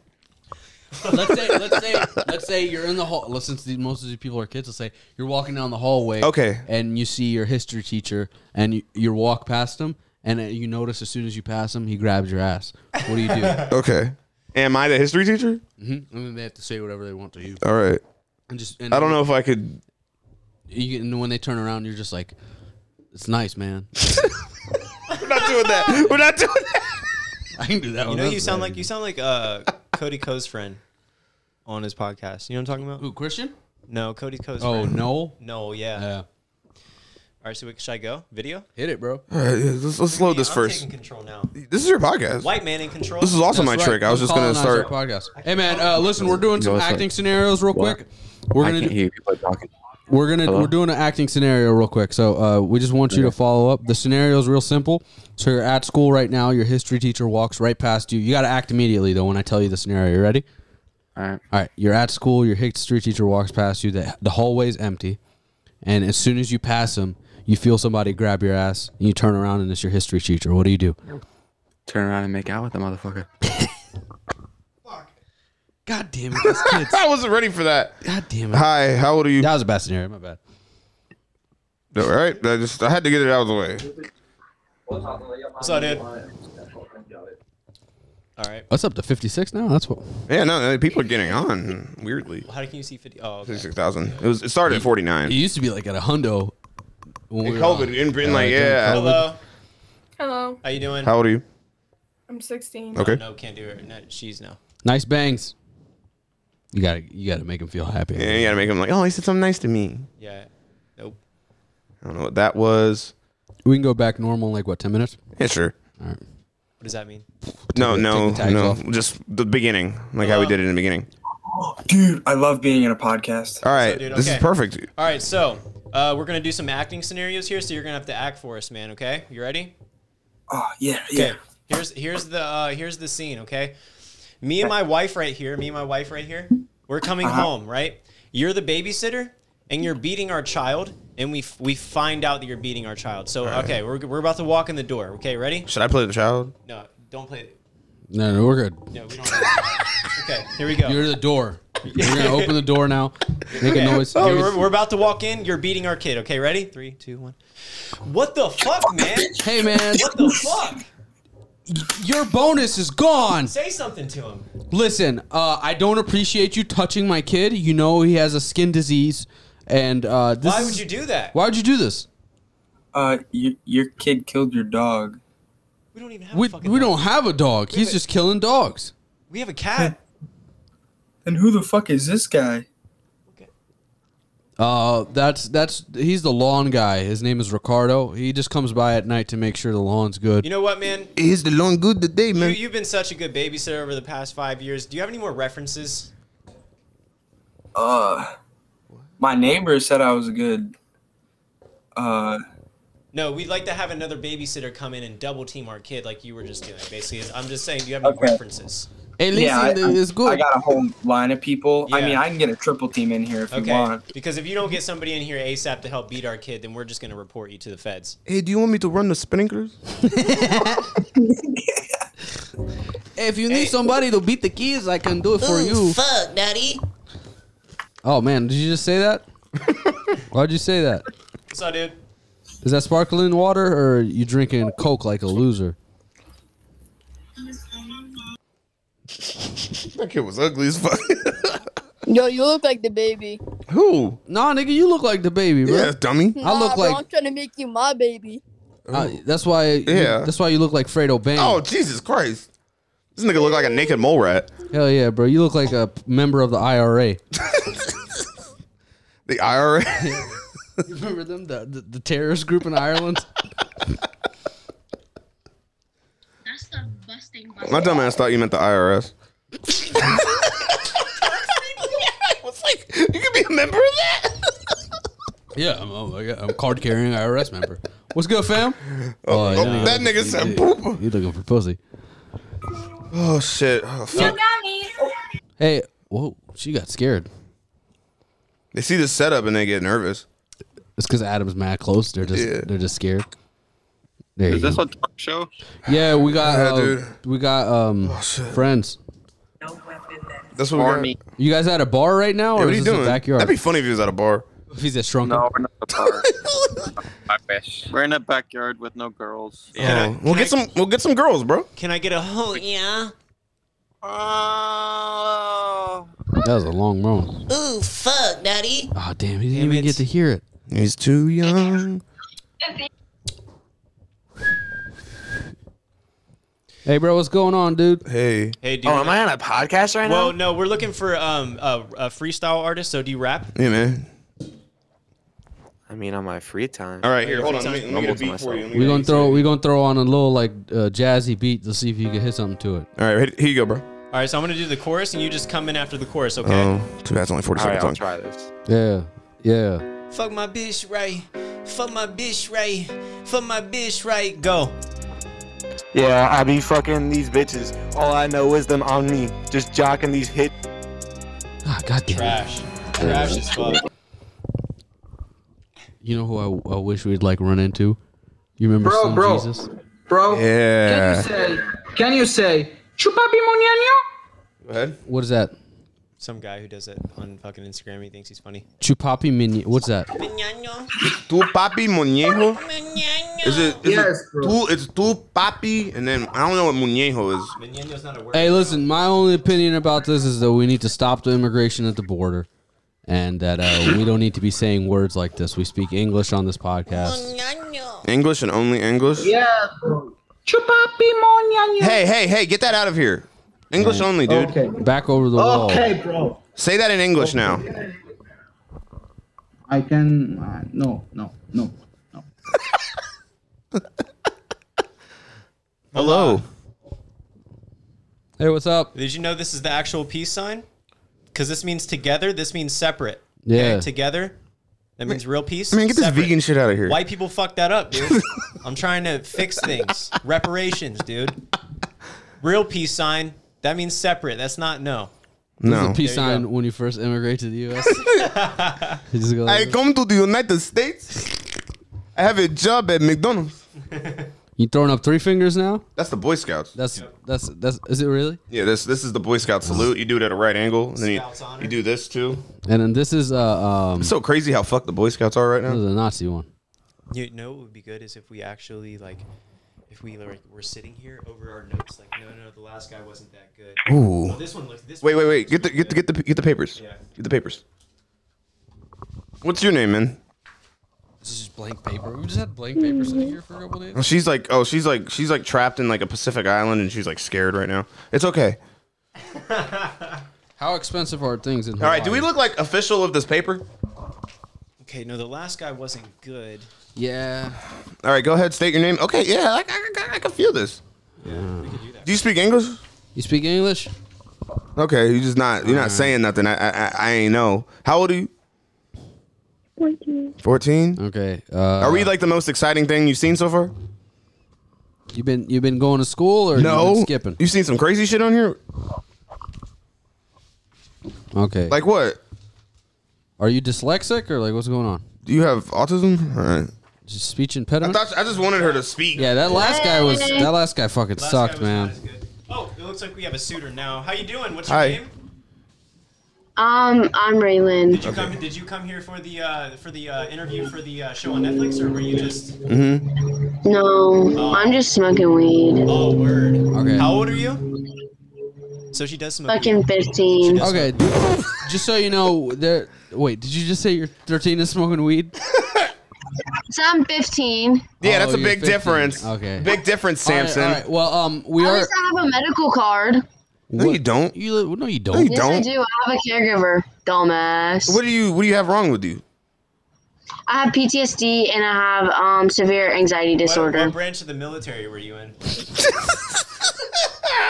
Speaker 4: let's say let's say let's say you're in the hall. Let's- Since these, most of these people are kids, let's say you're walking down the hallway.
Speaker 2: Okay.
Speaker 4: And you see your history teacher, and you, you walk past him, and uh, you notice as soon as you pass him, he grabs your ass. What do you do?
Speaker 2: Okay. Am I the history teacher?
Speaker 4: mm-hmm. And then they have to say whatever they want to you.
Speaker 2: All right.
Speaker 4: And just and
Speaker 2: I don't know if I could.
Speaker 4: You, and when they turn around, you're just like, "It's nice, man.
Speaker 2: We're not doing that. We're not doing that.
Speaker 4: I can do that."
Speaker 3: you
Speaker 4: one.
Speaker 3: know
Speaker 4: That's
Speaker 3: you sound
Speaker 4: bad.
Speaker 3: like you sound like uh cody coe's friend on his podcast you know what i'm talking about
Speaker 4: Who, Christian?
Speaker 3: no cody coe's
Speaker 4: Oh,
Speaker 3: friend.
Speaker 4: Noel?
Speaker 3: no yeah
Speaker 4: Yeah.
Speaker 3: all right so we, should i go video
Speaker 4: Hit it, bro.
Speaker 2: All right, yeah, let's, let's load this
Speaker 3: I'm
Speaker 2: first.
Speaker 3: taking control now
Speaker 2: This is your podcast.
Speaker 3: white man in control
Speaker 2: This is also my
Speaker 4: That's right.
Speaker 2: trick. I was
Speaker 4: Don't
Speaker 2: just gonna
Speaker 4: colonize our
Speaker 2: start.
Speaker 4: podcast. Hey man, uh, listen, we're doing
Speaker 2: You
Speaker 4: some
Speaker 2: know, it's
Speaker 4: acting
Speaker 2: like-
Speaker 4: scenarios real
Speaker 2: What?
Speaker 4: quick. We're gonna do- We're gonna
Speaker 2: Hello?
Speaker 4: we're doing an acting scenario real quick. So uh, we just want you to follow up. The scenario is real simple. So you're at school right now. Your history teacher walks right past you. You got to act immediately though when I tell you the scenario. You ready? All right. All right. You're at school. Your history teacher walks past you. The the hallway's empty, and as soon as you pass him, you feel somebody grab your ass, and you turn around and it's your history teacher. What do you do?
Speaker 24: Turn around and make out with the motherfucker.
Speaker 4: God damn it, these kids.
Speaker 2: I wasn't ready for that.
Speaker 4: God damn it.
Speaker 2: Hi, how old are you?
Speaker 4: That was a bad scenario. My bad.
Speaker 2: All right, I just I had to get it out of the way.
Speaker 3: What's up, dude? All right.
Speaker 4: What's up to 56 now? That's what.
Speaker 2: Yeah, no, no, people are getting on weirdly.
Speaker 3: How can you see 50? Oh, okay.
Speaker 2: 66,000. It was it started at 49.
Speaker 4: It used to be like at a hundo. when
Speaker 2: In
Speaker 4: we were uh,
Speaker 2: COVID,
Speaker 4: on.
Speaker 2: in Britain, like,
Speaker 4: during COVID.
Speaker 2: yeah.
Speaker 3: Hello.
Speaker 25: Hello.
Speaker 3: How you doing?
Speaker 2: How old are you?
Speaker 25: I'm 16.
Speaker 3: No,
Speaker 2: Okay.
Speaker 3: No, can't do it. No, she's no.
Speaker 4: Nice bangs. You gotta, you gotta make him feel happy.
Speaker 2: Yeah, you gotta make them like, oh, he said something nice to me.
Speaker 3: Yeah. Nope.
Speaker 2: I don't know what that was.
Speaker 4: We can go back normal in like what ten minutes?
Speaker 2: Yeah, sure.
Speaker 4: All right.
Speaker 3: What does that mean?
Speaker 2: No,
Speaker 4: the-
Speaker 2: no,
Speaker 4: take the tags
Speaker 2: no.
Speaker 4: off.
Speaker 2: Just the beginning, like how we did it in the beginning.
Speaker 12: Dude, I love being in a podcast.
Speaker 2: All right,
Speaker 3: Dude,
Speaker 2: this is
Speaker 3: okay.
Speaker 2: perfect.
Speaker 3: All right, so uh, we're gonna do some acting scenarios here. So you're gonna have to act for us, man. Okay, you ready?
Speaker 12: Oh yeah,
Speaker 3: yeah. Here's here's the uh, here's the scene. Okay, me and my wife right here. Me and my wife right here. We're coming
Speaker 12: Uh-huh.
Speaker 3: home, right? You're the babysitter, and you're beating our child, and we f- we find out that you're beating our child. So
Speaker 2: Alright.
Speaker 3: okay, we're, we're about to walk in the door. Okay, ready?
Speaker 2: Should I play the child?
Speaker 3: No, don't play.
Speaker 4: No, no, we're good.
Speaker 3: No, we don't. okay, here we go.
Speaker 4: You're the door. We're gonna open the door now. Make a
Speaker 3: Okay.
Speaker 4: noise.
Speaker 3: Okay,
Speaker 4: Give us-
Speaker 3: Oh, we're, we're about to walk in. You're beating our kid. Okay, ready? Three, two, one. What the fuck, man?
Speaker 4: Hey, man.
Speaker 3: What the fuck?
Speaker 4: Your bonus is gone.
Speaker 3: Say something to him.
Speaker 4: Listen, uh, I don't appreciate you touching my kid. You know he has a skin disease, and uh, this
Speaker 12: Why would
Speaker 4: is-
Speaker 12: you do that?
Speaker 4: Why would you do this?
Speaker 12: Uh, your your kid killed your dog.
Speaker 4: We, we don't have a dog. He's just killing dogs.
Speaker 3: We have a cat.
Speaker 12: And who the fuck is this guy?
Speaker 4: Uh, that's that's he's the lawn guy. His name is Ricardo. He just comes by at night to make sure the lawn's good.
Speaker 3: You know what, man?
Speaker 2: Is the lawn good today,
Speaker 3: You, you've been such a good babysitter over the past five years. Do you have any more references?
Speaker 12: Uh, my neighbor said I was good. Uh,
Speaker 3: No, we'd like to have another babysitter come in and double team our kid like you were just doing. Basically, is- I'm just saying, do you have any
Speaker 12: Okay.
Speaker 3: references?
Speaker 12: I, I got a whole line of people. I mean, I can get a triple team in here if you
Speaker 3: Okay,
Speaker 12: want.
Speaker 3: because if you don't get somebody in here ASAP to help beat our kid, then we're just going to report you to the feds.
Speaker 2: Hey, do you want me to run the sprinklers?
Speaker 4: If you need somebody to beat the kids, I can do it for
Speaker 26: Ooh,
Speaker 4: you.
Speaker 26: fuck, daddy.
Speaker 4: Oh man, did you just say that? Why'd you say that?
Speaker 3: What's up, dude?
Speaker 4: Is that sparkling water or are you drinking Coke like a loser?
Speaker 2: that kid was ugly as fuck.
Speaker 14: Yo, you look like the baby.
Speaker 2: Who?
Speaker 4: Nah, nigga, you look like the baby, bro.
Speaker 2: Yeah, dummy.
Speaker 14: Nah,
Speaker 4: I look
Speaker 14: bro,
Speaker 4: like
Speaker 14: I'm trying to make you my baby.
Speaker 4: uh, that's why. Yeah, that's why you look like Fredo Bang.
Speaker 2: Oh Jesus Christ! This nigga look like a naked mole rat.
Speaker 4: Hell yeah, bro! You look like a p- member of the IRA.
Speaker 2: The IRA.
Speaker 4: Remember them, the, the the terrorist group in Ireland?
Speaker 2: My dumb ass thought you meant the IRS.
Speaker 26: What's like, you could be a member of that?
Speaker 4: yeah, I'm, oh, yeah, I'm card carrying IRS member. What's good, fam?
Speaker 2: Oh, that nigga said poop.
Speaker 4: You looking for pussy?
Speaker 2: Oh shit! Oh, fuck.
Speaker 4: Hey, whoa! She got scared.
Speaker 2: They see the setup and they get nervous.
Speaker 4: It's because Adam's mad close. They're just they're just scared. There you
Speaker 27: Is this
Speaker 4: go.
Speaker 27: a talk show?
Speaker 4: yeah, we got
Speaker 27: Yeah,
Speaker 4: uh,
Speaker 27: dude.
Speaker 4: we got um friends.
Speaker 2: Oh, That's what we Army.
Speaker 4: You guys at a bar right now,
Speaker 2: Yeah,
Speaker 4: or
Speaker 2: what
Speaker 4: is
Speaker 2: are you
Speaker 4: this
Speaker 2: doing?
Speaker 4: a backyard?
Speaker 2: That'd be funny if he was at a bar.
Speaker 4: If he's a shrunk.
Speaker 27: No, we're not at the bar. I wish. We're in a backyard with no girls.
Speaker 2: Yeah. we'll get some. We'll get some girls, bro.
Speaker 3: Can I get a oh yeah?
Speaker 4: That was a long moan.
Speaker 26: Ooh, fuck, daddy.
Speaker 4: Oh damn, he didn't even get to hear it.
Speaker 2: He's too young.
Speaker 4: Hey, bro, what's going on, dude?
Speaker 2: Hey.
Speaker 3: Hey, dude. Oh, am
Speaker 4: I on a podcast right
Speaker 3: well, no, we're looking for um a, a freestyle artist. So do you rap?
Speaker 2: Yeah, man.
Speaker 28: I mean, on my free time.
Speaker 2: All right, here, hold on, let me- let me get a beat for you, let
Speaker 4: We gonna throw we gonna throw on a little like uh, jazzy beat to see if you can hit something to it.
Speaker 2: All right, here you go, bro.
Speaker 3: All right, so I'm gonna do the chorus, and you just come in after the chorus, okay?
Speaker 2: Oh, too bad it's only forty
Speaker 28: All
Speaker 2: seconds
Speaker 28: right, I'll
Speaker 2: long.
Speaker 28: try this.
Speaker 4: Yeah, yeah.
Speaker 3: Fuck my bitch right. Fuck my bitch right. Fuck my bitch right. Go.
Speaker 28: Yeah, I be fucking these bitches. All I know is them on me, just jocking these hit.
Speaker 4: Ah, goddamn.
Speaker 3: Trash. Trash as fuck.
Speaker 4: You know who I, I wish we'd like run into? You remember
Speaker 29: Bro,
Speaker 4: Son
Speaker 29: bro.
Speaker 4: Jesus?
Speaker 29: Bro,
Speaker 2: Yeah.
Speaker 29: can you say, can you say, chupa bimoniano?
Speaker 2: Go ahead.
Speaker 4: What is that?
Speaker 3: Some guy who does it on fucking Instagram. He thinks he's funny.
Speaker 4: Chupapi minion. What's that?
Speaker 2: Tu papi muñeco. Is it? Is
Speaker 30: Yes,
Speaker 2: it
Speaker 30: bro.
Speaker 2: tu, it's tu papi, and then I don't know what muñejo is.
Speaker 4: Hey, listen, my only opinion about this is that we need to stop the immigration at the border and that uh, we don't need to be saying words like this. We speak English on this podcast.
Speaker 2: English and only English.
Speaker 9: Yeah. Chupapi moñaño.
Speaker 2: Hey, hey, hey! Get that out of here. English only, dude.
Speaker 9: Okay.
Speaker 4: Back over the wall.
Speaker 9: Okay, bro.
Speaker 2: Say that in English now.
Speaker 9: I can. Uh, no, no, no.
Speaker 2: Hello.
Speaker 4: Hey, what's up?
Speaker 3: Did you know this is the actual peace sign? Because this means together. This means separate.
Speaker 2: Yeah.
Speaker 3: Okay, Together. That means real peace.
Speaker 2: Man, get this
Speaker 3: separate.
Speaker 2: vegan shit out of here.
Speaker 3: White people fucked that up, dude. I'm trying to fix things. Reparations, dude. Real peace sign. That means separate. That's not no.
Speaker 4: This is a
Speaker 2: No.
Speaker 4: peace
Speaker 2: There you
Speaker 4: sign when you first immigrate to the U.S. You just go
Speaker 2: I
Speaker 4: like-
Speaker 2: come to the United States. I have a job at McDonald's.
Speaker 4: you throwing up three fingers now?
Speaker 2: That's the Boy Scouts.
Speaker 4: That's that's that's. Is it really?
Speaker 2: Yeah, this this is the Boy Scout salute. You do it at a right angle, and then you, you do this too.
Speaker 4: And then this is uh um.
Speaker 2: It's so crazy how fucked the Boy Scouts are right now.
Speaker 4: This is a Nazi one.
Speaker 3: You know what would be good is if we actually like, if we like were sitting here over our notes like, no, no, the last guy wasn't that good.
Speaker 2: Ooh.
Speaker 3: Well, this one looks. This
Speaker 2: wait,
Speaker 3: one
Speaker 2: wait,
Speaker 3: looks
Speaker 2: wait. Get the
Speaker 3: really
Speaker 2: get the get the get the papers.
Speaker 3: Yeah.
Speaker 2: Get the papers. What's your name, man?
Speaker 4: This is blank paper. We just had blank paper sitting here for a couple days.
Speaker 2: Oh, she's like, oh, she's like, she's like trapped in like a Pacific island, and she's like scared right now. It's okay.
Speaker 4: How expensive are things in?
Speaker 2: All right. Do we look like official of this paper?
Speaker 3: good. Okay, no, the last guy wasn't good.
Speaker 4: Yeah.
Speaker 2: All right. Go ahead. State your name. Okay. Yeah. I, I, I, I can feel this. do you speak English?
Speaker 4: You speak English?
Speaker 2: Okay. You're just not. You're not
Speaker 4: Alright.
Speaker 2: saying nothing. I, I. I- I ain't know. How old are you? Fourteen.
Speaker 4: Okay. Uh,
Speaker 2: are we like the most exciting thing you've seen so far?
Speaker 4: You been you been going to school or
Speaker 2: no.
Speaker 4: You been skipping.
Speaker 2: You've seen some crazy shit on here.
Speaker 4: uh, Okay.
Speaker 2: Like what?
Speaker 4: Are you dyslexic or like what's going on?
Speaker 2: Do you have autism? All right.
Speaker 4: Just speech
Speaker 2: I
Speaker 4: impediment.
Speaker 2: thought I just wanted her to speak.
Speaker 4: yeah, that last guy was
Speaker 3: Hey.
Speaker 4: that last guy fucking
Speaker 3: Last guy
Speaker 4: sucked,
Speaker 3: was
Speaker 4: man.
Speaker 3: Oh, it looks like we have a suitor now. How you doing? What's your
Speaker 4: Hi.
Speaker 3: name?
Speaker 14: Um, I'm
Speaker 3: Did you
Speaker 14: Raylan.
Speaker 3: come? Did you come here for the uh, for the uh, interview for the uh, show on Netflix, or were you just?
Speaker 14: Mm-hmm. No, I'm just smoking weed.
Speaker 3: Oh, word.
Speaker 4: Okay.
Speaker 3: How old are you? So she does smoke.
Speaker 14: Fucking
Speaker 3: weed.
Speaker 14: 15.
Speaker 4: Okay. just so you know, there. Wait, did you just say you're 13 and smoking weed?
Speaker 14: So I'm 15.
Speaker 2: Yeah, that's
Speaker 4: Oh,
Speaker 2: a
Speaker 4: you're
Speaker 2: big
Speaker 4: 15.
Speaker 2: difference.
Speaker 4: Okay.
Speaker 2: Big difference,
Speaker 4: All right,
Speaker 2: Samson.
Speaker 4: all right. Well, um, we
Speaker 14: I
Speaker 4: are.
Speaker 14: also have a medical card.
Speaker 2: No, you don't.
Speaker 4: You li- no, you don't.
Speaker 2: No, you
Speaker 14: yes, I
Speaker 2: don't.
Speaker 14: do. I have a caregiver. Dumbass.
Speaker 2: What do you What do you have wrong with you?
Speaker 14: I have PTSD and I have um severe anxiety
Speaker 3: What,
Speaker 14: disorder.
Speaker 3: what branch of the military were you in?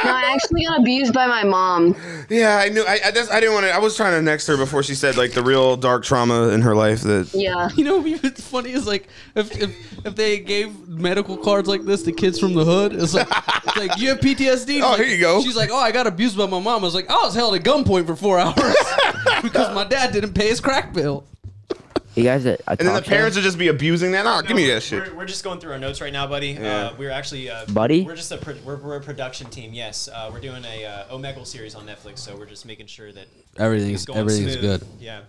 Speaker 14: No, I actually got abused by my mom.
Speaker 2: Yeah, I knew. I I, that's, I didn't want to. I was trying to next her before she said like the real dark trauma in her life that.
Speaker 14: Yeah.
Speaker 4: You know what would be funny is like if, if if they gave medical cards like this to kids from the hood, it's like it's like you have PTSD.
Speaker 2: Oh,
Speaker 4: Like,
Speaker 2: here you go.
Speaker 4: She's like, oh, I got abused by my mom. I was like, I was held at gunpoint for four hours because my dad didn't pay his crack bill.
Speaker 12: You guys, a, a
Speaker 2: And then the
Speaker 12: talk show?
Speaker 2: parents would just be abusing that. Nah, Oh, give me that shit.
Speaker 3: We're, we're just going through our notes right now, buddy.
Speaker 2: Yeah.
Speaker 3: Uh, we're actually, uh,
Speaker 12: Buddy?
Speaker 3: We're just a pro- we're, we're a production team. Yes, uh, we're doing a uh, Omegle series on Netflix, so we're just making sure that
Speaker 4: Everything's-
Speaker 3: it's going
Speaker 12: everything's
Speaker 3: smooth.
Speaker 12: good.
Speaker 3: Yeah.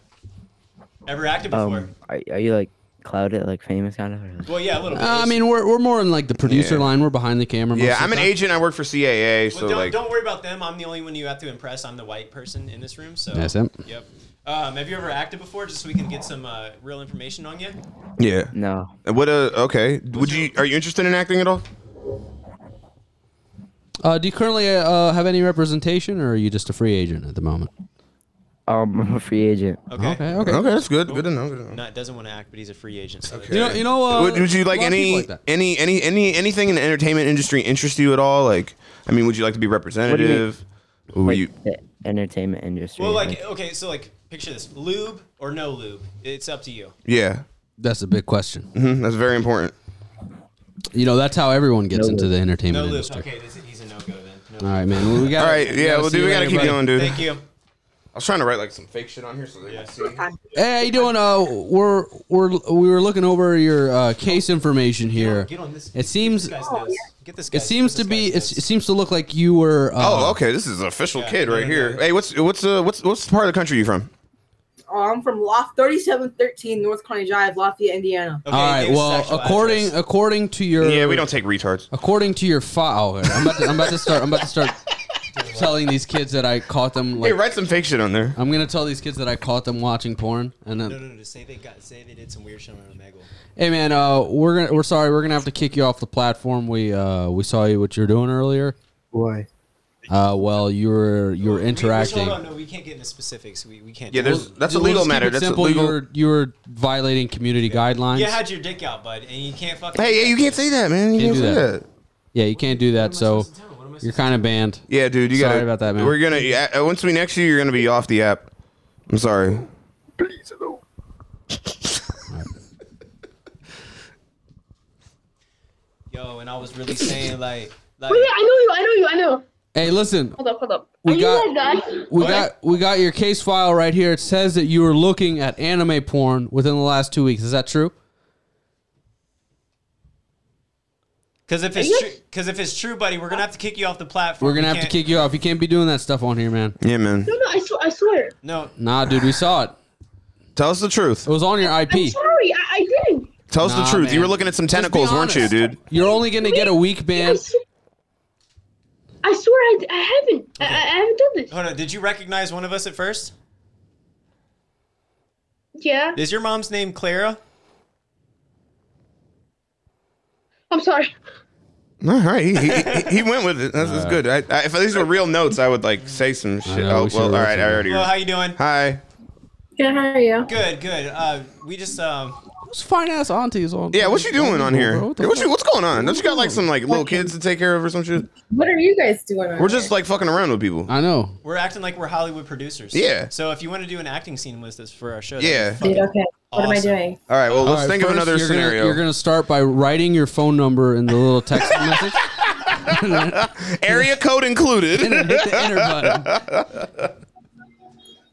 Speaker 3: Ever acted before?
Speaker 12: Um, are, are you like clouded, like famous kind of? Or like,
Speaker 3: well, yeah, a little bit.
Speaker 4: Uh, I mean, we're, we're more in like the producer
Speaker 12: Yeah.
Speaker 4: line. We're behind the camera. most
Speaker 2: Yeah,
Speaker 4: of
Speaker 2: I'm
Speaker 4: the
Speaker 2: an
Speaker 4: time.
Speaker 2: agent. I work for CAA, so
Speaker 3: don't,
Speaker 2: like.
Speaker 3: don't worry about them. I'm the only one you have to impress. I'm the white person in this room. So
Speaker 2: That's him.
Speaker 3: Yep. Um, have you ever acted before, just so we can get some uh, real information on you?
Speaker 2: Yeah.
Speaker 12: No.
Speaker 2: What uh okay. Would you are you interested in acting at all?
Speaker 4: Uh, do you currently uh, uh, have any representation, or are you just a free agent at the moment?
Speaker 12: Um, I'm a free agent.
Speaker 3: Okay.
Speaker 4: Okay. Okay.
Speaker 2: Okay, that's good. Good to know. Good to know.
Speaker 3: Not doesn't want to act, but he's a free agent. So
Speaker 2: Okay. would, would you uh, like any any any any anything in the entertainment industry interest you at all? Like, I mean, would you like to be representative? Or were
Speaker 12: Like,
Speaker 2: you
Speaker 12: the entertainment industry.
Speaker 3: Well, like, okay, so like, picture this: lube or no lube. It's up to you.
Speaker 2: Yeah.
Speaker 4: That's a big question.
Speaker 2: Mm-hmm, that's very important.
Speaker 4: You know, that's how everyone gets
Speaker 2: No
Speaker 4: into the
Speaker 2: lube.
Speaker 3: no
Speaker 4: entertainment
Speaker 3: lube.
Speaker 4: industry.
Speaker 3: Okay, this, he's a no go then.
Speaker 4: All right, man. Well, we got.
Speaker 2: All right, yeah, well, dude, we gotta keep going, dude.
Speaker 3: Thank you.
Speaker 2: I was trying to write like some fake shit on here so they can see.
Speaker 4: Hey, how you doing? Uh, we're we're we were looking over your uh, case information here.
Speaker 3: Get on this.
Speaker 4: It seems
Speaker 3: This guy's notes. Get this guy.
Speaker 4: it seems to be it's, it seems to look like you were. Uh,
Speaker 2: oh, okay. This is an official kid right here. Hey, what's what's uh what's what's part of the country you from?
Speaker 12: Um, from Loft 3713 North Carney Drive, Lafayette, Indiana.
Speaker 4: All right. Well, according according to your
Speaker 2: Yeah, we don't take retards.
Speaker 4: According to your file, I'm about to, I'm about to start. I'm about to start telling these kids that I caught them. Like,
Speaker 2: hey, write some fake shit on there.
Speaker 4: I'm gonna tell these kids that I caught them watching porn, and
Speaker 3: No,
Speaker 4: then
Speaker 3: no, no. Say they got, say they did some weird shit on Omegle.
Speaker 4: Hey man, uh, we're gonna we're sorry we're gonna have to kick you off the platform. We uh we saw you what you were doing earlier.
Speaker 31: Why?
Speaker 4: Uh, well you were you were
Speaker 3: We,
Speaker 4: interacting.
Speaker 3: hold on, no, we can't get into specifics. We, we can't.
Speaker 4: Well, we'll just keep it simple. You were you were violating community guidelines.
Speaker 3: You had your dick out, bud, and you can't fucking.
Speaker 2: Hey, yeah, you can't say that, man. You
Speaker 4: Can't
Speaker 2: can't,
Speaker 4: do
Speaker 2: say
Speaker 4: that.
Speaker 2: that.
Speaker 4: Yeah, you can't do that. So you're kind of banned.
Speaker 2: Yeah, dude, you
Speaker 4: sorry
Speaker 2: gotta,
Speaker 4: about that, man.
Speaker 2: We're gonna yeah, uh, once we next you, you're gonna be off the app. I'm sorry.
Speaker 3: Yo, and I was really saying like, like.
Speaker 14: Wait, I know you. I know you. I know.
Speaker 4: Hey, listen,
Speaker 14: Hold up. Hold up.
Speaker 4: We
Speaker 14: Are
Speaker 4: got-
Speaker 14: you that guy?
Speaker 4: we got we got your case file right here. It says that you were looking at anime porn within the last two weeks. Is that true?
Speaker 3: Because if it's true, because if it's true, buddy, we're gonna have to kick you off the platform.
Speaker 4: We're gonna have to kick you off. You can't be doing that stuff on here, man.
Speaker 2: Yeah, man.
Speaker 14: No, no. I swear. I swear.
Speaker 3: No.
Speaker 4: Nah, dude, we saw it.
Speaker 2: Tell us the truth.
Speaker 4: It was on your
Speaker 14: I'm
Speaker 4: IP.
Speaker 14: sorry. I, I didn't.
Speaker 2: Tell us
Speaker 4: Nah,
Speaker 2: the truth. You
Speaker 4: man.
Speaker 2: were looking at some
Speaker 4: Just be
Speaker 2: tentacles, weren't you,
Speaker 4: honest.
Speaker 2: dude?
Speaker 4: You're only gonna get a week ban.
Speaker 14: I swear. I, I haven't. Uh, I, I haven't done this.
Speaker 3: Hold on. Did you recognize one of us at first?
Speaker 14: Yeah.
Speaker 3: Is your mom's name Clara?
Speaker 14: I'm sorry.
Speaker 2: All right, he, he, he- he went with it. That's, that's
Speaker 4: Uh,
Speaker 2: good. I, I, if these were real notes, I would like say some shit.
Speaker 4: know,
Speaker 2: oh
Speaker 4: we should've
Speaker 2: well, all right.
Speaker 4: listened.
Speaker 2: I already.
Speaker 3: Well, how you doing?
Speaker 2: Hi.
Speaker 14: Good. How are you?
Speaker 3: Good. Good. Uh, we just um.
Speaker 4: Those fine ass aunties on.
Speaker 2: Yeah, what you doing on here?
Speaker 4: Bro, what the
Speaker 2: Hey, what you,
Speaker 4: fuck?
Speaker 2: what's going on? Don't you got like some like little kids to take care of or some shit?
Speaker 14: What are you guys doing?
Speaker 2: We're just like fucking around with people.
Speaker 4: I know.
Speaker 3: We're acting like we're Hollywood producers.
Speaker 2: Yeah.
Speaker 3: So if you want to do an acting scene with us for our show, that'd be
Speaker 2: Yeah.
Speaker 3: fucking awesome.
Speaker 2: All right. Well,
Speaker 4: All
Speaker 2: let's
Speaker 4: right,
Speaker 2: think of
Speaker 4: first,
Speaker 2: another
Speaker 4: you're gonna-
Speaker 2: scenario.
Speaker 4: you're gonna start by writing your phone number in the little text message.
Speaker 2: Area code included.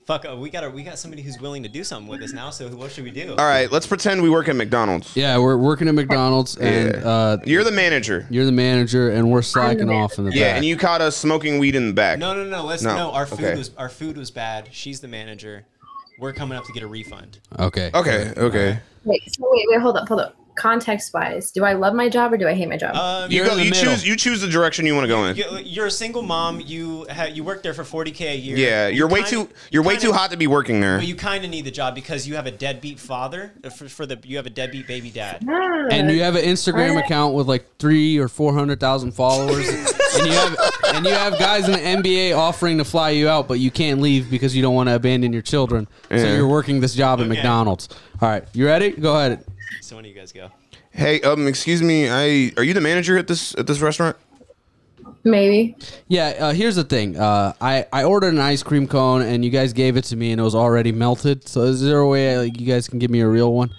Speaker 3: Fuck. Uh, we got a, we got somebody who's willing to do something with us now. So what should we do?
Speaker 2: All right. Let's pretend we work at McDonald's.
Speaker 4: Yeah, we're working at McDonald's, and uh,
Speaker 2: you're the manager.
Speaker 4: You're the manager, and we're slacking off in the
Speaker 2: yeah,
Speaker 4: back.
Speaker 2: and you caught us smoking weed in the back.
Speaker 3: No, no, no. Let's no. our food
Speaker 2: okay.
Speaker 3: was our food was bad. She's the manager. We're coming up to get a refund.
Speaker 4: Okay.
Speaker 2: Okay. Okay.
Speaker 19: Wait, so wait, wait, hold up, hold up. Context wise, do I love my job or do I hate my job?
Speaker 3: Um,
Speaker 2: You go. You choose. You choose the direction you want to go in.
Speaker 3: You, you're a single mom. You ha- you work there for 40k a year.
Speaker 2: Yeah,
Speaker 3: You
Speaker 2: you're way
Speaker 3: kinda-
Speaker 2: too. You're way
Speaker 3: kinda-
Speaker 2: too hot to be working there.
Speaker 3: But you kind of need the job because you have a deadbeat father uh, for, for the you have a deadbeat baby dad.
Speaker 4: And you have an Instagram account with like three or four hundred thousand followers, and you have and you have guys in the NBA offering to fly you out, but you can't leave because you don't want to abandon your children. So
Speaker 2: Yeah.
Speaker 4: you're working this job at McDonald's. All right, you ready? Go ahead.
Speaker 3: So when do you guys go?
Speaker 2: Hey, um, excuse me. I are you the manager at this at this restaurant?
Speaker 19: Maybe.
Speaker 4: Yeah, uh, here's the thing. Uh, I I ordered an ice cream cone, and you guys gave it to me, and it was already melted. So is there a way like, you guys can give me a real one?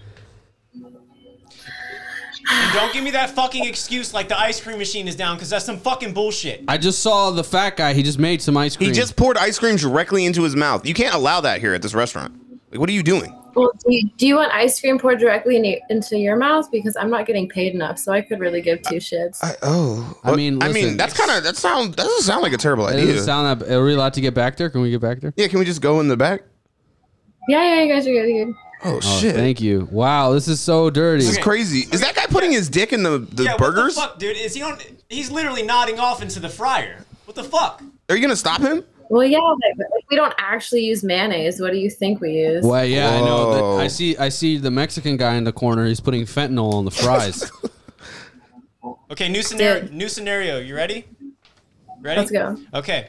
Speaker 3: And don't give me that fucking excuse like the ice cream machine is down because that's some fucking bullshit.
Speaker 4: I just saw the fat guy. He just made some ice cream.
Speaker 2: He just poured ice cream directly into his mouth. You can't allow that here at this restaurant. Like, what are you doing?
Speaker 19: Well, do you, do you want ice cream poured directly in, into your mouth? Because I'm not getting paid enough, so I could really give two shits.
Speaker 2: Oh, I
Speaker 4: mean,
Speaker 2: I
Speaker 4: listen.
Speaker 2: mean, that's kind of that sound that doesn't sound like a terrible
Speaker 4: It
Speaker 2: idea.
Speaker 4: doesn't sound that. Are we allowed to get back there? Can we get back there?
Speaker 2: yeah, can we just go in the back?
Speaker 19: yeah, yeah, you guys are good. You're good.
Speaker 2: Oh, shit!
Speaker 4: Thank you. Wow, this is so dirty.
Speaker 2: This is crazy. Is that guy putting his dick in the the
Speaker 3: yeah,
Speaker 2: burgers?
Speaker 3: What the fuck, dude? Is he on? He's literally nodding off into the fryer. What the fuck?
Speaker 2: Are you gonna stop him?
Speaker 19: Well, yeah, but but we don't actually use mayonnaise. What do you think we use?
Speaker 4: Well, yeah, I know. That I see. I see the Mexican guy in the corner. He's putting fentanyl on the fries.
Speaker 3: Okay, new scenario. New scenario. You ready? Ready?
Speaker 19: Let's go.
Speaker 3: Okay.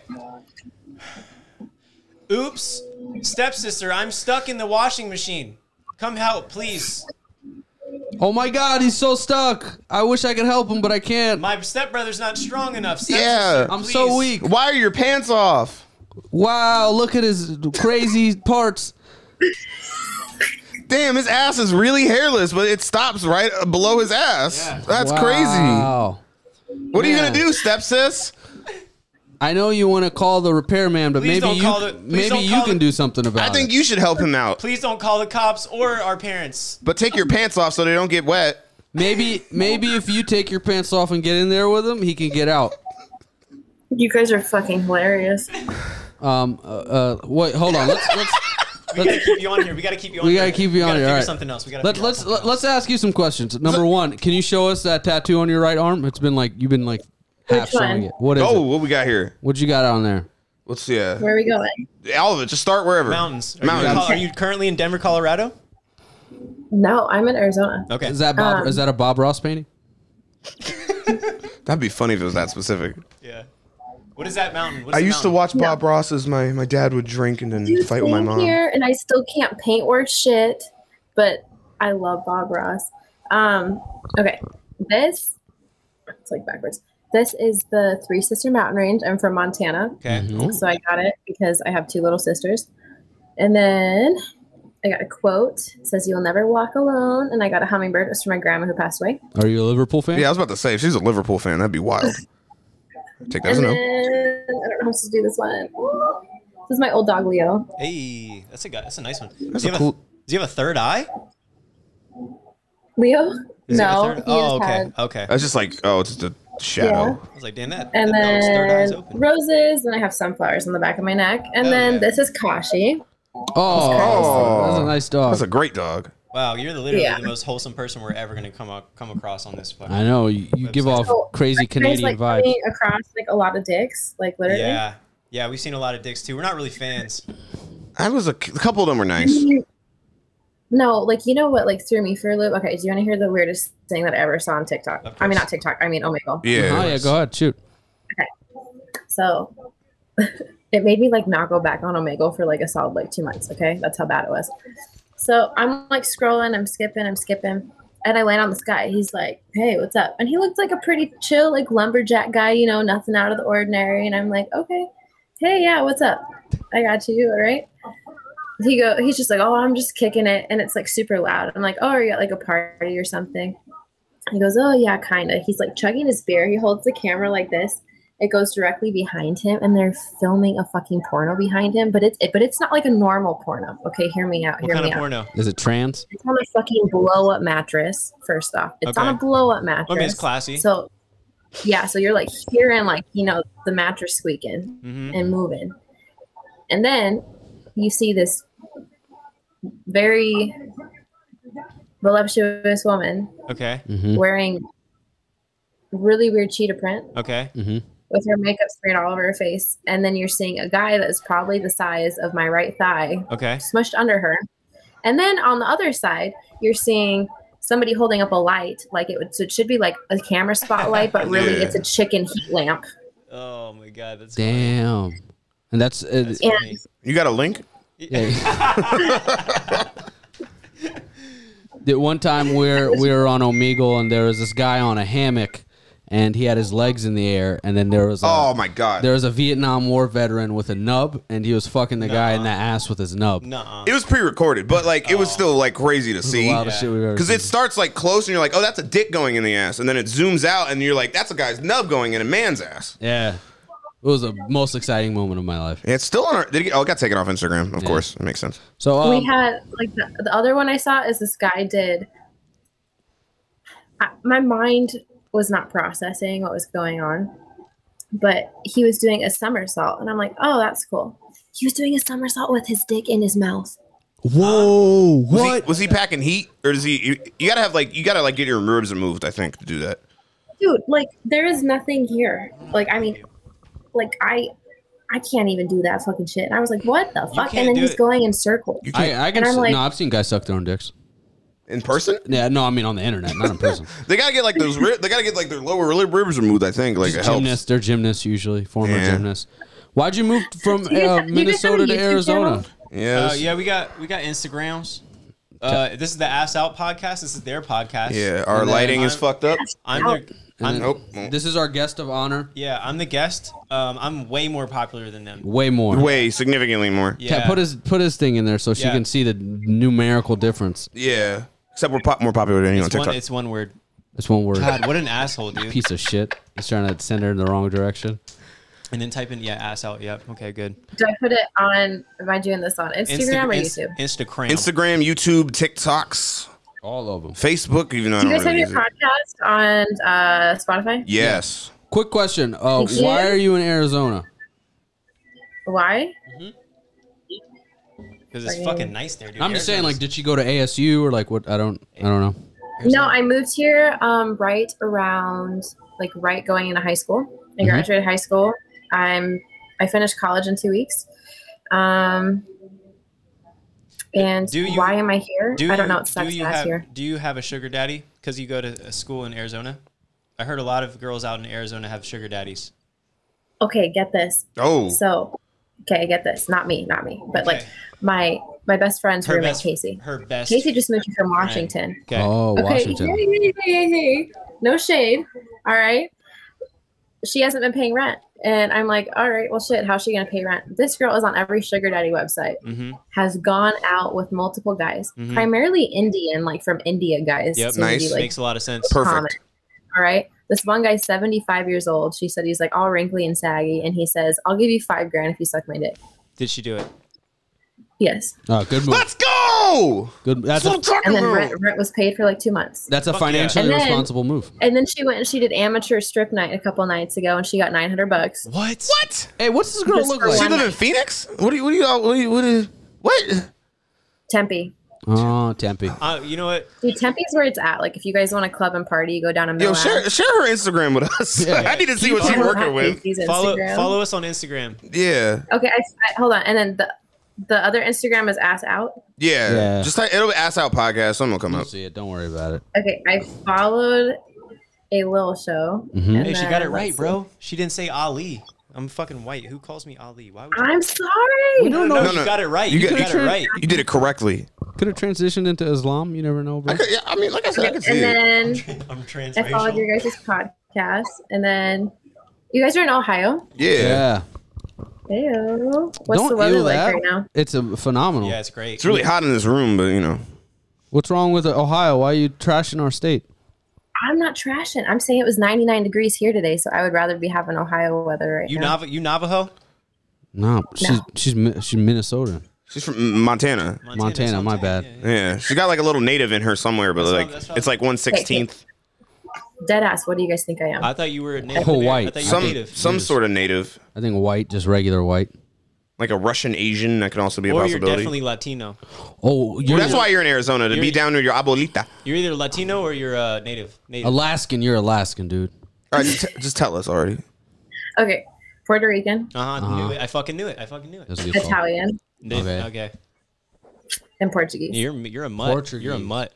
Speaker 3: Oops, stepsister, I'm stuck in the washing machine. Come help, please.
Speaker 4: oh my God, he's so stuck. I wish I could help him, but I can't.
Speaker 3: My stepbrother's not strong enough. Stepsister,
Speaker 2: Yeah,
Speaker 3: please.
Speaker 2: Why are your pants off?
Speaker 4: Wow, look at his crazy parts.
Speaker 2: Damn, his ass is really hairless, but it stops right below his ass. That's
Speaker 4: Wow.
Speaker 2: crazy. What are you
Speaker 4: Man.
Speaker 2: gonna do, stepsis?
Speaker 4: I know you want to call the repairman, but
Speaker 3: Please
Speaker 4: maybe
Speaker 3: don't
Speaker 4: you
Speaker 3: call the- please
Speaker 4: maybe
Speaker 3: don't
Speaker 4: you
Speaker 3: call
Speaker 4: can
Speaker 3: the-
Speaker 4: do something about it.
Speaker 2: I think you should help him out.
Speaker 3: Please don't call the cops or our parents.
Speaker 2: But take your pants off so they don't get wet.
Speaker 4: Maybe maybe if you take your pants off and get in there with him, he can get out.
Speaker 19: You guys are fucking hilarious.
Speaker 4: Um. Uh. uh wait. Hold on. Let's let's
Speaker 3: we gotta keep you on here. We gotta keep you on.
Speaker 4: We
Speaker 3: here.
Speaker 4: gotta keep you on
Speaker 3: gotta
Speaker 4: here.
Speaker 3: figure
Speaker 4: All right.
Speaker 3: Something else. We gotta.
Speaker 4: Let,
Speaker 3: figure out
Speaker 4: let's let, us let us ask you some questions. Number one, can you show us that tattoo on your right arm? It's been like you've been like half
Speaker 19: Which one?
Speaker 4: showing it. What is
Speaker 2: Oh,
Speaker 4: it?
Speaker 2: what we got here?
Speaker 4: What you got on there?
Speaker 2: What's yeah?
Speaker 19: Where are we going?
Speaker 2: All of it. Just start wherever.
Speaker 3: Mountains. Are you
Speaker 2: Mountains.
Speaker 3: in Col- are you currently in Denver, Colorado?
Speaker 19: No, I'm in Arizona.
Speaker 3: Okay.
Speaker 4: Is that Bob?
Speaker 19: Um,
Speaker 4: is that a Bob Ross painting?
Speaker 2: That'd be funny if it was that specific.
Speaker 3: What is that mountain? What is
Speaker 2: I
Speaker 3: the
Speaker 2: used to
Speaker 3: mountain?
Speaker 2: watch Bob Ross as my my dad would drink and then fight with my
Speaker 19: I'm
Speaker 2: mom.
Speaker 19: here and I still can't paint worth shit, but I love Bob Ross. Um, okay, this it's like backwards. This is the Three Sister Mountain Range. I'm from Montana,
Speaker 3: Okay.
Speaker 2: Mm-hmm.
Speaker 19: so I got it because I have two little sisters. And then I got a quote it says, "You'll never walk alone." And I got a hummingbird. It was from my grandma who passed away.
Speaker 4: Are you a Liverpool fan?
Speaker 2: Yeah, I was about to say if she's a Liverpool fan, that'd be wild. Take that as a
Speaker 19: and then
Speaker 2: no.
Speaker 19: I don't know how to do this one. This is my old dog Leo.
Speaker 3: Hey, that's a guy. That's a nice one.
Speaker 2: That's
Speaker 3: do, you
Speaker 2: a
Speaker 3: have
Speaker 2: cool-
Speaker 3: do you have a third eye?
Speaker 19: Leo?
Speaker 3: Is there a
Speaker 19: no.
Speaker 3: third-
Speaker 19: he
Speaker 3: Oh,
Speaker 19: just
Speaker 3: okay.
Speaker 19: had-
Speaker 3: okay.
Speaker 2: That's just like oh, it's just a shadow.
Speaker 3: I was like, damn that.
Speaker 19: and
Speaker 3: that dog's third eye's
Speaker 19: then
Speaker 3: open.
Speaker 19: roses, and I have sunflowers on the back of my neck. And
Speaker 3: Hell
Speaker 19: then
Speaker 3: yeah.
Speaker 19: this is Kashi.
Speaker 4: Oh, that's a nice dog.
Speaker 2: That's a great dog.
Speaker 3: Wow, you're the- literally
Speaker 19: Yeah.
Speaker 3: the most wholesome person we're ever gonna come up, come across on this. fucking-
Speaker 4: I know you, you give off
Speaker 19: So,
Speaker 4: crazy
Speaker 19: You guys,
Speaker 4: Canadian
Speaker 19: Oh, like,
Speaker 4: vibes.
Speaker 19: coming across like a lot of dicks, like literally.
Speaker 3: Yeah, yeah, we've seen a lot of dicks too. We're not really fans.
Speaker 2: I was a, c- a couple of them were nice.
Speaker 19: No, like you know what, like threw me for a loop. Okay, do you want to hear the weirdest thing that I ever saw on TikTok? I mean, not TikTok. I mean, Omegle.
Speaker 4: Oh yeah. Go ahead. Shoot.
Speaker 19: So it made me like not go back on Omegle for like a solid like two months. Okay, that's how bad it was. So I'm like scrolling, I'm skipping, I'm skipping, and I land on this guy. He's like, "Hey, what's up?" And he looked like a pretty chill, like lumberjack guy, you know, nothing out of the ordinary. And I'm like, "Okay, hey, yeah, what's up? I got you, all right." He go, he's just like, "Oh, I'm just kicking it," and it's like super loud. I'm like, "Oh, are you at like a party or something?" He goes, Oh, yeah, kind of. He's like chugging his beer. He holds the camera like this. It goes directly behind him, and they're filming a fucking porno behind him. But it's it, but it's not like a normal porno. Okay, hear me out.
Speaker 3: What
Speaker 19: hear
Speaker 3: kind
Speaker 19: me
Speaker 3: of
Speaker 19: out.
Speaker 3: porno?
Speaker 4: Is it trans?
Speaker 19: It's on a fucking blow up mattress. First off, it's on
Speaker 3: Okay.
Speaker 19: a blow up mattress.
Speaker 3: it's classy.
Speaker 19: So yeah, so you're like hearing like you know the mattress squeaking
Speaker 3: Mhm.
Speaker 19: and moving, and then you see this very voluptuous woman
Speaker 3: Okay.
Speaker 12: Mm-hmm.
Speaker 4: Mm-hmm.
Speaker 19: wearing really weird cheetah print
Speaker 3: Okay.
Speaker 4: Mm-hmm.
Speaker 19: with her makeup sprayed all over her face. And then you're seeing a guy that's probably the size of my right thigh
Speaker 3: Okay.
Speaker 19: smushed under her. And then on the other side, you're seeing somebody holding up a light, like it would, so it should be like a camera spotlight, but really
Speaker 4: Yeah.
Speaker 19: it's a chicken heat lamp.
Speaker 3: Oh my god, that's
Speaker 4: Damn. And that's, uh,
Speaker 19: And
Speaker 2: You got a link?
Speaker 4: the one time we're we were on Omegle and there was this guy on a hammock and he had his legs in the air and then there was a,
Speaker 2: Oh my god.
Speaker 4: there was a Vietnam War veteran with a nub and he was fucking the guy in the ass with his nub.
Speaker 3: Nuh-uh.
Speaker 2: It was pre-recorded, but like it
Speaker 4: Oh.
Speaker 2: was still like crazy to see.
Speaker 4: wildest shit we've ever
Speaker 2: Because it starts like close, and you're like, "Oh, that's a dick going in the ass," and then it zooms out, and you're like, "That's a guy's nub going in a man's ass."
Speaker 4: Yeah. It was the most exciting moment of my life.
Speaker 2: It's still on. Our, did it, get- oh, it got taken off Instagram. Of course, it makes sense.
Speaker 4: So um,
Speaker 19: we had like the, the other one I saw is this guy did. I, my mind was not processing what was going on, but he was doing a somersault, and I'm like, oh, that's cool. He was doing a somersault with his dick in his mouth.
Speaker 4: Whoa!
Speaker 2: Uh, Was what he, was he packing heat, or does he? You, you gotta have like you gotta like get your ribs removed, I think, to do that.
Speaker 19: Dude, like there is nothing here. Like I mean, like I, I can't even do that fucking shit. And I was like, what the fuck?
Speaker 4: can't
Speaker 19: And then
Speaker 4: do
Speaker 19: he's
Speaker 4: it.
Speaker 19: going in circles.
Speaker 4: I, I can.
Speaker 19: and I'm
Speaker 4: s-
Speaker 19: like,
Speaker 4: no, I've seen guys suck their own dicks
Speaker 2: in person.
Speaker 4: Yeah, no, I mean on the internet, not in person.
Speaker 2: They gotta get like those. Rib, they gotta get like their lower lip ribs removed. I think like it helps.
Speaker 4: gymnasts, they're gymnasts usually, former
Speaker 2: Yeah.
Speaker 4: gymnasts. Why'd you move from
Speaker 3: You guys
Speaker 4: uh,
Speaker 3: have a
Speaker 4: Minnesota to
Speaker 3: YouTube
Speaker 4: Arizona?
Speaker 2: Yeah.
Speaker 3: Uh, yeah, we got we got Instagrams. Uh, this is the Ass Out podcast. This is their podcast.
Speaker 2: Yeah, our
Speaker 3: And then
Speaker 2: lighting is
Speaker 3: I'm-
Speaker 2: fucked up.
Speaker 3: I'm their, I'm,
Speaker 4: This is our guest of honor.
Speaker 3: yeah, I'm the guest. Um, I'm way more popular than them.
Speaker 4: Way more.
Speaker 2: Way significantly more.
Speaker 4: Ta- put his put his thing in there so she
Speaker 3: Yeah.
Speaker 4: can see the numerical difference.
Speaker 2: Yeah. Except we're pop- more popular than you on
Speaker 3: It's one,
Speaker 2: TikTok.
Speaker 3: it's one word.
Speaker 4: That's one word.
Speaker 3: God, what an asshole, dude.
Speaker 4: Piece of shit. He's trying to send her in the wrong direction.
Speaker 3: And then type in yeah, ass out. Yep. Okay, good.
Speaker 19: do I put it on? Am I doing this on Instagram or
Speaker 3: Insta-
Speaker 19: YouTube?
Speaker 3: Inst- Instagram.
Speaker 2: Instagram, YouTube, TikToks,
Speaker 4: all of them.
Speaker 2: Facebook, even though I
Speaker 19: Do
Speaker 2: don't
Speaker 19: you guys have
Speaker 2: really
Speaker 19: your
Speaker 2: use it.
Speaker 19: podcast on uh, Spotify?
Speaker 2: Yes.
Speaker 4: Quick question. Uh,
Speaker 19: Thank you.
Speaker 4: why are you in Arizona?
Speaker 19: Why?
Speaker 3: Because it's fucking nice there, dude.
Speaker 4: I'm just saying, like, did she go to ASU or like what? I don't, I don't know.
Speaker 19: No, I moved here um, right around like right going into high school. I
Speaker 3: Mm-hmm.
Speaker 4: Mhm.
Speaker 19: graduated high school. I'm I finished college in two weeks. Um, and
Speaker 3: Do you-
Speaker 19: why am I here?
Speaker 3: Do
Speaker 19: I don't
Speaker 3: you-
Speaker 19: know. It sucks
Speaker 3: do you
Speaker 19: ass
Speaker 3: have,
Speaker 19: here.
Speaker 3: Do you have a sugar daddy? Because you go to a school in Arizona. I heard a lot of girls out in Arizona have sugar daddies.
Speaker 19: Okay, get this.
Speaker 3: Oh.
Speaker 19: So, okay, get this. Not me, not me, but like my my best friend's
Speaker 3: Her
Speaker 19: roommate
Speaker 3: best-
Speaker 19: Casey.
Speaker 3: Her best.
Speaker 19: Casey just moved here from Washington.
Speaker 3: Okay.
Speaker 4: Oh,
Speaker 19: Hey, hey, hey, hey. No shade. All right. She hasn't been paying rent. And I'm like, all right, well, shit, how's she going to pay rent? This girl is on every sugar daddy website,
Speaker 32: Mm-hmm.
Speaker 19: has gone out with multiple guys,
Speaker 4: Mm-hmm.
Speaker 3: Mhm.
Speaker 19: primarily Indian, like from India guys.
Speaker 3: Yep.
Speaker 19: seem to be, like,
Speaker 3: Makes a lot of sense.
Speaker 19: common. All right. This one guy's 75 years old. She said he's like all wrinkly and saggy. And he says, I'll give you five grand if you suck my dick.
Speaker 3: Did she do it?
Speaker 19: Yes.
Speaker 4: Oh, good move. Let's
Speaker 2: go.
Speaker 4: Good. That's a,
Speaker 19: and then rent, rent was paid for like two months.
Speaker 4: that's a
Speaker 19: Fuck yeah. And
Speaker 4: financially
Speaker 19: then-
Speaker 4: responsible move.
Speaker 19: And then she went and she did amateur strip night a couple nights ago, and she got nine hundred bucks.
Speaker 3: What?
Speaker 2: What?
Speaker 4: Hey, what's this
Speaker 19: girl look like?
Speaker 2: She live in Phoenix? What do you? What do you? What do you? What? Do you, what?
Speaker 19: Tempe.
Speaker 4: Oh, Tempe.
Speaker 3: Uh, you know what?
Speaker 19: Dude, Tempe's where it's at. Like, if you guys want to club and party, you go down to
Speaker 2: Yo,
Speaker 19: Milan.
Speaker 2: share share her Instagram with us. I need to see what she's working with.
Speaker 19: Casey's
Speaker 3: Follow
Speaker 19: Instagram.
Speaker 3: follow us on Instagram.
Speaker 2: Yeah.
Speaker 19: Okay, I, I- hold on. And then the the other Instagram is ass out.
Speaker 2: Yeah.
Speaker 4: Yeah.
Speaker 2: Just like it'll be ass out podcast. Something will come up.
Speaker 4: See it. Don't worry about it.
Speaker 19: Okay, I followed a little show. and
Speaker 3: Hey, she
Speaker 19: then-
Speaker 3: got it right,
Speaker 19: let's
Speaker 3: bro.
Speaker 19: see.
Speaker 3: She didn't say Ali. I'm fucking white. Who calls me Ali? Why would
Speaker 19: I'm sorry.
Speaker 3: We don't know. you got it right. You
Speaker 2: got-
Speaker 3: got it right.
Speaker 2: You did it correctly.
Speaker 4: Could have transitioned into Islam. You never know, bro.
Speaker 2: yeah, I mean, like I said, I could
Speaker 19: And
Speaker 2: see
Speaker 19: then
Speaker 2: it.
Speaker 3: I'm
Speaker 19: I followed
Speaker 3: transracial.
Speaker 19: your guys' podcast, and then you guys are in Ohio.
Speaker 2: Yeah.
Speaker 4: Yeah.
Speaker 19: Ew. What's the
Speaker 4: Don't
Speaker 19: weather
Speaker 4: ew
Speaker 19: like
Speaker 4: that.
Speaker 19: right now?
Speaker 4: It's a phenomenal.
Speaker 3: Yeah, it's great.
Speaker 2: It's really hot in this room, but you know.
Speaker 4: What's wrong with Ohio? Why are you trashing our state?
Speaker 19: I'm not trashing. I'm saying it was 99 degrees here today, so I would rather be having Ohio weather right
Speaker 3: You
Speaker 19: now.
Speaker 3: Nav- you Navajo?
Speaker 4: No, she's she's Mi- she's Minnesota,
Speaker 2: She's from Montana.
Speaker 4: Montana. my bad.
Speaker 2: Yeah, she got like a little native in her somewhere, but like it's like one sixteenth.
Speaker 19: Dead ass. What do you guys think I am?
Speaker 3: I thought you were a native.
Speaker 4: Oh,
Speaker 3: Ameri- I
Speaker 4: white.
Speaker 3: thought you were
Speaker 2: Some
Speaker 3: native.
Speaker 2: some sort of native,
Speaker 4: I think white, just regular white.
Speaker 2: like a Russian Asian. That could also be a
Speaker 3: Or you're
Speaker 2: possibility.
Speaker 3: definitely Latino.
Speaker 4: Oh,
Speaker 2: Well, that's why you're in Arizona to be
Speaker 3: you're-
Speaker 2: down near your abuelita.
Speaker 3: You're either Latino or you're uh, native. Native.
Speaker 4: Alaskan. You're Alaskan, dude.
Speaker 2: All right, just, t- just tell us already.
Speaker 19: Okay. Puerto Rican,
Speaker 3: Uh-huh, I
Speaker 4: Uh-huh.
Speaker 3: Knew it. I fucking knew it. I fucking knew it.
Speaker 4: That's
Speaker 19: Italian,
Speaker 3: Na-
Speaker 4: Okay.
Speaker 3: Okay.
Speaker 19: and Portuguese.
Speaker 3: You're you're a mutt. You're a mutt.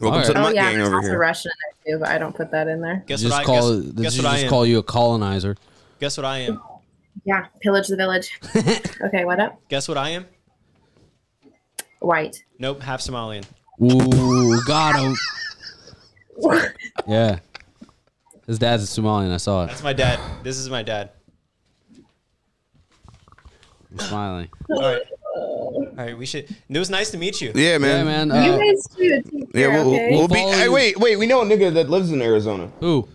Speaker 2: Welcome to the
Speaker 19: oh,
Speaker 2: mutt
Speaker 19: yeah.
Speaker 2: gang
Speaker 19: There's
Speaker 2: over
Speaker 19: also
Speaker 2: here.
Speaker 19: Russian in there too, but I don't put that in there.
Speaker 3: Guess
Speaker 4: just
Speaker 3: what I-
Speaker 4: call.
Speaker 3: guess-
Speaker 4: they
Speaker 3: guess
Speaker 4: should
Speaker 3: what I
Speaker 4: just
Speaker 3: am.
Speaker 4: call you a colonizer.
Speaker 3: Guess what I am?
Speaker 19: Yeah. Pillage the village. okay. What up?
Speaker 3: Guess what I am?
Speaker 19: White.
Speaker 3: Nope, half Somalian.
Speaker 4: Ooh, got him. yeah, his dad's a Somalian. I saw it.
Speaker 3: That's my dad. This is my dad.
Speaker 4: I'm smiling.
Speaker 3: All right. All right, we should. It was nice to meet you.
Speaker 2: Yeah, man.
Speaker 4: Yeah, man. uh,
Speaker 19: you guys too. Take
Speaker 2: Yeah,
Speaker 19: care,
Speaker 2: we'll,
Speaker 19: okay?
Speaker 2: we'll be. Hey, wait, wait. We know a nigga that lives in Arizona.
Speaker 4: Who?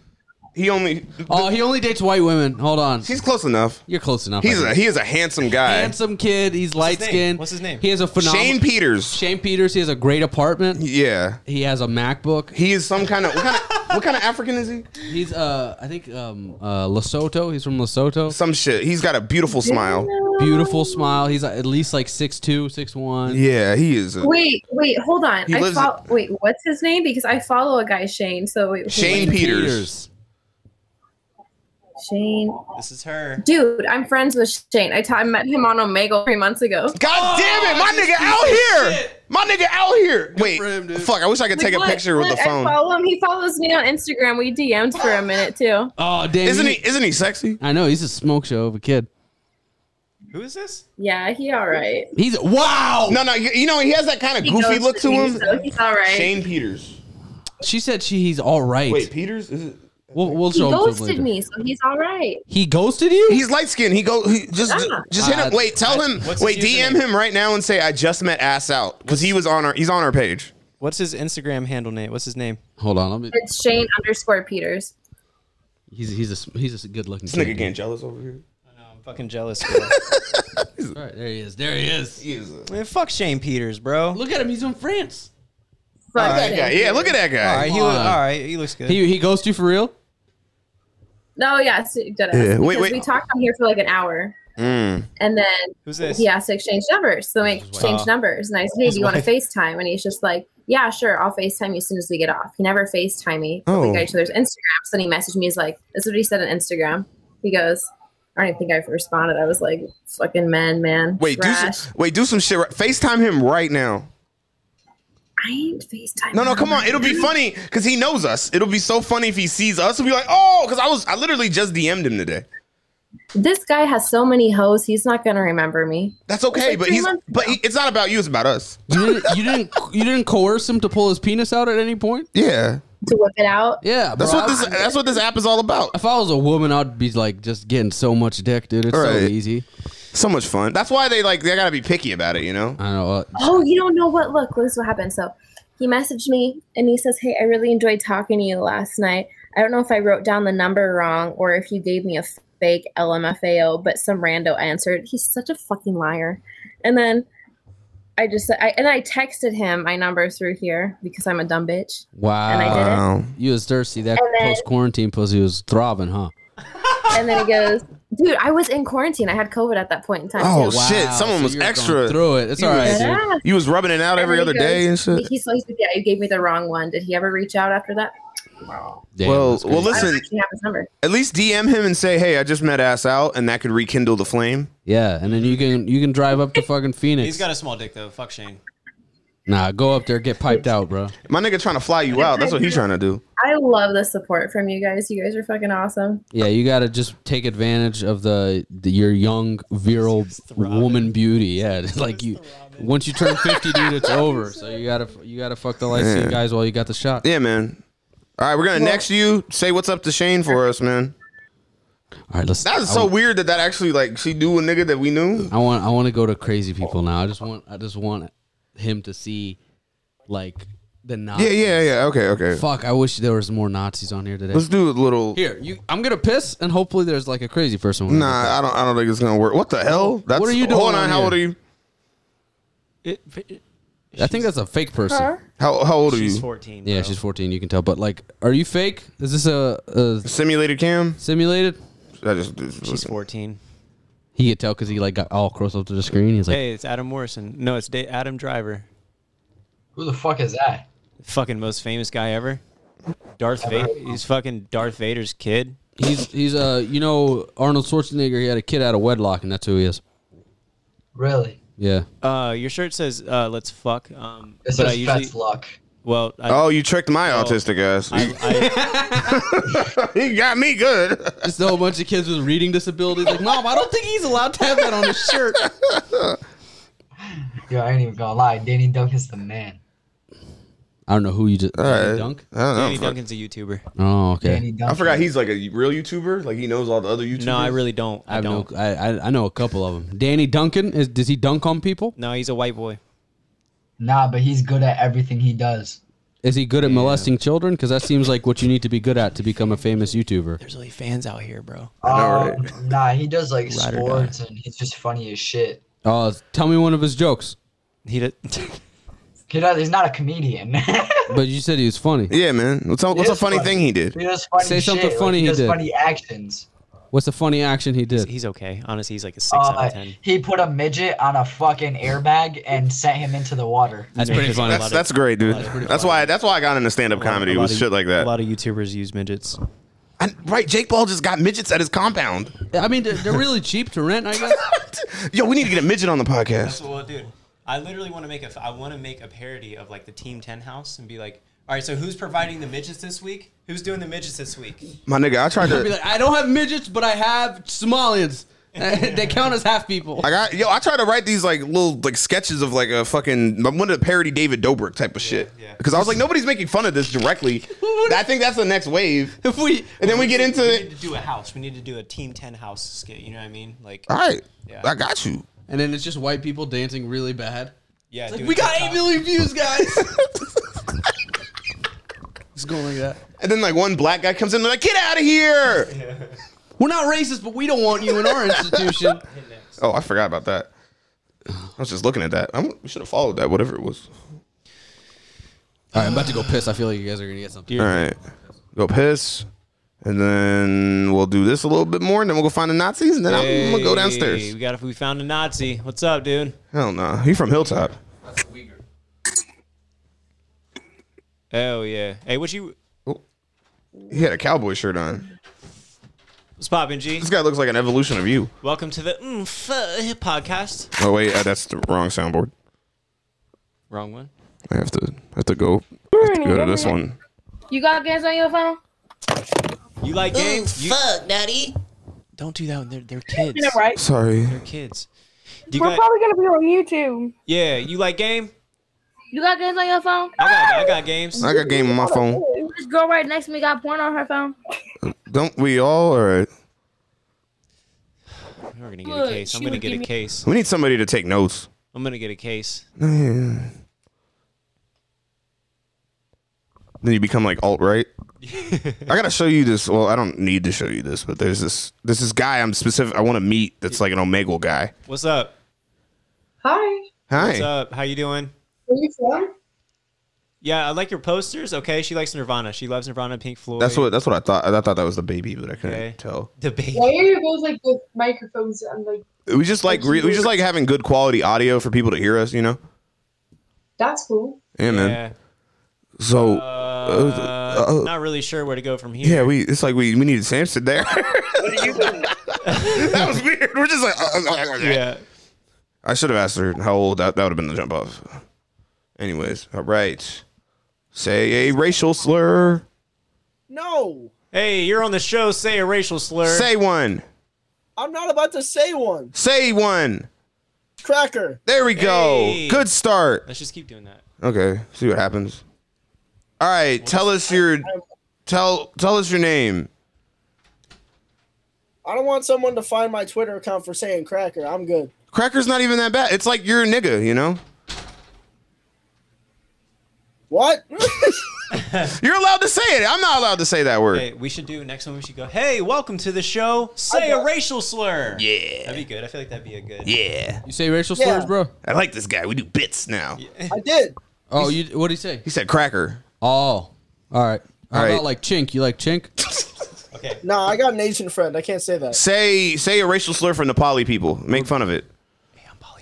Speaker 2: He only.
Speaker 4: Oh, he only dates white women. Hold on.
Speaker 2: He's close enough.
Speaker 4: You're close enough.
Speaker 2: He's
Speaker 4: I
Speaker 2: a,
Speaker 4: think.
Speaker 2: he is a handsome guy.
Speaker 4: handsome kid. He's light
Speaker 3: name?
Speaker 4: skinned.
Speaker 3: What's his name?
Speaker 4: He has a phenomenal.
Speaker 2: Shane Peters.
Speaker 4: Shane Peters. He has a great apartment.
Speaker 2: Yeah.
Speaker 4: He has a MacBook.
Speaker 2: He is some kind of what kind of what kind of African is he?
Speaker 4: He's uh I think um uh Lesotho. He's from Lesotho.
Speaker 2: Some shit. He's got a beautiful smile.
Speaker 4: Beautiful smile. He's uh, at least like 6'2", 6'1".
Speaker 2: Yeah, he is. A,
Speaker 19: Wait, wait, hold on.
Speaker 4: He
Speaker 19: I
Speaker 4: lives-
Speaker 19: fol- wait, what's his name? Because I follow a guy, Shane. So wait, who
Speaker 2: Shane
Speaker 19: is-
Speaker 2: Peters.
Speaker 19: Shane.
Speaker 3: This is her.
Speaker 19: Dude, I'm friends with Shane. I, t- I met him on Omegle three months ago.
Speaker 2: God
Speaker 19: Oh,
Speaker 2: damn it, my
Speaker 3: Oh,
Speaker 2: nigga out here. My nigga out here. Wait, fuck. I wish I could take a picture with the
Speaker 19: I
Speaker 2: phone.
Speaker 19: follow him. He follows me on Instagram. We DM'd for a minute too.
Speaker 4: Oh damn!
Speaker 2: Isn't he? Isn't he sexy?
Speaker 4: I know he's a smoke show of a kid.
Speaker 3: Who is this?
Speaker 19: Yeah, he all right.
Speaker 4: He's wow.
Speaker 2: No, no. You, you know he has that kind of
Speaker 19: He
Speaker 2: goofy
Speaker 19: goes
Speaker 2: look to
Speaker 19: me,
Speaker 2: him.
Speaker 19: so he's all right.
Speaker 2: Shane Peters.
Speaker 4: She said she he's all right.
Speaker 2: Wait, Peters is it?
Speaker 4: We'll, we'll
Speaker 19: He
Speaker 4: show him some
Speaker 19: ghosted
Speaker 4: later.
Speaker 19: me, so he's all right.
Speaker 4: He ghosted you?
Speaker 2: He's light skinned. He go. He just
Speaker 19: Ah.
Speaker 2: just hit him.
Speaker 4: Uh,
Speaker 2: Wait, tell
Speaker 4: I-
Speaker 2: him.
Speaker 4: what's his
Speaker 2: Wait, DM
Speaker 4: username?
Speaker 2: him right now and say I just met ass out because he was on our. He's on our page.
Speaker 3: What's his Instagram handle name? What's his name?
Speaker 4: Hold on, let me.
Speaker 19: It's Shane underscore Peters.
Speaker 4: He's he's a he's a good looking.
Speaker 2: This nigga getting jealous over here.
Speaker 3: I'm fucking jealous.
Speaker 4: All right, there he is. There he is.
Speaker 3: Man, fuck Shane Peters, bro.
Speaker 4: Look at him. He's in France.
Speaker 2: Fuck that guy. Yeah, look at that guy.
Speaker 3: All right, he
Speaker 4: Come
Speaker 3: look,
Speaker 4: on.
Speaker 3: all right, he looks good.
Speaker 4: He he ghosted you for real?
Speaker 19: No, yes, Oh, yeah,
Speaker 2: Yeah, wait,
Speaker 19: Wait,
Speaker 2: wait.
Speaker 19: We talked on here for like an hour.
Speaker 2: Mm.
Speaker 19: And then
Speaker 3: Who's this?
Speaker 19: he asked to exchange numbers. So they exchanged
Speaker 3: wife.
Speaker 19: numbers. And I said, Hey,
Speaker 3: His
Speaker 19: do you want to
Speaker 3: wife.
Speaker 19: FaceTime? And he's just like, Yeah, sure. I'll FaceTime you as soon as we get off. He never FaceTime me. but
Speaker 20: Oh.
Speaker 19: We got each other's Instagrams. then he messaged me. He's like, This is what he said on Instagram. He goes, I don't even think I've responded. I was like, Fucking men, man.
Speaker 2: Wait, do
Speaker 19: Trash.
Speaker 2: some, wait, do some shit. Right. Facetime him right now.
Speaker 19: I ain't FaceTime.
Speaker 2: No, no, come on. It'll be funny because he knows us. It'll be so funny if he sees us and be like, oh, because I was, I literally just DM'd him today.
Speaker 19: This guy has so many hoes. He's not going to remember me.
Speaker 2: That's okay, but he's, but he, it's not about you. It's about us.
Speaker 4: You didn't, you didn't, you didn't coerce him to pull his penis out at any point.
Speaker 2: Yeah,
Speaker 19: To whip it out.
Speaker 4: Yeah,
Speaker 2: That's
Speaker 4: bro,
Speaker 2: what this-
Speaker 4: I-
Speaker 2: that's what this app is all about.
Speaker 4: If I was a woman, I'd be like just getting so much dick, dude. It's so
Speaker 2: Right.
Speaker 4: easy.
Speaker 2: So much fun. That's why they like they gotta be picky about it. You know.
Speaker 4: I know. Uh,
Speaker 19: Oh, you don't know what? Look, this is what happened. So he messaged me and he says, Hey, I really enjoyed talking to you last night. I don't know if I wrote down the number wrong or if you gave me a fake LMFAO, but some rando answered. He's such a fucking liar. And then I just, I, and I texted him my number through here because I'm a dumb bitch.
Speaker 4: wow.
Speaker 19: And I did it.
Speaker 4: You was thirsty. That
Speaker 19: And then-
Speaker 4: post quarantine pussy was throbbing, huh?
Speaker 19: And then he goes, Dude, I was in quarantine. I had COVID at that point in time.
Speaker 2: Oh
Speaker 19: too."
Speaker 2: shit! Someone
Speaker 4: so
Speaker 2: was
Speaker 4: you were going
Speaker 2: extra
Speaker 4: through it. It's
Speaker 2: You
Speaker 4: all right,
Speaker 2: was-
Speaker 19: dude.
Speaker 2: You was rubbing it out
Speaker 19: And
Speaker 2: every
Speaker 19: then
Speaker 2: other
Speaker 19: he goes-
Speaker 2: day and shit.
Speaker 19: He's like, yeah, you gave me the wrong one. Did he ever reach out after that?
Speaker 2: well, well,
Speaker 19: I don't
Speaker 2: listen.
Speaker 19: actually have his number.
Speaker 2: At least DM him and say, "Hey, I just met ass out," and that could rekindle the flame.
Speaker 4: Yeah, and then you can you can drive up to fucking
Speaker 3: He's
Speaker 4: Phoenix.
Speaker 3: got a small dick though. Fuck Shane.
Speaker 4: Nah, go up there, get piped out, bro.
Speaker 2: My nigga trying to fly you out. That's what he's trying to do.
Speaker 19: I love the support from you guys. You guys are fucking awesome.
Speaker 4: Yeah, you got to just take advantage of the, the your young virile woman beauty. Yeah, it's like you once you turn 50, dude, it's over. So you got to you got to fuck the lights to you
Speaker 2: Yeah.
Speaker 4: guys while you got the shot.
Speaker 2: Yeah, man. All right, we're gonna
Speaker 4: Well-
Speaker 2: next you. Say what's up to Shane for us, man.
Speaker 4: All right, let's.
Speaker 2: That is so weird that that actually like she knew a nigga that we knew.
Speaker 4: I want I want to go to crazy people now. I just want I just want him to see like the
Speaker 2: Yeah,
Speaker 4: Nazis.
Speaker 2: yeah, yeah. Okay, okay.
Speaker 4: Fuck, I wish there was more Nazis on here today.
Speaker 2: Let's do a little.
Speaker 4: Here, you I'm going to piss and hopefully there's like a crazy person. when I get
Speaker 2: Nah, I don't. I don't think it's gonna work. What the hell? That's,
Speaker 4: What are you doing
Speaker 2: Hold on.
Speaker 4: on
Speaker 2: how
Speaker 4: here?
Speaker 2: old are you?
Speaker 4: I think that's a fake person.
Speaker 2: Huh? How how old are you?
Speaker 4: She's
Speaker 3: 14.
Speaker 4: Yeah, she's 14. You can tell, but like, are you fake? Is this a, a
Speaker 2: simulated cam?
Speaker 4: Simulated?
Speaker 2: I just. She's
Speaker 3: 14.
Speaker 4: He could tell because he like got all close up to the screen. He's like,
Speaker 3: hey, it's Adam Morrison. No, it's da- Adam Driver.
Speaker 12: Who the fuck is that?
Speaker 3: Fucking most famous guy ever. Darth Vader. He's fucking Darth Vader's kid.
Speaker 4: he's he's uh, you know, Arnold Schwarzenegger. He had a kid out of wedlock, and that's who he is.
Speaker 12: Really?
Speaker 4: Yeah.
Speaker 3: Uh, your shirt says uh, "Let's fuck." Um,
Speaker 12: It
Speaker 3: but I
Speaker 12: says
Speaker 3: usually
Speaker 12: "Fet's luck."
Speaker 3: Well, I,
Speaker 2: oh, you tricked my
Speaker 3: well,
Speaker 2: autistic ass.
Speaker 4: he
Speaker 2: got me good.
Speaker 4: Just a whole bunch of kids with reading disabilities. Like, mom, I don't think he's allowed to have that on his shirt.
Speaker 12: Yo, I ain't even gonna lie. Danny Duncan's the man.
Speaker 4: I don't know who you just
Speaker 2: right.
Speaker 4: dunk.
Speaker 2: I don't know.
Speaker 3: Danny Duncan's a YouTuber.
Speaker 4: Oh, okay.
Speaker 2: I forgot he's like a real YouTuber. Like he knows all the other YouTubers.
Speaker 3: No, I really don't.
Speaker 4: I
Speaker 3: I,
Speaker 4: have no.
Speaker 3: don't.
Speaker 4: I, I I know a couple of them. Danny Duncan is. Does he dunk on people?
Speaker 3: No, he's a white boy.
Speaker 12: Nah, but he's good at everything he does.
Speaker 4: Is he good at molesting children? Because that seems like what you need to be good at to become a famous YouTuber.
Speaker 3: There's only fans out here, bro.
Speaker 12: Um, Nah, he does like
Speaker 4: Ride or
Speaker 12: sports and he's just funny as shit.
Speaker 4: Uh, tell me one of his jokes.
Speaker 3: He did.
Speaker 12: He does, he's not a comedian.
Speaker 4: But you said he was funny.
Speaker 2: Yeah, man. What's a, what's a
Speaker 12: Yes,
Speaker 2: funny
Speaker 12: funny.
Speaker 2: thing he did?
Speaker 12: he does funny
Speaker 4: Say
Speaker 12: shit,
Speaker 4: something
Speaker 12: like,
Speaker 4: funny
Speaker 12: he,
Speaker 4: he
Speaker 12: does
Speaker 4: did.
Speaker 12: funny actions.
Speaker 4: What's a funny action he did?
Speaker 3: He's okay. Honestly, he's like a six out
Speaker 12: Uh,
Speaker 3: of ten.
Speaker 12: he put a midget on a fucking airbag and sent him into the water.
Speaker 3: That's pretty funny.
Speaker 2: That's, that's great, dude. That's, why. That's why I got into stand up comedy.
Speaker 3: lot
Speaker 2: Was
Speaker 3: of-
Speaker 2: shit like that.
Speaker 3: A lot of YouTubers use midgets.
Speaker 2: And, right, Jake Paul just got midgets at his compound.
Speaker 4: I mean, they're, they're really cheap to rent. I guess.
Speaker 2: Yo, we need to get a midget on the
Speaker 3: That's
Speaker 2: podcast.
Speaker 3: what we'll do. I literally want to make a. I want to make a parody of like the Team Ten house and be like, all right, so who's providing the midgets this week? Who's doing the midgets this week?
Speaker 2: My nigga, I tried
Speaker 4: I'd be
Speaker 2: to.
Speaker 4: like, I don't have midgets, but I have Somalians. they count as half people.
Speaker 2: Like I, yo, I tried to write these like little like sketches of like a fucking. I wanted to parody David Dobrik type of shit because I was like, nobody's making fun of this directly. I think that's the next wave.
Speaker 4: If we
Speaker 2: and then we get into
Speaker 3: We
Speaker 2: it.
Speaker 3: need to do a house. We need to do a Team Ten house skit. You know what I mean? Like,
Speaker 2: All right,
Speaker 3: Yeah.
Speaker 2: I got you.
Speaker 4: And then it's just white people dancing really bad.
Speaker 3: Yeah,
Speaker 4: It's like,
Speaker 3: do
Speaker 4: we
Speaker 3: a
Speaker 4: got
Speaker 3: TikTok.
Speaker 4: eight million views, guys. It's going like that.
Speaker 2: And then like one black guy comes in, they're like, get out of here.
Speaker 4: We're not racist, but we don't want you in our institution.
Speaker 2: Oh, I forgot about that. I was just looking at that. I'm, we should have followed that, whatever it was.
Speaker 4: All right, I'm about to go piss. I feel like you guys are gonna get something.
Speaker 2: All right, go piss. And then we'll do this a little bit more, and then we'll go find the Nazis, and then I'm gonna go
Speaker 3: Hey,
Speaker 2: downstairs.
Speaker 3: We got if we found a Nazi. What's up, dude?
Speaker 2: Hell no, he from Hilltop.
Speaker 3: Oh yeah. Hey, what you?
Speaker 2: Oh. He had a cowboy shirt on.
Speaker 3: What's poppin', G?
Speaker 2: This guy looks like an evolution of you.
Speaker 3: Welcome to the mm, F- podcast.
Speaker 2: Oh wait, uh, that's the wrong soundboard.
Speaker 3: Wrong one.
Speaker 2: I have to I have to go I have to go to this one.
Speaker 23: You got games on your phone?
Speaker 3: You
Speaker 23: Mm,
Speaker 3: like games? You,
Speaker 23: fuck, daddy.
Speaker 3: don't do that. They're they're kids.
Speaker 23: You're right.
Speaker 2: Sorry.
Speaker 3: They're kids. Do you
Speaker 23: We're
Speaker 3: got-
Speaker 23: probably gonna be on YouTube.
Speaker 3: yeah, you like game?
Speaker 23: You got games on your phone?
Speaker 3: I got I got games.
Speaker 2: I got game on my phone.
Speaker 23: This girl right next to me got porn on her phone.
Speaker 2: Don't we all? All right.
Speaker 3: We're gonna get a case. I'm
Speaker 23: she
Speaker 3: gonna
Speaker 23: would
Speaker 3: get
Speaker 23: give
Speaker 3: a
Speaker 23: me-
Speaker 3: case.
Speaker 2: We need somebody to take notes.
Speaker 3: I'm gonna get a case.
Speaker 2: Then you become like alt right. I gotta show you this. Well, I don't need to show you this, but there's this there's this guy I'm specific. I want to meet. That's like an Omegle guy.
Speaker 3: What's up?
Speaker 23: Hi.
Speaker 2: Hi.
Speaker 3: What's up? How you doing?
Speaker 23: Where you from?
Speaker 3: Yeah, I like your posters. Okay, she likes Nirvana. She loves Nirvana, Pink Floyd.
Speaker 2: That's what that's what I thought. I thought that was the baby, but I couldn't
Speaker 3: Okay.
Speaker 2: tell.
Speaker 3: The baby.
Speaker 23: Why are you both like with microphones and like
Speaker 2: We just like re- we just like having good quality audio for people to hear us. You know.
Speaker 23: that's cool?
Speaker 2: Yeah, man. So. uh, uh,
Speaker 3: Not really sure where to go from here.
Speaker 2: yeah, we it's like we we needed Samson there. that was weird. We're just like uh,
Speaker 3: yeah.
Speaker 2: I should have asked her how old that, that would have been the jump off. Anyways, all right. Say a racial slur.
Speaker 5: No,
Speaker 3: Hey, you're on the show. Say a racial slur.
Speaker 2: Say one.
Speaker 5: I'm not about to say one.
Speaker 2: Say one.
Speaker 5: Cracker.
Speaker 2: There we go.
Speaker 5: Hey.
Speaker 2: Good start.
Speaker 3: Let's just keep doing that.
Speaker 2: Okay, see what happens. All right, tell us your tell tell us your name.
Speaker 5: I don't want someone to find my Twitter account for saying cracker. I'm good.
Speaker 2: Cracker's not even that bad. It's like you're a nigga, you know?
Speaker 5: What?
Speaker 2: You're allowed to say it. I'm not allowed to say that word.
Speaker 3: Hey, we should do next one. We should go. Hey, welcome to the show. Say a racial slur. Yeah, that'd be good. I feel like that'd be a good.
Speaker 2: Yeah.
Speaker 12: You say racial
Speaker 3: Yeah.
Speaker 12: slurs, bro?
Speaker 2: I like this guy. We do bits now.
Speaker 5: I did.
Speaker 12: Oh, you what did he say?
Speaker 2: He said cracker.
Speaker 12: Oh, all right. How
Speaker 2: right.
Speaker 12: about like chink? You like chink?
Speaker 5: Nah, I got an Asian friend. I can't say that.
Speaker 2: Say say a racial slur for Nepali people. Make fun of it.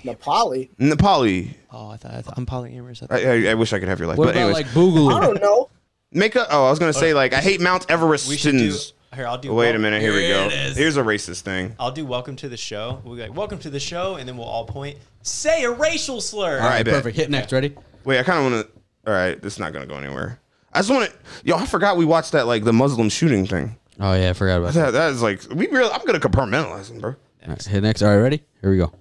Speaker 5: Nepali.
Speaker 2: Nepali.
Speaker 3: Oh, I thought, I thought I'm polyamorous. I,
Speaker 2: I, I wish I could have your life.
Speaker 3: What
Speaker 2: but
Speaker 3: about,
Speaker 2: anyways.
Speaker 3: like, Boogaloo?
Speaker 5: I don't know.
Speaker 2: Make a. Oh, I was gonna say like I hate Mount Everest.
Speaker 3: We should do- here, I'll do
Speaker 2: Wait
Speaker 3: one.
Speaker 2: a minute. Here, we
Speaker 3: Here
Speaker 2: go.
Speaker 3: it is.
Speaker 2: Here's a racist thing.
Speaker 3: I'll do welcome to the show. We'll be like, welcome to the show, and then we'll all point. Say a racial slur.
Speaker 2: All right, bet.
Speaker 12: perfect. Hit next. Ready?
Speaker 2: Wait, I kind of want to. All right, this is not gonna go anywhere. I just want to. Yo, I forgot we watched that like the Muslim shooting thing.
Speaker 12: Oh yeah, I forgot about
Speaker 2: That, that is like we really. I'm gonna compartmentalize them, bro.
Speaker 12: All right, hit next. All right, ready? Here we go.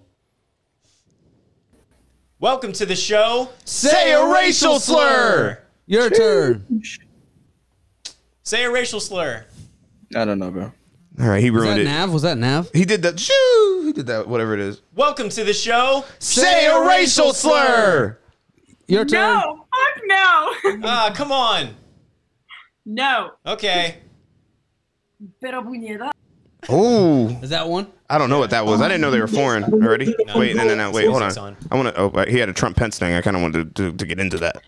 Speaker 3: Welcome to the show.
Speaker 2: Say a racial slur.
Speaker 12: Your turn.
Speaker 3: Say a racial slur.
Speaker 7: I don't know, bro.
Speaker 2: All right, he
Speaker 12: Was
Speaker 2: ruined
Speaker 12: that
Speaker 2: it.
Speaker 12: Nav? Was that Nav?
Speaker 2: He did that. Shoo! He did that. Whatever it is.
Speaker 3: Welcome to the show.
Speaker 2: Say a racial slur.
Speaker 12: Your turn.
Speaker 10: fuck no.
Speaker 3: Ah, come on.
Speaker 10: No.
Speaker 3: Okay.
Speaker 10: Pero puñeta.
Speaker 2: Oh.
Speaker 12: Is that one?
Speaker 2: I don't know what that was. I didn't know they were foreign already. Wait, no, no, no. Wait, hold
Speaker 3: Music's
Speaker 2: on. I want to. Oh, he had a Trump Pence thing. I kind of wanted to, to, to get into that.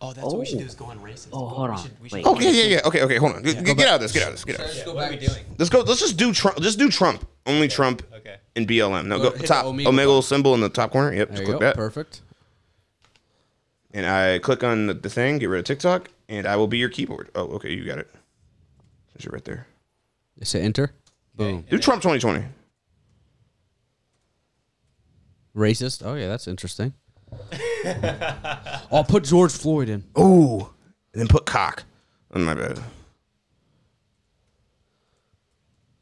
Speaker 3: Oh, that's what we should do is go on racist.
Speaker 17: Oh, hold on. Wait.
Speaker 2: Okay, yeah, yeah. Okay, okay. Hold on. Get, get out of this. Get out of this. Get out. Of this.
Speaker 3: Yeah, what are we doing?
Speaker 2: Let's go. Let's just do Trump. Just do Trump. Only Trump. Okay. And BLM. No,
Speaker 12: Go
Speaker 2: go
Speaker 12: hit the
Speaker 2: top
Speaker 12: Omegle
Speaker 2: Omegle, symbol in the top corner. Yep. Just
Speaker 12: There
Speaker 2: click
Speaker 12: you go.
Speaker 2: that.
Speaker 12: Perfect.
Speaker 2: And I click on the, the thing. Get rid of TikTok, and I will be your keyboard. Oh, okay. You got it. It's right there.
Speaker 12: They say enter. Boom.
Speaker 2: Do Trump 2020.
Speaker 12: Racist. Oh yeah, that's interesting. I'll put George Floyd in.
Speaker 2: Ooh. And then put cock. Oh, my bad.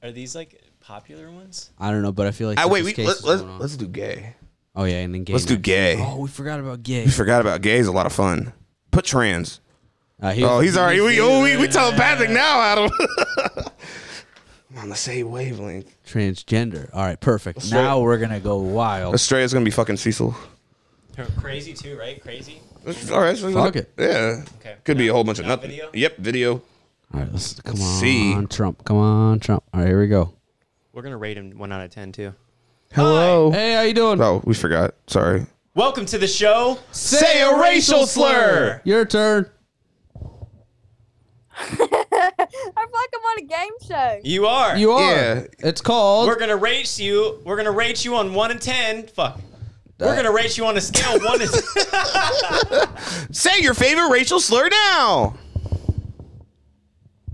Speaker 3: Are these like popular ones?
Speaker 12: I don't know, but I feel like
Speaker 2: Ah,
Speaker 12: there's
Speaker 2: wait,
Speaker 12: this
Speaker 2: we-
Speaker 12: case
Speaker 2: let-
Speaker 12: is
Speaker 2: let's-
Speaker 12: going on.
Speaker 2: let's do gay.
Speaker 12: Oh yeah, and then gay.
Speaker 2: Let's do
Speaker 12: next.
Speaker 2: gay.
Speaker 12: Oh, we forgot about gay.
Speaker 2: We forgot about gay is a lot of fun. Put trans.
Speaker 4: Uh,
Speaker 12: he-
Speaker 2: oh, he's already.
Speaker 12: he's
Speaker 2: We,
Speaker 12: doing
Speaker 2: oh, we, we
Speaker 12: it.
Speaker 2: telepathic now, Adam. I'm on the same wavelength.
Speaker 12: Transgender. All right, perfect.
Speaker 2: Let's
Speaker 12: now
Speaker 2: try-
Speaker 12: we're gonna go wild.
Speaker 2: Australia's gonna be fucking Cecil.
Speaker 3: They're crazy too, right? Crazy.
Speaker 2: All right, so
Speaker 12: Fuck it.
Speaker 2: Yeah,
Speaker 3: Okay.
Speaker 2: could be a whole bunch of nothing. Yep, video.
Speaker 12: All right, let's come
Speaker 2: Let's
Speaker 12: on,
Speaker 2: see.
Speaker 12: Trump. Come on, Trump. All right, here we go.
Speaker 3: We're gonna rate him one out of ten too.
Speaker 2: Hello.
Speaker 12: Hey, how you doing?
Speaker 2: Oh, we forgot. Sorry.
Speaker 3: Welcome to the show.
Speaker 12: Your turn.
Speaker 10: I feel like I'm
Speaker 13: saying.
Speaker 3: You are.
Speaker 4: You are.
Speaker 2: Yeah.
Speaker 4: It's called.
Speaker 3: We're gonna rate you. We're gonna rate you on one to ten. Fuck. We're gonna rate you on a scale of one to.
Speaker 2: Say your favorite racial slur now.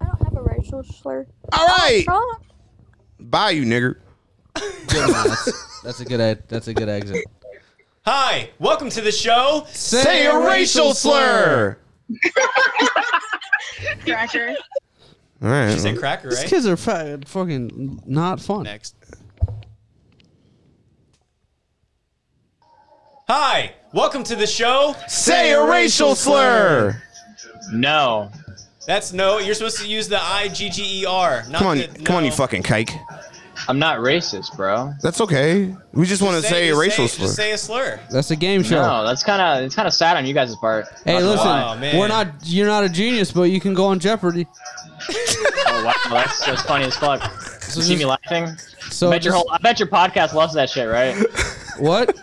Speaker 13: Have a racial slur.
Speaker 2: All
Speaker 14: Oh,
Speaker 2: right. Bye, you nigger.
Speaker 4: that's, that's a good. e- That's a good exit.
Speaker 3: Hi, welcome to the show.
Speaker 4: Say Say a a racial racial slur.
Speaker 33: Cracker.
Speaker 2: All right.
Speaker 3: She said cracker,
Speaker 4: These
Speaker 3: right?
Speaker 4: kids are fa- fucking not fun.
Speaker 3: Next. Hi, welcome to the show.
Speaker 2: Say a racial slur.
Speaker 3: No. That's no. You're supposed to use the I G G E R. Not
Speaker 2: Come on,
Speaker 3: the-
Speaker 2: come on, you fucking kike.
Speaker 34: I'm not racist, bro.
Speaker 2: That's okay. We just want to
Speaker 3: Say-
Speaker 2: say, a
Speaker 3: just
Speaker 2: racial
Speaker 3: say-
Speaker 2: slur.
Speaker 3: Just say a slur.
Speaker 4: That's a game show.
Speaker 34: No, that's kind of it's kind of sad on you guys' part.
Speaker 4: Hey,
Speaker 34: Not gonna
Speaker 4: listen.
Speaker 34: lie.
Speaker 4: We're not. You're not a genius, but you can go on Jeopardy.
Speaker 34: Oh, wow, that's, that's funny as fuck. you see me laughing?
Speaker 4: so
Speaker 34: I bet your
Speaker 4: just-
Speaker 34: whole, I bet your podcast loves that shit, right?
Speaker 4: What?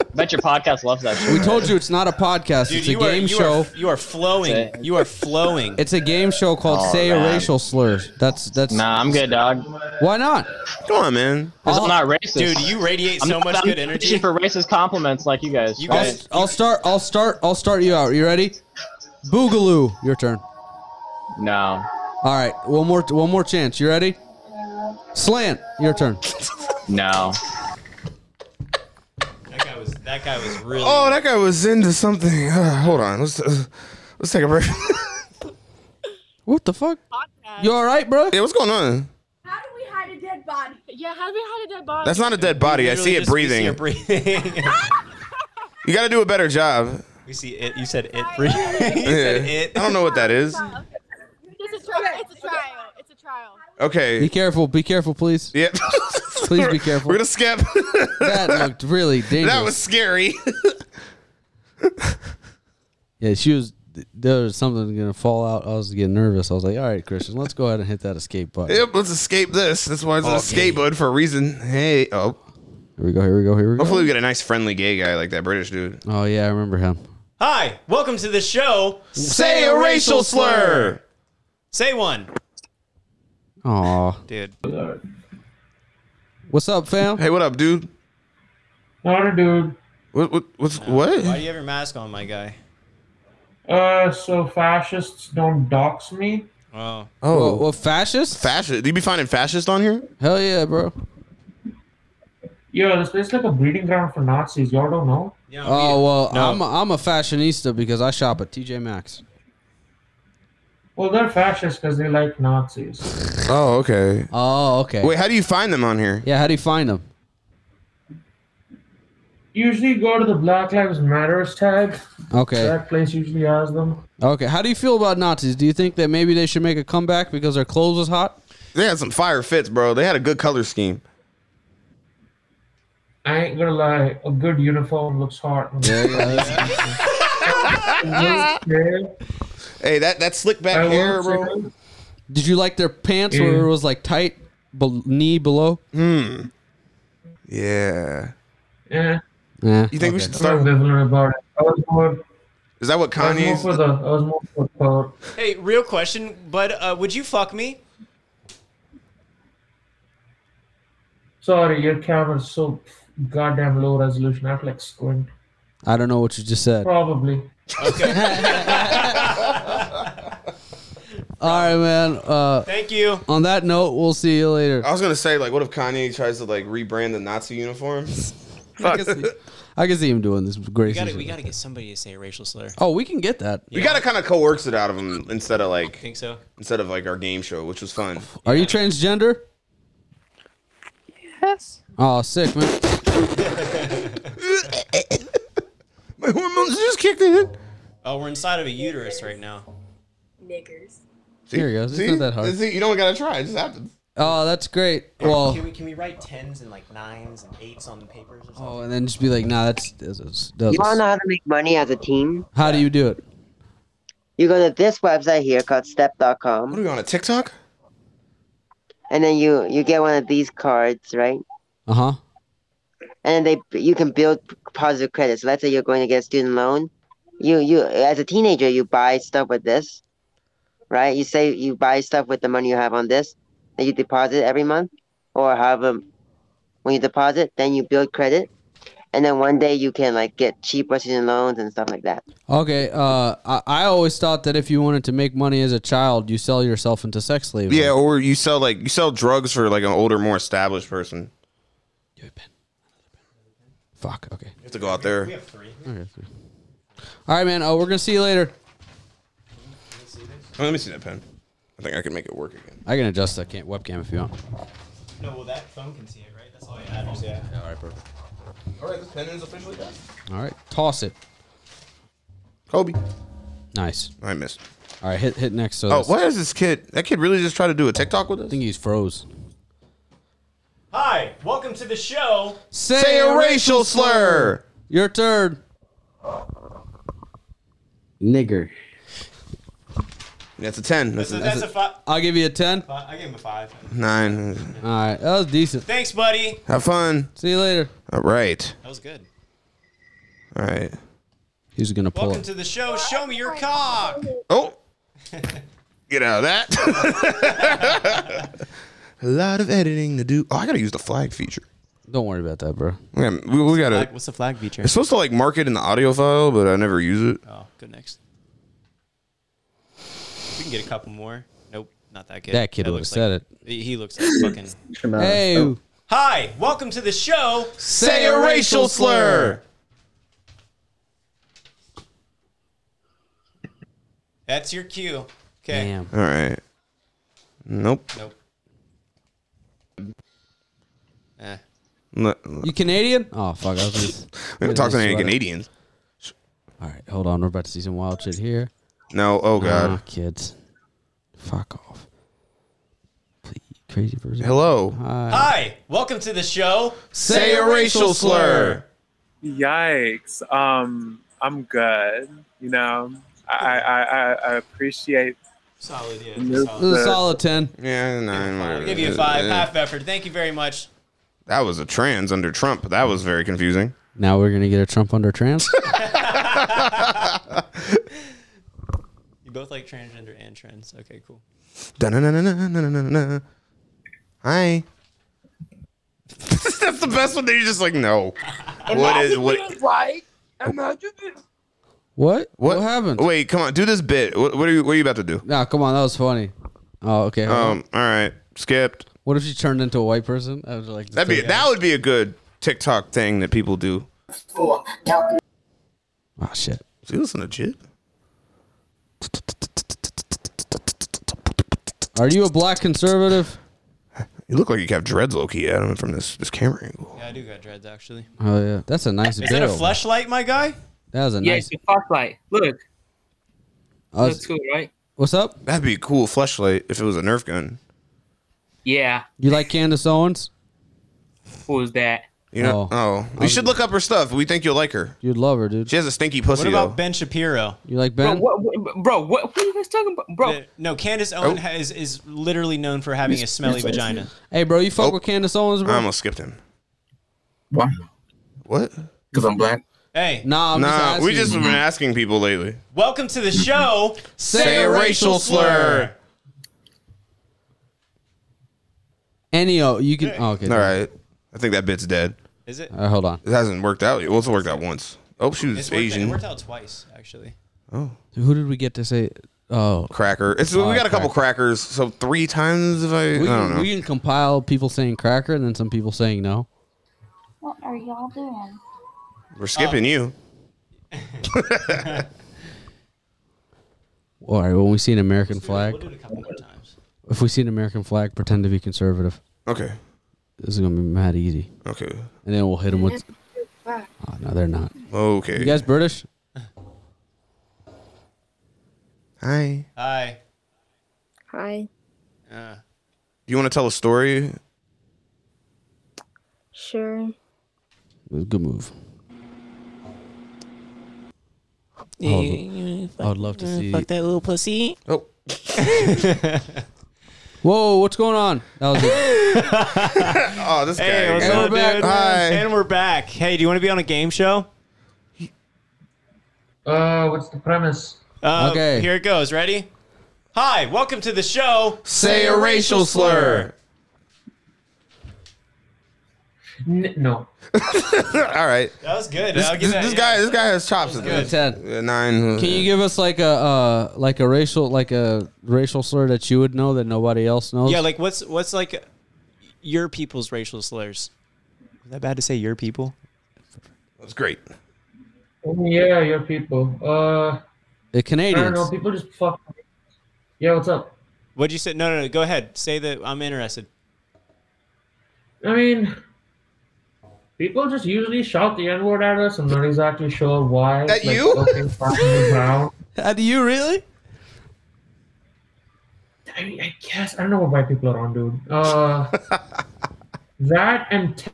Speaker 34: I bet your podcast loves that shit.
Speaker 4: We told you it's not a podcast.
Speaker 34: Dude,
Speaker 4: it's a
Speaker 34: you are-
Speaker 4: game
Speaker 34: you
Speaker 4: show.
Speaker 34: are-
Speaker 3: You are flowing. You are flowing.
Speaker 4: It's a game show called
Speaker 34: Oh,
Speaker 4: "Say a
Speaker 34: man.
Speaker 4: Racial Slur." That's that's.
Speaker 34: Nah, I'm good, dog.
Speaker 4: Why not?
Speaker 2: Come on, man.
Speaker 34: I'm not racist,
Speaker 3: Dude, you radiate
Speaker 34: I'm
Speaker 3: so
Speaker 34: not-
Speaker 3: much
Speaker 34: I'm
Speaker 3: good
Speaker 34: not
Speaker 3: energy.
Speaker 34: fishing for racist compliments like you guys. You
Speaker 4: I'll, I'll start. I'll start. I'll start you out. You ready? Boogaloo, your turn.
Speaker 34: No.
Speaker 4: All right, one more. One more chance. You ready? Slant, your turn.
Speaker 34: No.
Speaker 3: That guy was. That guy was really.
Speaker 2: Oh, that guy was into something. Uh, hold on. Let's uh, let's take a break.
Speaker 4: what the fuck? You all right, bro?
Speaker 2: Yeah, what's going on?
Speaker 12: How do we hide a dead body? Yeah, how do we hide a dead body?
Speaker 2: That's not a dead body. I
Speaker 3: Literally
Speaker 2: see it
Speaker 3: just- we
Speaker 2: breathing.
Speaker 3: it breathing.
Speaker 2: You got to do a better job.
Speaker 3: we see it. You said it breathing. you said
Speaker 2: Yeah.
Speaker 3: it.
Speaker 2: I don't know what that is.
Speaker 12: It's a trial. It's a trial. It's a trial.
Speaker 2: Okay.
Speaker 4: Be careful. Be careful, please.
Speaker 2: Yeah.
Speaker 4: please be careful.
Speaker 2: We're gonna skip.
Speaker 4: that looked really dangerous.
Speaker 2: That was scary.
Speaker 4: Yeah, she was. There was something gonna fall out. I was getting nervous. I was like, "All right, Christian, let's go ahead and hit that escape button."
Speaker 2: yep. Let's escape this. That's why it's an
Speaker 4: Okay.
Speaker 2: escape bud for a reason. Hey. Oh.
Speaker 4: Here we go. Here we go. Here we go.
Speaker 2: Hopefully we get a nice friendly gay guy like that British dude.
Speaker 4: Oh yeah, I remember him.
Speaker 3: Hi, welcome to the show.
Speaker 2: Say a racial slur.
Speaker 3: Say one.
Speaker 4: Aw,
Speaker 3: dude.
Speaker 4: what's up, fam?
Speaker 2: Hey, what up, dude?
Speaker 9: Not dude.
Speaker 2: What? What? What's, what?
Speaker 3: Why do you have your mask on, my guy?
Speaker 9: Uh, so fascists don't dox me.
Speaker 3: Oh.
Speaker 2: Oh,
Speaker 4: well, well, fascist?
Speaker 2: Fascist? Do you be finding fascist on here?
Speaker 4: Hell yeah, bro.
Speaker 9: Yeah, this place is like a breeding ground for Nazis. Y'all don't know.
Speaker 4: oh well,
Speaker 9: No.
Speaker 4: I'm a, I'm a fashionista because I shop at TJ Maxx.
Speaker 9: Well, they're fascists because they like Nazis.
Speaker 2: Oh, okay.
Speaker 4: Oh, okay.
Speaker 2: Wait, how do you find them on here?
Speaker 4: Yeah, how do you find them?
Speaker 9: Usually go to the Black Lives Matters tab.
Speaker 4: Okay,
Speaker 9: That place usually has them.
Speaker 4: okay. How do you feel about Nazis? Do you think that maybe they should make a comeback because their clothes was hot?
Speaker 2: They had some fire fits, bro. They had a good color scheme.
Speaker 9: I ain't gonna lie, a good uniform looks hot.
Speaker 2: Hey, that that slick back
Speaker 9: I
Speaker 2: hair,
Speaker 9: will
Speaker 2: bro.
Speaker 4: Did you like their pants where
Speaker 3: Mm.
Speaker 2: Yeah.
Speaker 4: it was like tight be- knee below?
Speaker 2: Hmm. Yeah.
Speaker 9: Yeah.
Speaker 4: Yeah.
Speaker 2: You think we
Speaker 9: Okay.
Speaker 2: should start?
Speaker 9: I'm ambivalent about it. I was more,
Speaker 2: Is that what
Speaker 9: I was more
Speaker 2: Kanye's?
Speaker 9: for the. I was more for the.
Speaker 3: Hey, real question, bud. Uh, would you fuck me?
Speaker 9: Sorry, your camera's so goddamn low resolution. I have to like squint.
Speaker 4: I don't know what you just said.
Speaker 9: Probably.
Speaker 4: All right, man. Uh,
Speaker 3: Thank you.
Speaker 4: On that note, we'll see you later.
Speaker 2: I was gonna say like, what if Kanye tries to like rebrand the Nazi uniforms? Oh, Fuck.
Speaker 4: I can see him doing this
Speaker 3: We
Speaker 4: great.
Speaker 3: gotta, we gotta get somebody to say a racial slur.
Speaker 4: Oh, we can get that.
Speaker 2: We gotta kind of coerce it out of him instead of like.
Speaker 3: Think so?
Speaker 2: Instead of like our game show, which was fun.
Speaker 4: Are you transgender? Yes. Oh, sick man.
Speaker 2: My hormones just kicked in.
Speaker 3: Oh, we're inside of a uterus right now.
Speaker 12: Niggers.
Speaker 4: There you go. It's
Speaker 2: See?
Speaker 4: not that hard.
Speaker 2: See, you don't Oh, gotta try. It just happens.
Speaker 4: Oh, that's great. Well,
Speaker 3: can we can we write tens and like nines and eights on the papers or something?
Speaker 4: oh, and then just be like, nah, that's, that's, that's-
Speaker 17: You want to know how to make money as a team?
Speaker 4: How do you do it?
Speaker 17: You go to this website here called step.com. What
Speaker 2: are you on a TikTok?
Speaker 17: And then you you get one of these cards, right?
Speaker 4: Uh huh.
Speaker 17: And they you can build positive credit. So let's say you're going to get a student loan. You you as a teenager you buy stuff with this, right? You say you buy stuff with the money you have on this, that you deposit every month, or however, when you deposit, then you build credit, and then one day you can like get cheaper student loans and stuff like that.
Speaker 4: Okay, uh, I, I always thought that if you wanted to make money as a child, you sell yourself into sex slavery.
Speaker 2: Yeah, or you sell like you sell drugs for like an older, more established person.
Speaker 4: Fuck. Okay.
Speaker 2: You have to go out there.
Speaker 4: Okay. All right, man. Oh, we're gonna see you later.
Speaker 2: Oh, let me see that pen. I think I can make it work again.
Speaker 4: I can adjust the cam- webcam if you want.
Speaker 3: No, well, that phone can see it, right? That's all it matters. Yeah.
Speaker 4: all right, perfect.
Speaker 2: All right, this pen is officially done.
Speaker 4: All right, toss it.
Speaker 2: Kobe.
Speaker 4: Nice.
Speaker 2: I missed.
Speaker 4: All right, hit hit next. So
Speaker 2: oh,
Speaker 4: this-
Speaker 2: why is this kid? That kid really just try to do a TikTok with us? I
Speaker 4: think he's froze.
Speaker 3: Hi, welcome to the show.
Speaker 4: Say,
Speaker 2: a racial slur.
Speaker 4: Your turn.
Speaker 35: Nigger.
Speaker 2: That's a ten. That's,
Speaker 3: that's a fi-
Speaker 4: I'll give you a ten.
Speaker 3: I gave him a five.
Speaker 2: nine.
Speaker 4: All right, that was decent.
Speaker 3: Thanks, buddy.
Speaker 2: Have fun.
Speaker 4: See you later.
Speaker 2: All right.
Speaker 3: That was good.
Speaker 2: All right.
Speaker 4: He's gonna pull
Speaker 3: Welcome to the show. Show me your cock.
Speaker 2: Oh. Get out of that. a lot of editing to do. Oh, I gotta use the flag feature.
Speaker 4: Don't worry about that, bro.
Speaker 2: Yeah, we, we gotta.
Speaker 3: Flag- what's the flag feature?
Speaker 2: It's supposed to like mark it in the audio file, but I never use it.
Speaker 3: Oh, good next. We can get a couple more. Nope, not that kid.
Speaker 4: That kid would've
Speaker 3: looks
Speaker 4: said
Speaker 3: like, it. He he looks like fucking.
Speaker 4: Hey. Oh.
Speaker 3: Hi, welcome to the show.
Speaker 2: Say a racial slur.
Speaker 3: That's your cue. Okay.
Speaker 4: Damn.
Speaker 2: All right. Nope.
Speaker 3: Nope.
Speaker 2: No-
Speaker 4: You Canadian? Oh fuck! I was just,
Speaker 2: We haven't talked to any Canadians.
Speaker 4: All right, hold on. We're about to see some wild shit here.
Speaker 2: No. Oh god.
Speaker 4: Ah, kids, fuck off. Please, crazy person.
Speaker 2: Hello.
Speaker 4: Hi.
Speaker 3: Hi, welcome to the show.
Speaker 2: Say a racial slur.
Speaker 36: Yikes. Um, I'm good. You know, I I I, I appreciate.
Speaker 3: Solid, yeah.
Speaker 4: It was a solid ten.
Speaker 2: Yeah, nine.
Speaker 3: I'll
Speaker 2: whatever.
Speaker 3: give you a five.
Speaker 2: Uh,
Speaker 3: Half effort. Thank you very much.
Speaker 2: That was a trans under Trump. That was very confusing.
Speaker 4: Now we're gonna get a Trump under trans.
Speaker 3: You both like transgender and trans. Okay, cool.
Speaker 2: Da-na-na-na-na-na-na-na. Hi. That's the best one. They're just like, no. What is what?
Speaker 19: Right? Imagine being
Speaker 4: What? What, happened?
Speaker 2: Wait, come on, do this bit. What, what are you? What are you about to do?
Speaker 4: Nah, come on. That was funny. Oh, okay. hold on.
Speaker 2: Um. All right. Skipped.
Speaker 4: What if she turned into a white person? I was like,
Speaker 2: That'd be that would be a good TikTok thing that people do.
Speaker 4: Oh shit.
Speaker 2: Is he listening to Jib?
Speaker 4: Are you a black conservative?
Speaker 2: You look like you have dreads, Loki, Adam, from this this camera angle.
Speaker 3: Yeah, I do got dreads actually.
Speaker 4: Oh yeah, that's a nice.
Speaker 3: Is that a
Speaker 4: bill.
Speaker 3: flashlight, my guy?
Speaker 4: That was a
Speaker 36: Yeah,
Speaker 4: nice.
Speaker 36: it's a flashlight. Look,
Speaker 2: Oh,
Speaker 4: I was-
Speaker 36: looks cool, right?
Speaker 4: what's up?
Speaker 2: That'd be a cool flashlight if it was a Nerf gun.
Speaker 36: Yeah.
Speaker 4: You like Candace Owens?
Speaker 36: Who is that?
Speaker 2: You know? Oh, we should look up her stuff. We think you'll like her.
Speaker 4: You'd love her, dude.
Speaker 2: She has a stinky pussy
Speaker 3: what about
Speaker 2: though.
Speaker 3: Ben Shapiro?
Speaker 4: You like
Speaker 36: Bro,
Speaker 4: Ben?
Speaker 36: what, what- bro, what, what are you guys talking about, bro?
Speaker 3: No, Candace Owen
Speaker 36: Oh.
Speaker 3: has, is literally known for having a smelly vagina.
Speaker 4: Hey, bro, you fuck with Candace Owens, bro?
Speaker 2: I almost skipped him.
Speaker 36: What?
Speaker 2: What?
Speaker 36: Because I'm black.
Speaker 3: Hey.
Speaker 4: Nah, Oh, I'm just
Speaker 2: nah, we
Speaker 4: asking.
Speaker 2: just been asking people lately.
Speaker 3: Welcome to the show.
Speaker 2: Say a racial slur.
Speaker 4: Any oh, you can. Oh, okay.
Speaker 2: All right. I think that bit's dead.
Speaker 3: Is it?
Speaker 4: Uh, hold on.
Speaker 2: It hasn't worked out yet. Well, it's worked out once. Oh, she was
Speaker 3: It's worked, it
Speaker 2: Asian.
Speaker 3: worked out twice, actually.
Speaker 2: Oh.
Speaker 4: Who did we get to say? Oh,
Speaker 2: Cracker. It's
Speaker 4: Oh,
Speaker 2: we got a couple crackers. So three times if I,
Speaker 4: We
Speaker 2: I don't
Speaker 4: can,
Speaker 2: know.
Speaker 4: we can compile people saying cracker and then some people saying no.
Speaker 12: What are y'all doing?
Speaker 2: We're skipping
Speaker 3: Uh,
Speaker 2: you.
Speaker 4: All right, when we see an American flag, if we see an American flag, pretend to be conservative.
Speaker 2: Okay.
Speaker 4: This is gonna be mad easy.
Speaker 2: Okay.
Speaker 4: And then we'll hit them with. Oh, no, they're not.
Speaker 2: Okay.
Speaker 4: You guys British?
Speaker 2: Hi.
Speaker 3: Hi.
Speaker 12: Hi.
Speaker 3: Uh,
Speaker 2: Do you want to tell a story?
Speaker 12: Sure.
Speaker 4: Good move.
Speaker 19: Yeah,
Speaker 4: I'd-
Speaker 19: yeah,
Speaker 4: Oh, I would love to
Speaker 19: yeah,
Speaker 4: see.
Speaker 19: Fuck that little pussy.
Speaker 2: Oh.
Speaker 4: Whoa, what's going on? That was
Speaker 2: oh, this
Speaker 3: hey,
Speaker 2: guy.
Speaker 3: what's
Speaker 2: And
Speaker 3: up,
Speaker 2: we're back.
Speaker 3: dude?
Speaker 2: Hi.
Speaker 3: And we're back. Hey, do you want to be on a game show?
Speaker 9: Uh, what's the premise?
Speaker 3: Uh,
Speaker 9: Okay.
Speaker 3: Um, Here it goes. Ready? Hi, welcome to the show.
Speaker 2: Say a racial slur.
Speaker 9: no.
Speaker 2: All right.
Speaker 3: That was good.
Speaker 2: This,
Speaker 3: I'll give
Speaker 2: this-
Speaker 3: that-
Speaker 2: this
Speaker 3: yeah.
Speaker 2: guy, this guy has chops.
Speaker 3: Good.
Speaker 2: Uh, Nine.
Speaker 4: Can you give us like a uh, like a racial like a racial slur that you would know that nobody else knows?
Speaker 3: Yeah, like what's what's like your people's racial slurs? Is that bad to say your people?
Speaker 2: That's great.
Speaker 9: Yeah, your people. Uh,
Speaker 4: the
Speaker 9: I don't know.
Speaker 4: Canadians.
Speaker 9: People just fuck. Yeah, what's up?
Speaker 3: What'd you say? No, no, no. Go ahead. Say that I'm interested.
Speaker 9: I mean, people just usually shout the N word at us. I'm not exactly sure why. At
Speaker 2: you?
Speaker 9: Okay, fuck me, brown.
Speaker 4: At you, really?
Speaker 9: I mean, I guess I don't know what white people are on, dude. Uh, that and tech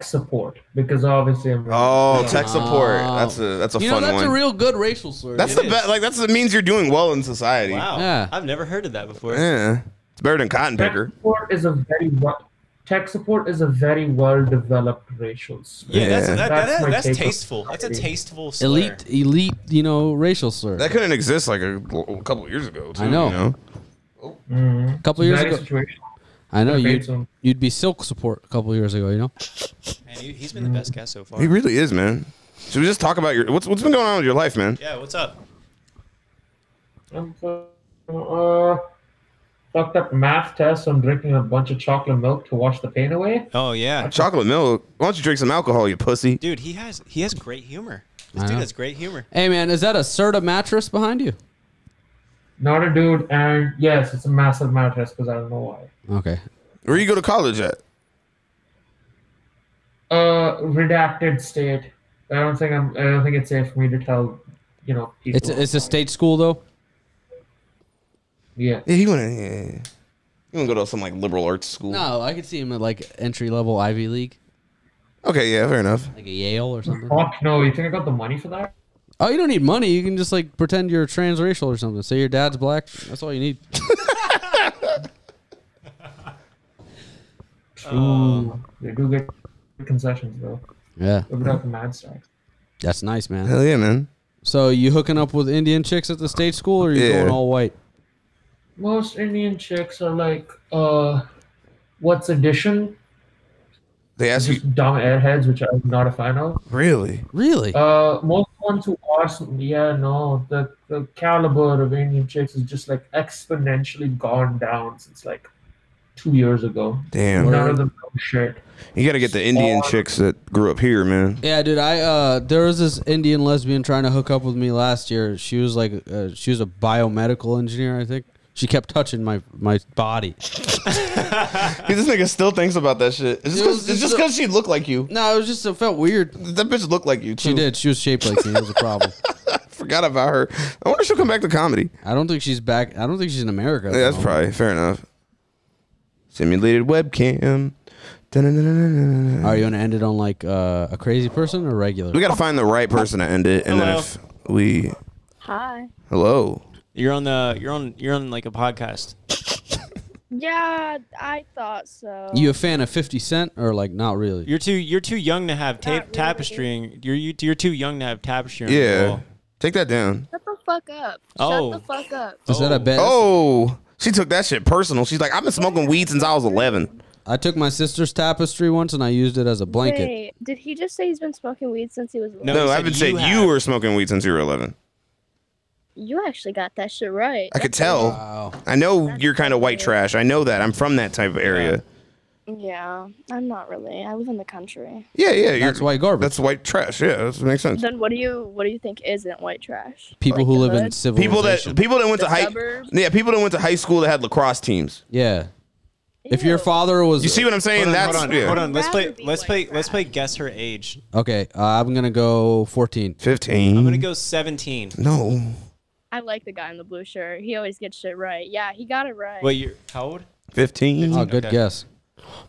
Speaker 9: support because obviously I'm.
Speaker 2: Oh, tech support. That's a that's a
Speaker 4: you know
Speaker 2: fun
Speaker 4: that's
Speaker 2: one.
Speaker 4: a real good racial slur.
Speaker 2: that's the best. Like that's the means you're doing well in society.
Speaker 3: Wow.
Speaker 4: Yeah.
Speaker 3: I've never heard of that before.
Speaker 2: Yeah. It's better than cotton picker.
Speaker 9: support is a very wel- tech support is a very well developed racial. slur.
Speaker 3: Yeah, that's
Speaker 4: Yeah.
Speaker 3: that, that,
Speaker 9: my
Speaker 3: that's
Speaker 9: take on
Speaker 3: tasteful. That's a
Speaker 9: society.
Speaker 3: tasteful slur.
Speaker 4: elite elite you know racial slur.
Speaker 2: That couldn't exist like a, a couple years ago. Too,
Speaker 4: I know.
Speaker 2: You know?
Speaker 3: Mm-hmm.
Speaker 4: A couple years
Speaker 9: Very
Speaker 4: ago,
Speaker 9: situational.
Speaker 4: I know
Speaker 9: Very
Speaker 4: you
Speaker 9: situational.
Speaker 4: you'd be silk support a couple years ago. You know,
Speaker 3: Man, he, he's been the best guest so far.
Speaker 2: He really is, man. Should we just talk about your what's what's been going on with your life, man?
Speaker 3: Yeah, what's up?
Speaker 9: I'm Um, so- uh, fucked up math test. I'm drinking a bunch of chocolate milk to wash the pain away.
Speaker 3: Oh yeah.
Speaker 2: Chocolate milk. Why don't you drink some alcohol, you pussy?
Speaker 3: Dude, he has he has great humor. This
Speaker 4: I
Speaker 3: dude
Speaker 4: know.
Speaker 3: has great humor.
Speaker 4: hey man, is that a Serta mattress behind you?
Speaker 9: Not a dude, and yes, it's a massive math test because I don't know why.
Speaker 4: Okay.
Speaker 2: Where you go to college at?
Speaker 9: Uh, redacted state. I don't think I'm. I don't think it's safe for me to tell. You know, people.
Speaker 4: It's a, it's a state school though.
Speaker 9: Yeah.
Speaker 2: Yeah, you wanna yeah, yeah. you wanna go to some like liberal arts school?
Speaker 4: No, I could see him at like entry level Ivy League,
Speaker 2: Okay, yeah, fair enough.
Speaker 4: like a Yale or something.
Speaker 9: Fuck no! You think I got the money for that?
Speaker 4: Oh, you don't need money. You can just like pretend you're transracial or something. Say your dad's black. That's all you need.
Speaker 2: Um,
Speaker 9: Ooh, they do get concessions though.
Speaker 4: Yeah.
Speaker 9: But without the mad stuff.
Speaker 4: That's nice, man.
Speaker 2: Hell yeah, man.
Speaker 4: So you hooking up with Indian chicks at the state school, or are you
Speaker 2: Yeah.
Speaker 4: going all white?
Speaker 9: Most Indian chicks are like, uh, what's addition?
Speaker 2: They ask you
Speaker 9: dumb airheads, which I'm not a fan of.
Speaker 2: really?
Speaker 4: Really?
Speaker 9: Uh, most ones who are, yeah, no, the, the caliber of Indian chicks is just like exponentially gone down since like two years ago.
Speaker 2: Damn.
Speaker 9: None of them know shit.
Speaker 2: You gotta get the Indian chicks that grew up here, man.
Speaker 4: Yeah, dude. I uh, there was this Indian lesbian trying to hook up with me last year. She was like, uh, she was a biomedical engineer, I think. She kept touching my my body.
Speaker 2: this nigga still thinks about that shit. It's just cause, it's just 'cause she looked like you.
Speaker 4: No, it was just it felt weird.
Speaker 2: That bitch looked like you. Too.
Speaker 4: She did. She was shaped like me. It was a problem.
Speaker 2: Forgot about her. I wonder if she'll come back to comedy.
Speaker 4: I don't think she's back. I don't think she's in America.
Speaker 2: Yeah, that's
Speaker 4: though.
Speaker 2: probably fair enough. Simulated webcam. Dun-dun-dun-dun-dun-dun.
Speaker 4: Are you gonna end it on like uh, a crazy person or regular?
Speaker 2: We gotta find the right person to end it, and then
Speaker 3: Hello.
Speaker 2: if we
Speaker 14: Hi.
Speaker 2: hello,
Speaker 3: You're on the you're on you're on like a podcast.
Speaker 14: Yeah, I thought so.
Speaker 4: You a fan of Fifty Cent or like not really?
Speaker 3: You're too you're too young to have tape tapestrying. You're you, you're too young to have tapestry. On
Speaker 2: yeah,
Speaker 3: The wall.
Speaker 2: take that down.
Speaker 14: Shut the fuck up.
Speaker 2: Oh.
Speaker 14: Shut the fuck up.
Speaker 4: Is that a bet?
Speaker 2: Oh, she took that shit personal. She's like, I've been smoking weed since I was eleven.
Speaker 4: I took my sister's tapestry once and I used it as a blanket.
Speaker 14: Wait, did he just say he's been smoking weed since he was
Speaker 2: No,
Speaker 14: little?
Speaker 2: I haven't said you, were smoking weed since you were eleven.
Speaker 14: You actually got that shit right.
Speaker 2: I could tell. I know you're kind of white trash. I know that. I'm from that type of area.
Speaker 14: Yeah, I'm not really. I live in the country.
Speaker 2: Yeah, yeah. you're-
Speaker 4: That's white garbage.
Speaker 2: That's white trash. Yeah, that makes sense.
Speaker 14: Then what do you what do you think isn't white trash?
Speaker 4: People who live in
Speaker 14: hood?
Speaker 4: civilization.
Speaker 2: People that people that went to
Speaker 14: The
Speaker 2: high
Speaker 14: suburbs?
Speaker 2: yeah people that went to high school that had lacrosse teams.
Speaker 4: Yeah. If your father was,
Speaker 2: You see what I'm saying?
Speaker 3: Hold on,
Speaker 2: that's
Speaker 3: hold on,
Speaker 2: yeah.
Speaker 3: hold on. Let's play let's play let's play guess her age.
Speaker 4: Okay, uh, I'm gonna go 14.
Speaker 2: 15.
Speaker 3: I'm gonna go seventeen.
Speaker 2: No.
Speaker 14: I like the guy in the blue shirt. He always gets shit right. Yeah, he got it right.
Speaker 3: Wait, you're how old?
Speaker 2: 15.
Speaker 4: Oh, good
Speaker 3: Okay.
Speaker 4: guess.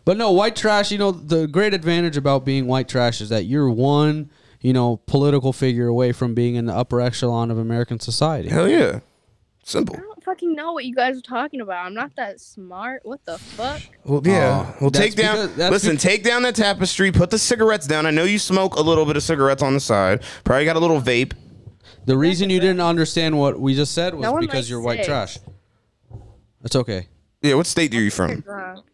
Speaker 4: But no, white trash, you know, the great advantage about being white trash is that you're one, you know, political figure away from being in the upper echelon of American society.
Speaker 2: Hell yeah. Simple.
Speaker 14: I don't fucking know what you guys are talking about. I'm not that smart. What the fuck?
Speaker 2: Well, yeah.
Speaker 4: Oh,
Speaker 2: well,
Speaker 4: that's
Speaker 2: take down.
Speaker 4: because- that's
Speaker 2: listen,
Speaker 4: because-
Speaker 2: take down that tapestry. Put the cigarettes down. I know you smoke a little bit of cigarettes on the side. Probably got a little vape.
Speaker 4: The reason you didn't understand what we just said was
Speaker 14: No one
Speaker 4: because
Speaker 14: likes
Speaker 4: you're white
Speaker 14: cigs.
Speaker 4: trash. That's okay.
Speaker 2: Yeah, what state are you
Speaker 14: You're drunk.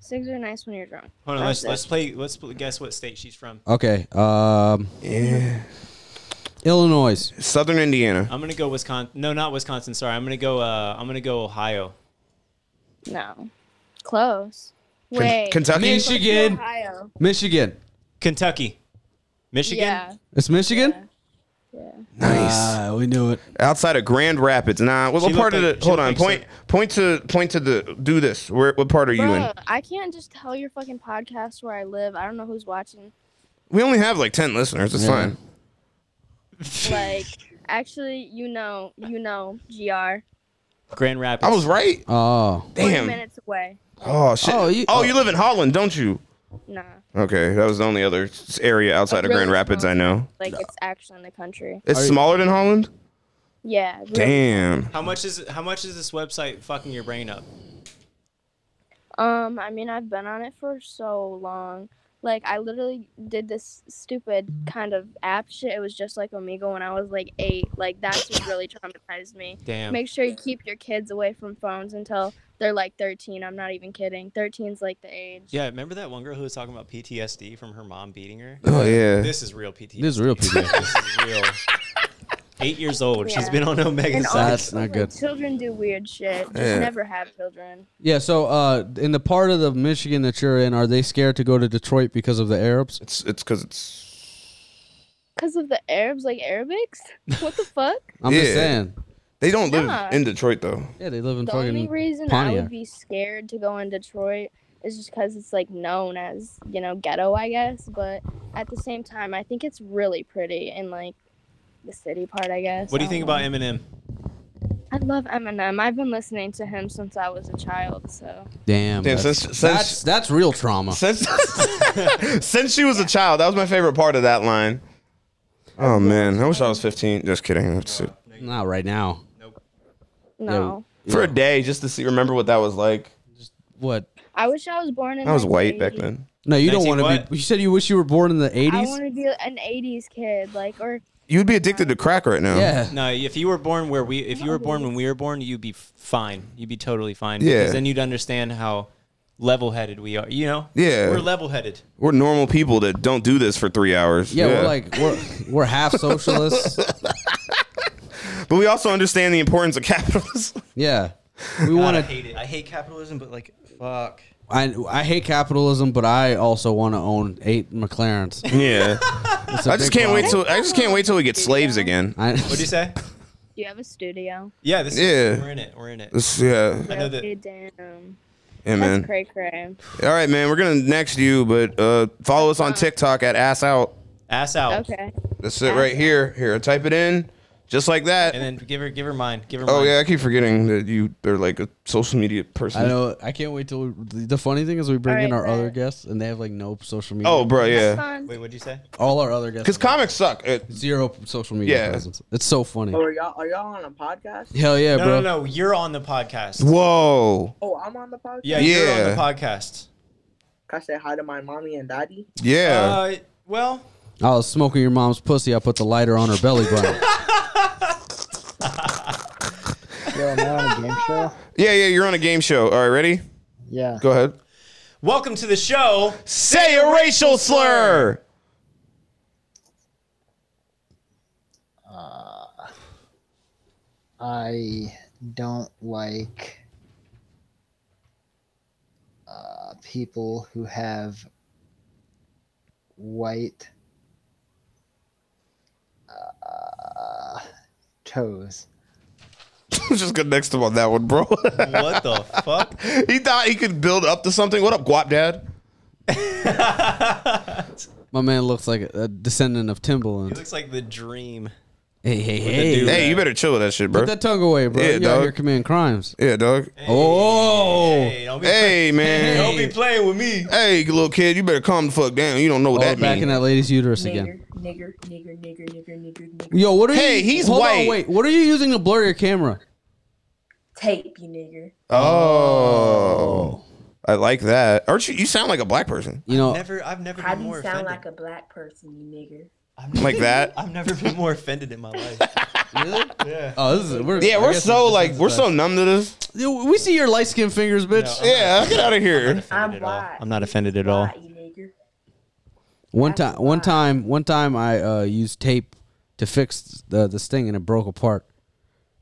Speaker 14: Cigs are nice when you're drunk.
Speaker 3: Hold on, let's let's play. Let's pl- guess what state she's from.
Speaker 4: Okay. Um, Illinois.
Speaker 2: Southern Indiana.
Speaker 3: I'm gonna go Wisconsin. No, not Wisconsin. Sorry, I'm gonna go. Uh, I'm gonna go Ohio.
Speaker 14: No. Close.
Speaker 3: Ken-
Speaker 14: Wait.
Speaker 3: Kentucky?
Speaker 14: Close to
Speaker 3: Michigan.
Speaker 14: Ohio.
Speaker 4: Michigan.
Speaker 3: Kentucky. Michigan.
Speaker 14: Yeah.
Speaker 4: It's Michigan.
Speaker 2: Nice.
Speaker 4: we knew it.
Speaker 2: Outside of Grand Rapids. Nah, what,
Speaker 3: She
Speaker 2: what part
Speaker 3: looked
Speaker 2: of
Speaker 3: like-
Speaker 2: the?
Speaker 3: she
Speaker 2: Hold
Speaker 3: looked
Speaker 2: on.
Speaker 3: like so-
Speaker 2: Point point to point to the. Do this. Where? What part are you
Speaker 14: Bro,
Speaker 2: in?
Speaker 14: I can't just tell your fucking podcast where I live. I don't know who's watching.
Speaker 2: We only have like ten listeners. It's
Speaker 4: Yeah.
Speaker 2: fine.
Speaker 14: Like, actually, you know, you know, GR.
Speaker 3: Grand Rapids.
Speaker 2: I was right.
Speaker 4: Oh.
Speaker 14: 40
Speaker 2: Damn.
Speaker 14: minutes away.
Speaker 2: Oh shit.
Speaker 14: Oh,
Speaker 2: Oh,
Speaker 14: you-
Speaker 2: you, live in Holland, don't you?
Speaker 14: Nah.
Speaker 2: Okay, that was the only other s- area outside of
Speaker 14: Really
Speaker 2: Grand Rapids
Speaker 14: small.
Speaker 2: I know.
Speaker 14: Like, it's actually in the country.
Speaker 2: It's smaller than Holland.
Speaker 14: Yeah. really-
Speaker 2: Damn.
Speaker 3: How much is how much is this website fucking your brain up?
Speaker 14: Um, I mean, I've been on it for so long. Like, I literally did this stupid kind of app shit. It was just like Omegle when I was like eight. Like, that's what really traumatized me.
Speaker 19: Damn.
Speaker 14: Make sure you keep your kids away from phones until they're like 13. I'm not even kidding. 13's like the age.
Speaker 3: Yeah, remember that one girl who was talking about PTSD from her mom beating her?
Speaker 2: Oh, yeah.
Speaker 3: This is real PTSD.
Speaker 4: This is real PTSD.
Speaker 3: this is real. Eight years old. She's
Speaker 14: Yeah.
Speaker 3: been on Omega.
Speaker 14: And
Speaker 3: since-
Speaker 4: That's not good.
Speaker 14: Children do weird shit. Just
Speaker 4: Yeah.
Speaker 14: never have children.
Speaker 4: Yeah, so uh, in the part of the Michigan that you're in, are they scared to go to Detroit because of the Arabs?
Speaker 2: It's it's because it's.
Speaker 14: Because of the Arabs, like Arabics? What the fuck?
Speaker 4: I'm just saying.
Speaker 2: They don't
Speaker 14: Nah.
Speaker 2: live in Detroit though.
Speaker 4: Yeah, they live in
Speaker 14: the
Speaker 4: fucking
Speaker 14: only reason I
Speaker 4: Pontiac.
Speaker 14: would be scared to go in Detroit is just because it's like known as you know ghetto, I guess. But at the same time, I think it's really pretty in like the city part, I guess.
Speaker 3: What do you
Speaker 14: I
Speaker 3: think
Speaker 14: don't
Speaker 3: about Eminem?
Speaker 14: know. I love Eminem. I've been listening to him since I was a child, so
Speaker 4: Damn,
Speaker 2: Damn,
Speaker 4: that's,
Speaker 2: since- since-
Speaker 4: that's that's real trauma.
Speaker 2: Since since she was a child, that was my favorite part of that line. Oh man, I wish I was 15. Just kidding. That's it.
Speaker 4: Not right now.
Speaker 14: no.
Speaker 2: For a day, just to see, remember what that was like.
Speaker 4: What?
Speaker 14: I wish I was born in.
Speaker 2: I was
Speaker 14: like,
Speaker 2: white
Speaker 14: the
Speaker 2: back
Speaker 14: 80s.
Speaker 2: then.
Speaker 4: No, you don't want to be. You said you wish you were born in the
Speaker 14: I
Speaker 4: 80s.
Speaker 14: want to be an '80s kid, like or
Speaker 2: You'd be addicted to crack right now.
Speaker 3: No, if you were born where we, if you were born when we were born, you'd be f- fine. You'd be totally fine.
Speaker 2: Yeah.
Speaker 3: Because then you'd understand how level-headed we are. You know.
Speaker 2: Yeah.
Speaker 3: We're level-headed.
Speaker 2: We're normal people that don't do this for three hours.
Speaker 4: Yeah, we're like we're we're half socialists.
Speaker 2: But we also understand the importance of capitalism.
Speaker 4: yeah, we want
Speaker 3: I
Speaker 4: to.
Speaker 3: hate it. I hate capitalism, but like, fuck.
Speaker 4: I I hate capitalism, but I also want to own eight McLarens.
Speaker 2: Yeah,
Speaker 4: It's a
Speaker 2: I just
Speaker 4: big
Speaker 2: can't wait
Speaker 4: problem.
Speaker 2: till I just can't wait till we get slaves again.
Speaker 3: What'd you say?
Speaker 14: do you have a studio?
Speaker 3: Yeah. This.
Speaker 2: Yeah.
Speaker 3: Is, we're in it. We're in it.
Speaker 2: This- yeah.
Speaker 3: I know that.
Speaker 14: Okay, damn.
Speaker 2: Yeah,
Speaker 14: That's
Speaker 2: man.
Speaker 14: cray cray.
Speaker 2: All right, man. We're gonna next you, but uh, follow us on TikTok at ass out.
Speaker 3: Ass out.
Speaker 14: Okay.
Speaker 2: That's it right here. Here, type it in, just like that.
Speaker 3: And then give her, give her mine. Give her.
Speaker 2: Oh
Speaker 3: mine.
Speaker 2: yeah, I keep forgetting that you are like a social media person.
Speaker 4: I know. I can't wait till we, the funny thing is we bring in our other guests and they have like no social media.
Speaker 2: Oh, bro, yeah.
Speaker 3: Wait, what'd you say?
Speaker 4: All our other guests
Speaker 2: Because comics suck.
Speaker 4: zero social media
Speaker 2: Yeah.
Speaker 4: presence. It's so funny.
Speaker 37: Oh, are y'all are y'all on a podcast?
Speaker 4: Hell yeah,
Speaker 3: no,
Speaker 4: bro.
Speaker 3: No, no, you're on the podcast.
Speaker 2: Whoa.
Speaker 37: Oh, I'm on the podcast.
Speaker 3: Yeah, you're on the podcast.
Speaker 37: Can I say hi to my mommy and daddy?
Speaker 3: Uh, well,
Speaker 4: I was smoking your mom's pussy. I put the lighter on her belly button.
Speaker 12: Yo, am I on a game show?
Speaker 2: Yeah, yeah. You're on a game show. All right, ready?
Speaker 12: Yeah.
Speaker 2: Go ahead.
Speaker 3: welcome to the show.
Speaker 2: Say a racial slur.
Speaker 12: Uh, I don't like uh, people who have white uh, toes.
Speaker 2: just get next to him on that one, bro.
Speaker 3: what the fuck?
Speaker 2: He thought he could build up to something. What up, Guap Dad?
Speaker 4: My man looks like a descendant of Timbaland.
Speaker 3: Looks like the dream.
Speaker 4: Hey, hey,
Speaker 3: With the
Speaker 4: hey.
Speaker 3: dude
Speaker 2: Hey, you better chill with that shit, bro.
Speaker 4: Put that tongue away, bro.
Speaker 2: Yeah,
Speaker 4: you out
Speaker 2: dog.
Speaker 4: here committing crimes.
Speaker 2: Yeah, dog.
Speaker 4: Oh. Hey,
Speaker 3: don't
Speaker 2: be man.
Speaker 3: Don't be playing with me.
Speaker 2: Hey, you little kid, you better calm the fuck down. You don't know what
Speaker 4: Oh,
Speaker 2: that
Speaker 4: back
Speaker 2: means.
Speaker 4: in that lady's uterus again.
Speaker 20: Nigger, nigger, nigger, nigger, nigger, nigger.
Speaker 4: Yo, what are
Speaker 20: Hey,
Speaker 4: you?
Speaker 20: he's
Speaker 4: hold
Speaker 20: white.
Speaker 4: On, wait, what are you using to blur your camera?
Speaker 20: Tape, you nigger.
Speaker 2: Oh. I like that. Aren't you? You sound like a black person.
Speaker 4: You know,
Speaker 3: Never, I've never
Speaker 20: How
Speaker 3: been
Speaker 20: do you
Speaker 3: more
Speaker 20: sound like
Speaker 3: offended.
Speaker 20: a black person, you nigger?
Speaker 2: like that.
Speaker 3: I've never been more offended in my life.
Speaker 4: really?
Speaker 3: Yeah.
Speaker 4: Oh, this is we're,
Speaker 2: yeah,
Speaker 4: I
Speaker 2: we're
Speaker 4: guess
Speaker 2: so
Speaker 4: this is
Speaker 2: like
Speaker 4: the
Speaker 2: we're so
Speaker 4: best.
Speaker 2: numb to this.
Speaker 4: Yo, We see your light skinned fingers, bitch.
Speaker 2: Yeah, get out of here.
Speaker 4: I'm
Speaker 3: I'm not offended at all.
Speaker 4: One time, one time, one time, I uh, used tape to fix the this thing and it broke apart.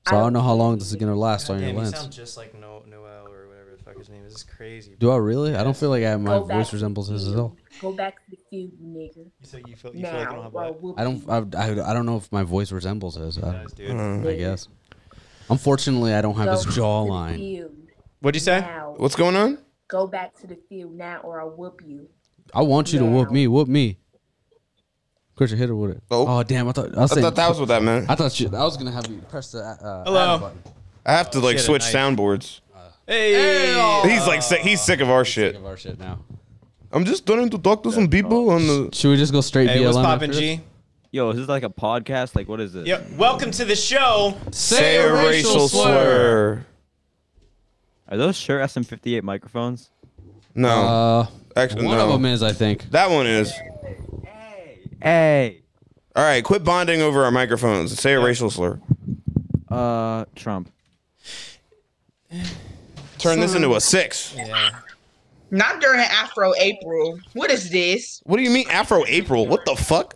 Speaker 4: So I don't know how long this is gonna last on your
Speaker 3: Damn, you
Speaker 4: lens.
Speaker 3: sound just like no- Noel or whatever the fuck his name is. It's crazy.
Speaker 4: Do I really? I don't feel like I, my
Speaker 38: Go
Speaker 4: voice
Speaker 38: back.
Speaker 4: resembles his at all.
Speaker 38: Go back to the feud, you nigger.
Speaker 3: So you feel,
Speaker 38: you now, feel like you don't have
Speaker 4: I don't. I, I, I don't know if my voice resembles his. I,
Speaker 3: dude.
Speaker 4: Mm, I guess. Unfortunately, I don't have his
Speaker 38: Go To the
Speaker 4: jawline.
Speaker 38: feud
Speaker 3: What'd you say?
Speaker 38: now.
Speaker 2: What's going on?
Speaker 38: Go back to the feud now, or I'll whoop you.
Speaker 4: I want you to whoop me. Whoop me. Christian, hit her with it. Oh, damn! I thought I,
Speaker 2: I
Speaker 4: was saying-
Speaker 2: thought that was what that meant.
Speaker 4: I thought you. I was gonna have you press the. Uh,
Speaker 2: Hello.
Speaker 4: add button.
Speaker 2: I have to
Speaker 4: Oh,
Speaker 2: like
Speaker 4: shit, a
Speaker 2: switch
Speaker 4: knife.
Speaker 2: soundboards.
Speaker 3: Hey,
Speaker 2: He's like sick. He's sick of our shit.
Speaker 4: of our shit now.
Speaker 2: I'm just starting to talk to some people on the.
Speaker 4: Should we just go straight
Speaker 2: Hey, what's BLM after poppin', this?
Speaker 3: G?
Speaker 39: Yo, is this like a podcast? Like, what is this?
Speaker 3: Yep. Welcome to the show.
Speaker 39: Say a racial slur. Are those sure SM58 microphones?
Speaker 2: No.
Speaker 4: Uh,
Speaker 2: Actually,
Speaker 4: one
Speaker 2: no.
Speaker 4: of them is, I think.
Speaker 2: That one is.
Speaker 39: Hey.
Speaker 2: All right, quit bonding over our microphones and say a racial slur.
Speaker 39: Uh, Trump.
Speaker 2: Turn this into a six.
Speaker 3: Yeah.
Speaker 12: Not during Afro April. What is this?
Speaker 2: What do you mean Afro April? What the fuck?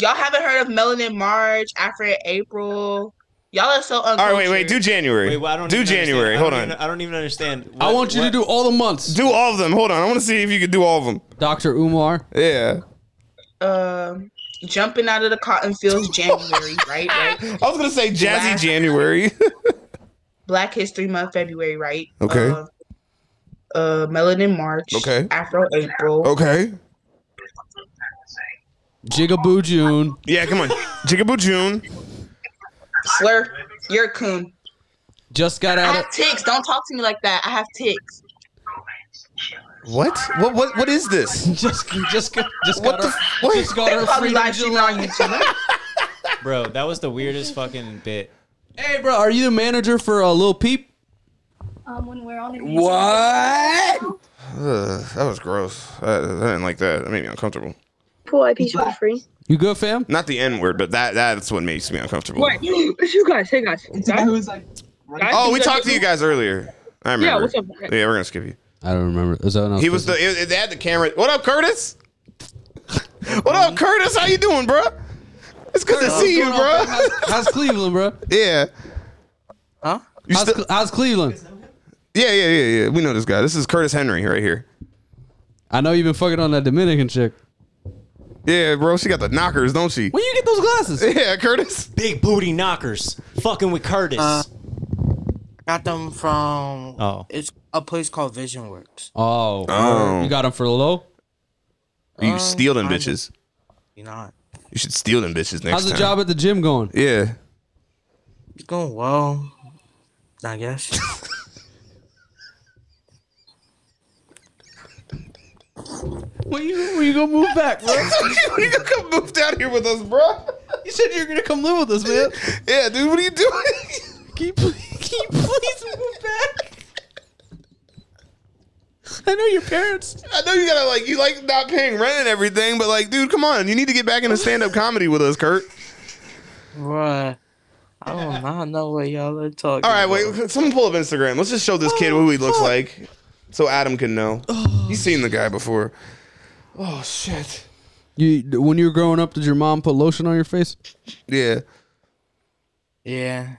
Speaker 12: Y'all haven't heard of Melanin March, Afro April. Y'all are so uncultured.
Speaker 2: All right, wait, wait. Do January.
Speaker 3: Wait, well, I don't
Speaker 2: do
Speaker 3: even understand.
Speaker 2: January.
Speaker 3: I
Speaker 2: Hold
Speaker 3: don't
Speaker 2: on.
Speaker 3: even- I don't even understand.
Speaker 2: I want
Speaker 4: you to do all the months.
Speaker 2: Do all of them. Hold on. I want to see if you can do all of them.
Speaker 4: Doctor Umar.
Speaker 2: Yeah.
Speaker 12: Um, jumping out of the cotton fields January, right? right? I
Speaker 2: was gonna say Jazzy January.
Speaker 12: Black History Month February, right?
Speaker 2: okay.
Speaker 12: Uh, uh, Melanin March.
Speaker 2: Okay.
Speaker 12: Afro April.
Speaker 2: Okay.
Speaker 4: Jigaboo June.
Speaker 2: Yeah, come on. Jigaboo June.
Speaker 12: Slur. You're a coon.
Speaker 4: Just got
Speaker 12: I
Speaker 4: out
Speaker 12: have ticks. Don't talk to me like that. I have ticks.
Speaker 2: of what? What? What? What is this?
Speaker 4: just, just, just
Speaker 2: what the? f- what?
Speaker 4: Just got
Speaker 12: They
Speaker 4: her
Speaker 12: probably
Speaker 4: freedom
Speaker 12: live streaming on YouTube.
Speaker 3: Bro, that was the weirdest fucking bit.
Speaker 4: Hey, bro, are you the manager for uh, Lil Peep?
Speaker 38: Um, when we're on the
Speaker 4: Uh,
Speaker 2: Ugh, that was gross. I, I didn't like that. That made me uncomfortable.
Speaker 38: Pool IPs for free.
Speaker 4: You good, fam?
Speaker 2: Not the N word, but that that's what makes me uncomfortable.
Speaker 38: What? You guys, hey guys.
Speaker 2: Oh, we talked to you guys earlier. I remember.
Speaker 38: what's up?
Speaker 2: Yeah, we're gonna skip you.
Speaker 4: I don't remember. Is that what I
Speaker 2: He was the. It, it- they had the camera. What up, Curtis? what up, Curtis? How you doing, bro? It's good to
Speaker 4: Curtis,
Speaker 2: see you,
Speaker 4: what's going
Speaker 2: bro.
Speaker 4: on, fam? How's Cleveland, bro?
Speaker 2: Yeah. Huh?
Speaker 4: How's, Cle- how's Cleveland?
Speaker 2: Yeah, yeah, yeah, yeah. We know this guy. This is Curtis Henry right here.
Speaker 4: I know you've been fucking on that Dominican chick.
Speaker 2: Yeah, bro. She got the knockers, don't she?
Speaker 4: When you get those glasses?
Speaker 2: Yeah, Curtis.
Speaker 3: Big booty knockers. Fucking with Curtis.
Speaker 16: Uh, Got them from
Speaker 3: Oh.
Speaker 16: it's a place called Vision Works.
Speaker 4: Oh,
Speaker 2: Oh.
Speaker 4: you got them for low.
Speaker 2: You
Speaker 16: Um,
Speaker 2: steal them
Speaker 16: kinda.
Speaker 2: bitches.
Speaker 16: You not.
Speaker 2: You should steal them bitches next
Speaker 4: How's the
Speaker 2: time.
Speaker 4: job at the gym going?
Speaker 2: Yeah.
Speaker 16: It's going well. I guess.
Speaker 4: When you when you gonna move back, bro?
Speaker 2: you gonna come move down here with us, bro?
Speaker 4: You said you were gonna come live with us, man.
Speaker 2: yeah, dude. What are you doing?
Speaker 4: Can you please, can you please move back? I know your parents.
Speaker 2: I know you gotta like you like not paying rent and everything, but like, dude, come on, you need to get back into stand up comedy with us, Kurt.
Speaker 16: Bruh. I don't not know what y'all are talking
Speaker 2: All right,
Speaker 16: about.
Speaker 2: wait, someone pull up Instagram. Let's just show this kid who he
Speaker 4: Oh,
Speaker 2: looks like, so Adam can know. He's seen the guy before. Oh shit.
Speaker 4: You when you were growing up, did your mom put lotion on your face?
Speaker 2: Yeah.
Speaker 16: Yeah.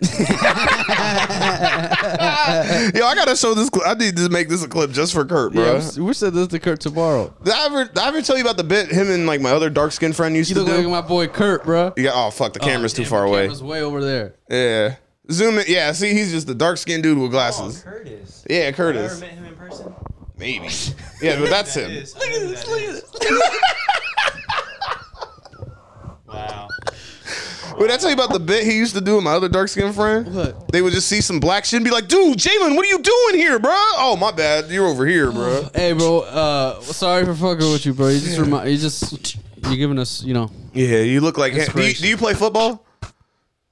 Speaker 2: Yo, I gotta show this. Cl- I need to make this a clip just for Kurt, bro.
Speaker 4: we we said this to Kurt tomorrow.
Speaker 2: Did I ever, did I ever tell you about the bit him and like my other dark skinned friend used
Speaker 4: You
Speaker 2: to
Speaker 4: look like
Speaker 2: do?
Speaker 4: my boy Kurt, bro.
Speaker 2: yeah. Oh fuck, the camera's too far away.
Speaker 4: Camera's way over there.
Speaker 2: Yeah. Zoom in. Yeah. See, he's just the dark skinned dude with glasses.
Speaker 3: Oh, Curtis.
Speaker 2: Yeah,
Speaker 3: I ever
Speaker 2: Curtis.
Speaker 3: met him in person?
Speaker 2: Maybe. Yeah, but that's him.
Speaker 3: Look at this. Look at this. Wow.
Speaker 2: Wait, I tell you about the bit he used to do with my other dark skinned friend?
Speaker 4: What?
Speaker 2: They would just see some black shit and be like, dude, Jalen, what are you doing here, bro? Oh, my bad. You're over here, bro.
Speaker 4: Hey, bro. Uh, sorry for fucking with you, bro. You just remind. You just you giving us, you know.
Speaker 2: Yeah, you look like him. Do you,
Speaker 4: Inspiration.
Speaker 2: do you play football?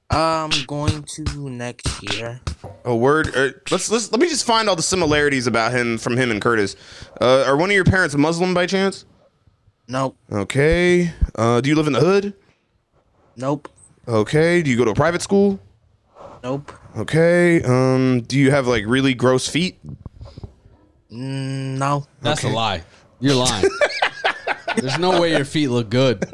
Speaker 16: I'm Um, going to next year.
Speaker 2: A word. Or, let's, let's let me just find all the similarities about him from him and Curtis. Uh, are one of your parents Muslim by chance? Nope. Okay. Uh, do you live in the hood? Nope. Okay. Do you go to a private school? Nope. Okay. Um, do you have like really gross feet?
Speaker 16: Mm, No.
Speaker 4: That's a lie. You're lying. There's no way your feet look good.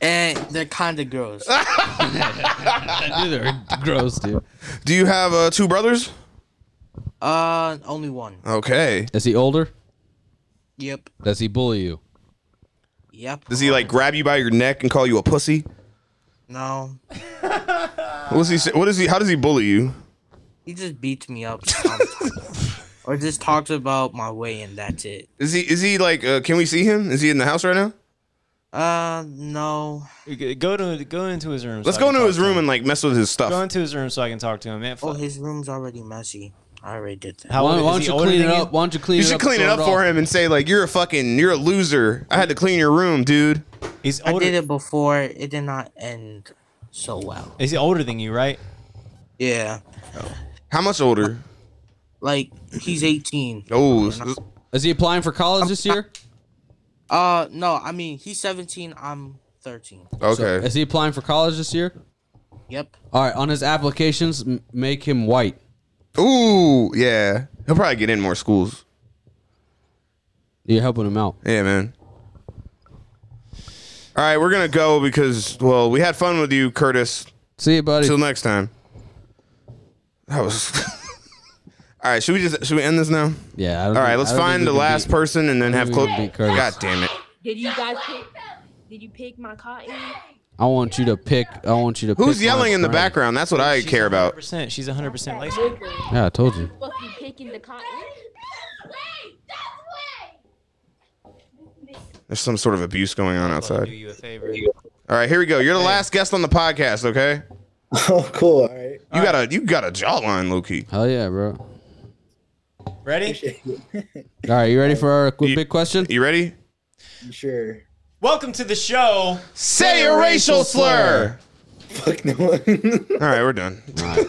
Speaker 16: And they're kind of gross.
Speaker 4: I knew they were gross, dude.
Speaker 2: Do you have uh, two brothers?
Speaker 16: Uh, only one.
Speaker 2: Okay.
Speaker 4: Is he older?
Speaker 16: Yep.
Speaker 4: Does he bully you?
Speaker 16: Yep.
Speaker 2: Does he like grab you by your neck and call you a pussy?
Speaker 16: No.
Speaker 2: What does he say? What is he? How does he bully you?
Speaker 16: He just beats me up sometimes. or just talks about my way and that's it.
Speaker 2: Is he? Is he like? Uh, can we see him? Is he in the house right now?
Speaker 16: Uh, no.
Speaker 3: Go to go into his room. so
Speaker 2: Let's
Speaker 3: I
Speaker 2: go
Speaker 3: can
Speaker 2: into
Speaker 3: talk
Speaker 2: his
Speaker 3: to
Speaker 2: room
Speaker 3: him.
Speaker 2: and like mess with his
Speaker 3: Go
Speaker 2: stuff.
Speaker 3: into his room so I can talk to him. Man,
Speaker 16: Oh, his room's already messy. I already did that.
Speaker 4: Why- why don't you clean it up? Why don't you clean
Speaker 2: You
Speaker 4: it
Speaker 2: should
Speaker 4: up?
Speaker 2: clean it
Speaker 4: throw
Speaker 2: up for him and say like, "You're a fucking, you're a loser. I had to clean your room, dude."
Speaker 3: He's
Speaker 16: I did it before. It did not end so well.
Speaker 3: Is he older than you, right?
Speaker 16: Yeah.
Speaker 2: How much older?
Speaker 16: Like he's 18.
Speaker 2: Oh,
Speaker 4: Is he applying for college this year?
Speaker 16: Uh, no. I mean, he's 17. I'm 13.
Speaker 4: So, is he applying for college this year?
Speaker 16: Yep.
Speaker 4: All right. On his applications, m- make him white.
Speaker 2: Ooh, yeah. He'll probably get in more schools.
Speaker 4: You're helping him out.
Speaker 2: Yeah, man. All right, we're gonna go because well, we had fun with you, Curtis.
Speaker 4: See you, buddy.
Speaker 2: Till next time. That was. All right, should we just should we end this now?
Speaker 4: Yeah. I
Speaker 2: All
Speaker 4: don't
Speaker 2: right,
Speaker 4: think-
Speaker 2: let's
Speaker 4: I don't think
Speaker 2: find
Speaker 4: we
Speaker 2: the
Speaker 4: can
Speaker 2: last
Speaker 4: beat-
Speaker 2: person and then
Speaker 4: I
Speaker 2: have
Speaker 4: don't
Speaker 2: Chloe.
Speaker 4: think we can beat Curtis.
Speaker 2: God damn it!
Speaker 12: Did you guys pick? Did you pick my cotton?
Speaker 4: I want you to pick. I want you to.
Speaker 2: Who's
Speaker 4: pick
Speaker 2: yelling
Speaker 4: my
Speaker 2: in the
Speaker 4: friend.
Speaker 2: background? That's what I care about.
Speaker 3: Percent. She's 100 percent light.
Speaker 4: Yeah, I told you.
Speaker 12: Fucking picking the cotton.
Speaker 2: There's some sort of abuse going on outside.
Speaker 3: you a favor.
Speaker 2: All right, here we go. You're the last guest on the podcast, okay?
Speaker 40: Oh, cool. All right.
Speaker 2: You got a you got a jawline, Loki.
Speaker 4: Hell yeah, bro.
Speaker 3: Ready?
Speaker 4: All right, you ready for our qu- big question?
Speaker 2: You ready?
Speaker 40: Sure.
Speaker 3: Welcome to the show.
Speaker 2: Say a racial slur.
Speaker 40: Fuck no. All
Speaker 2: right, we're done.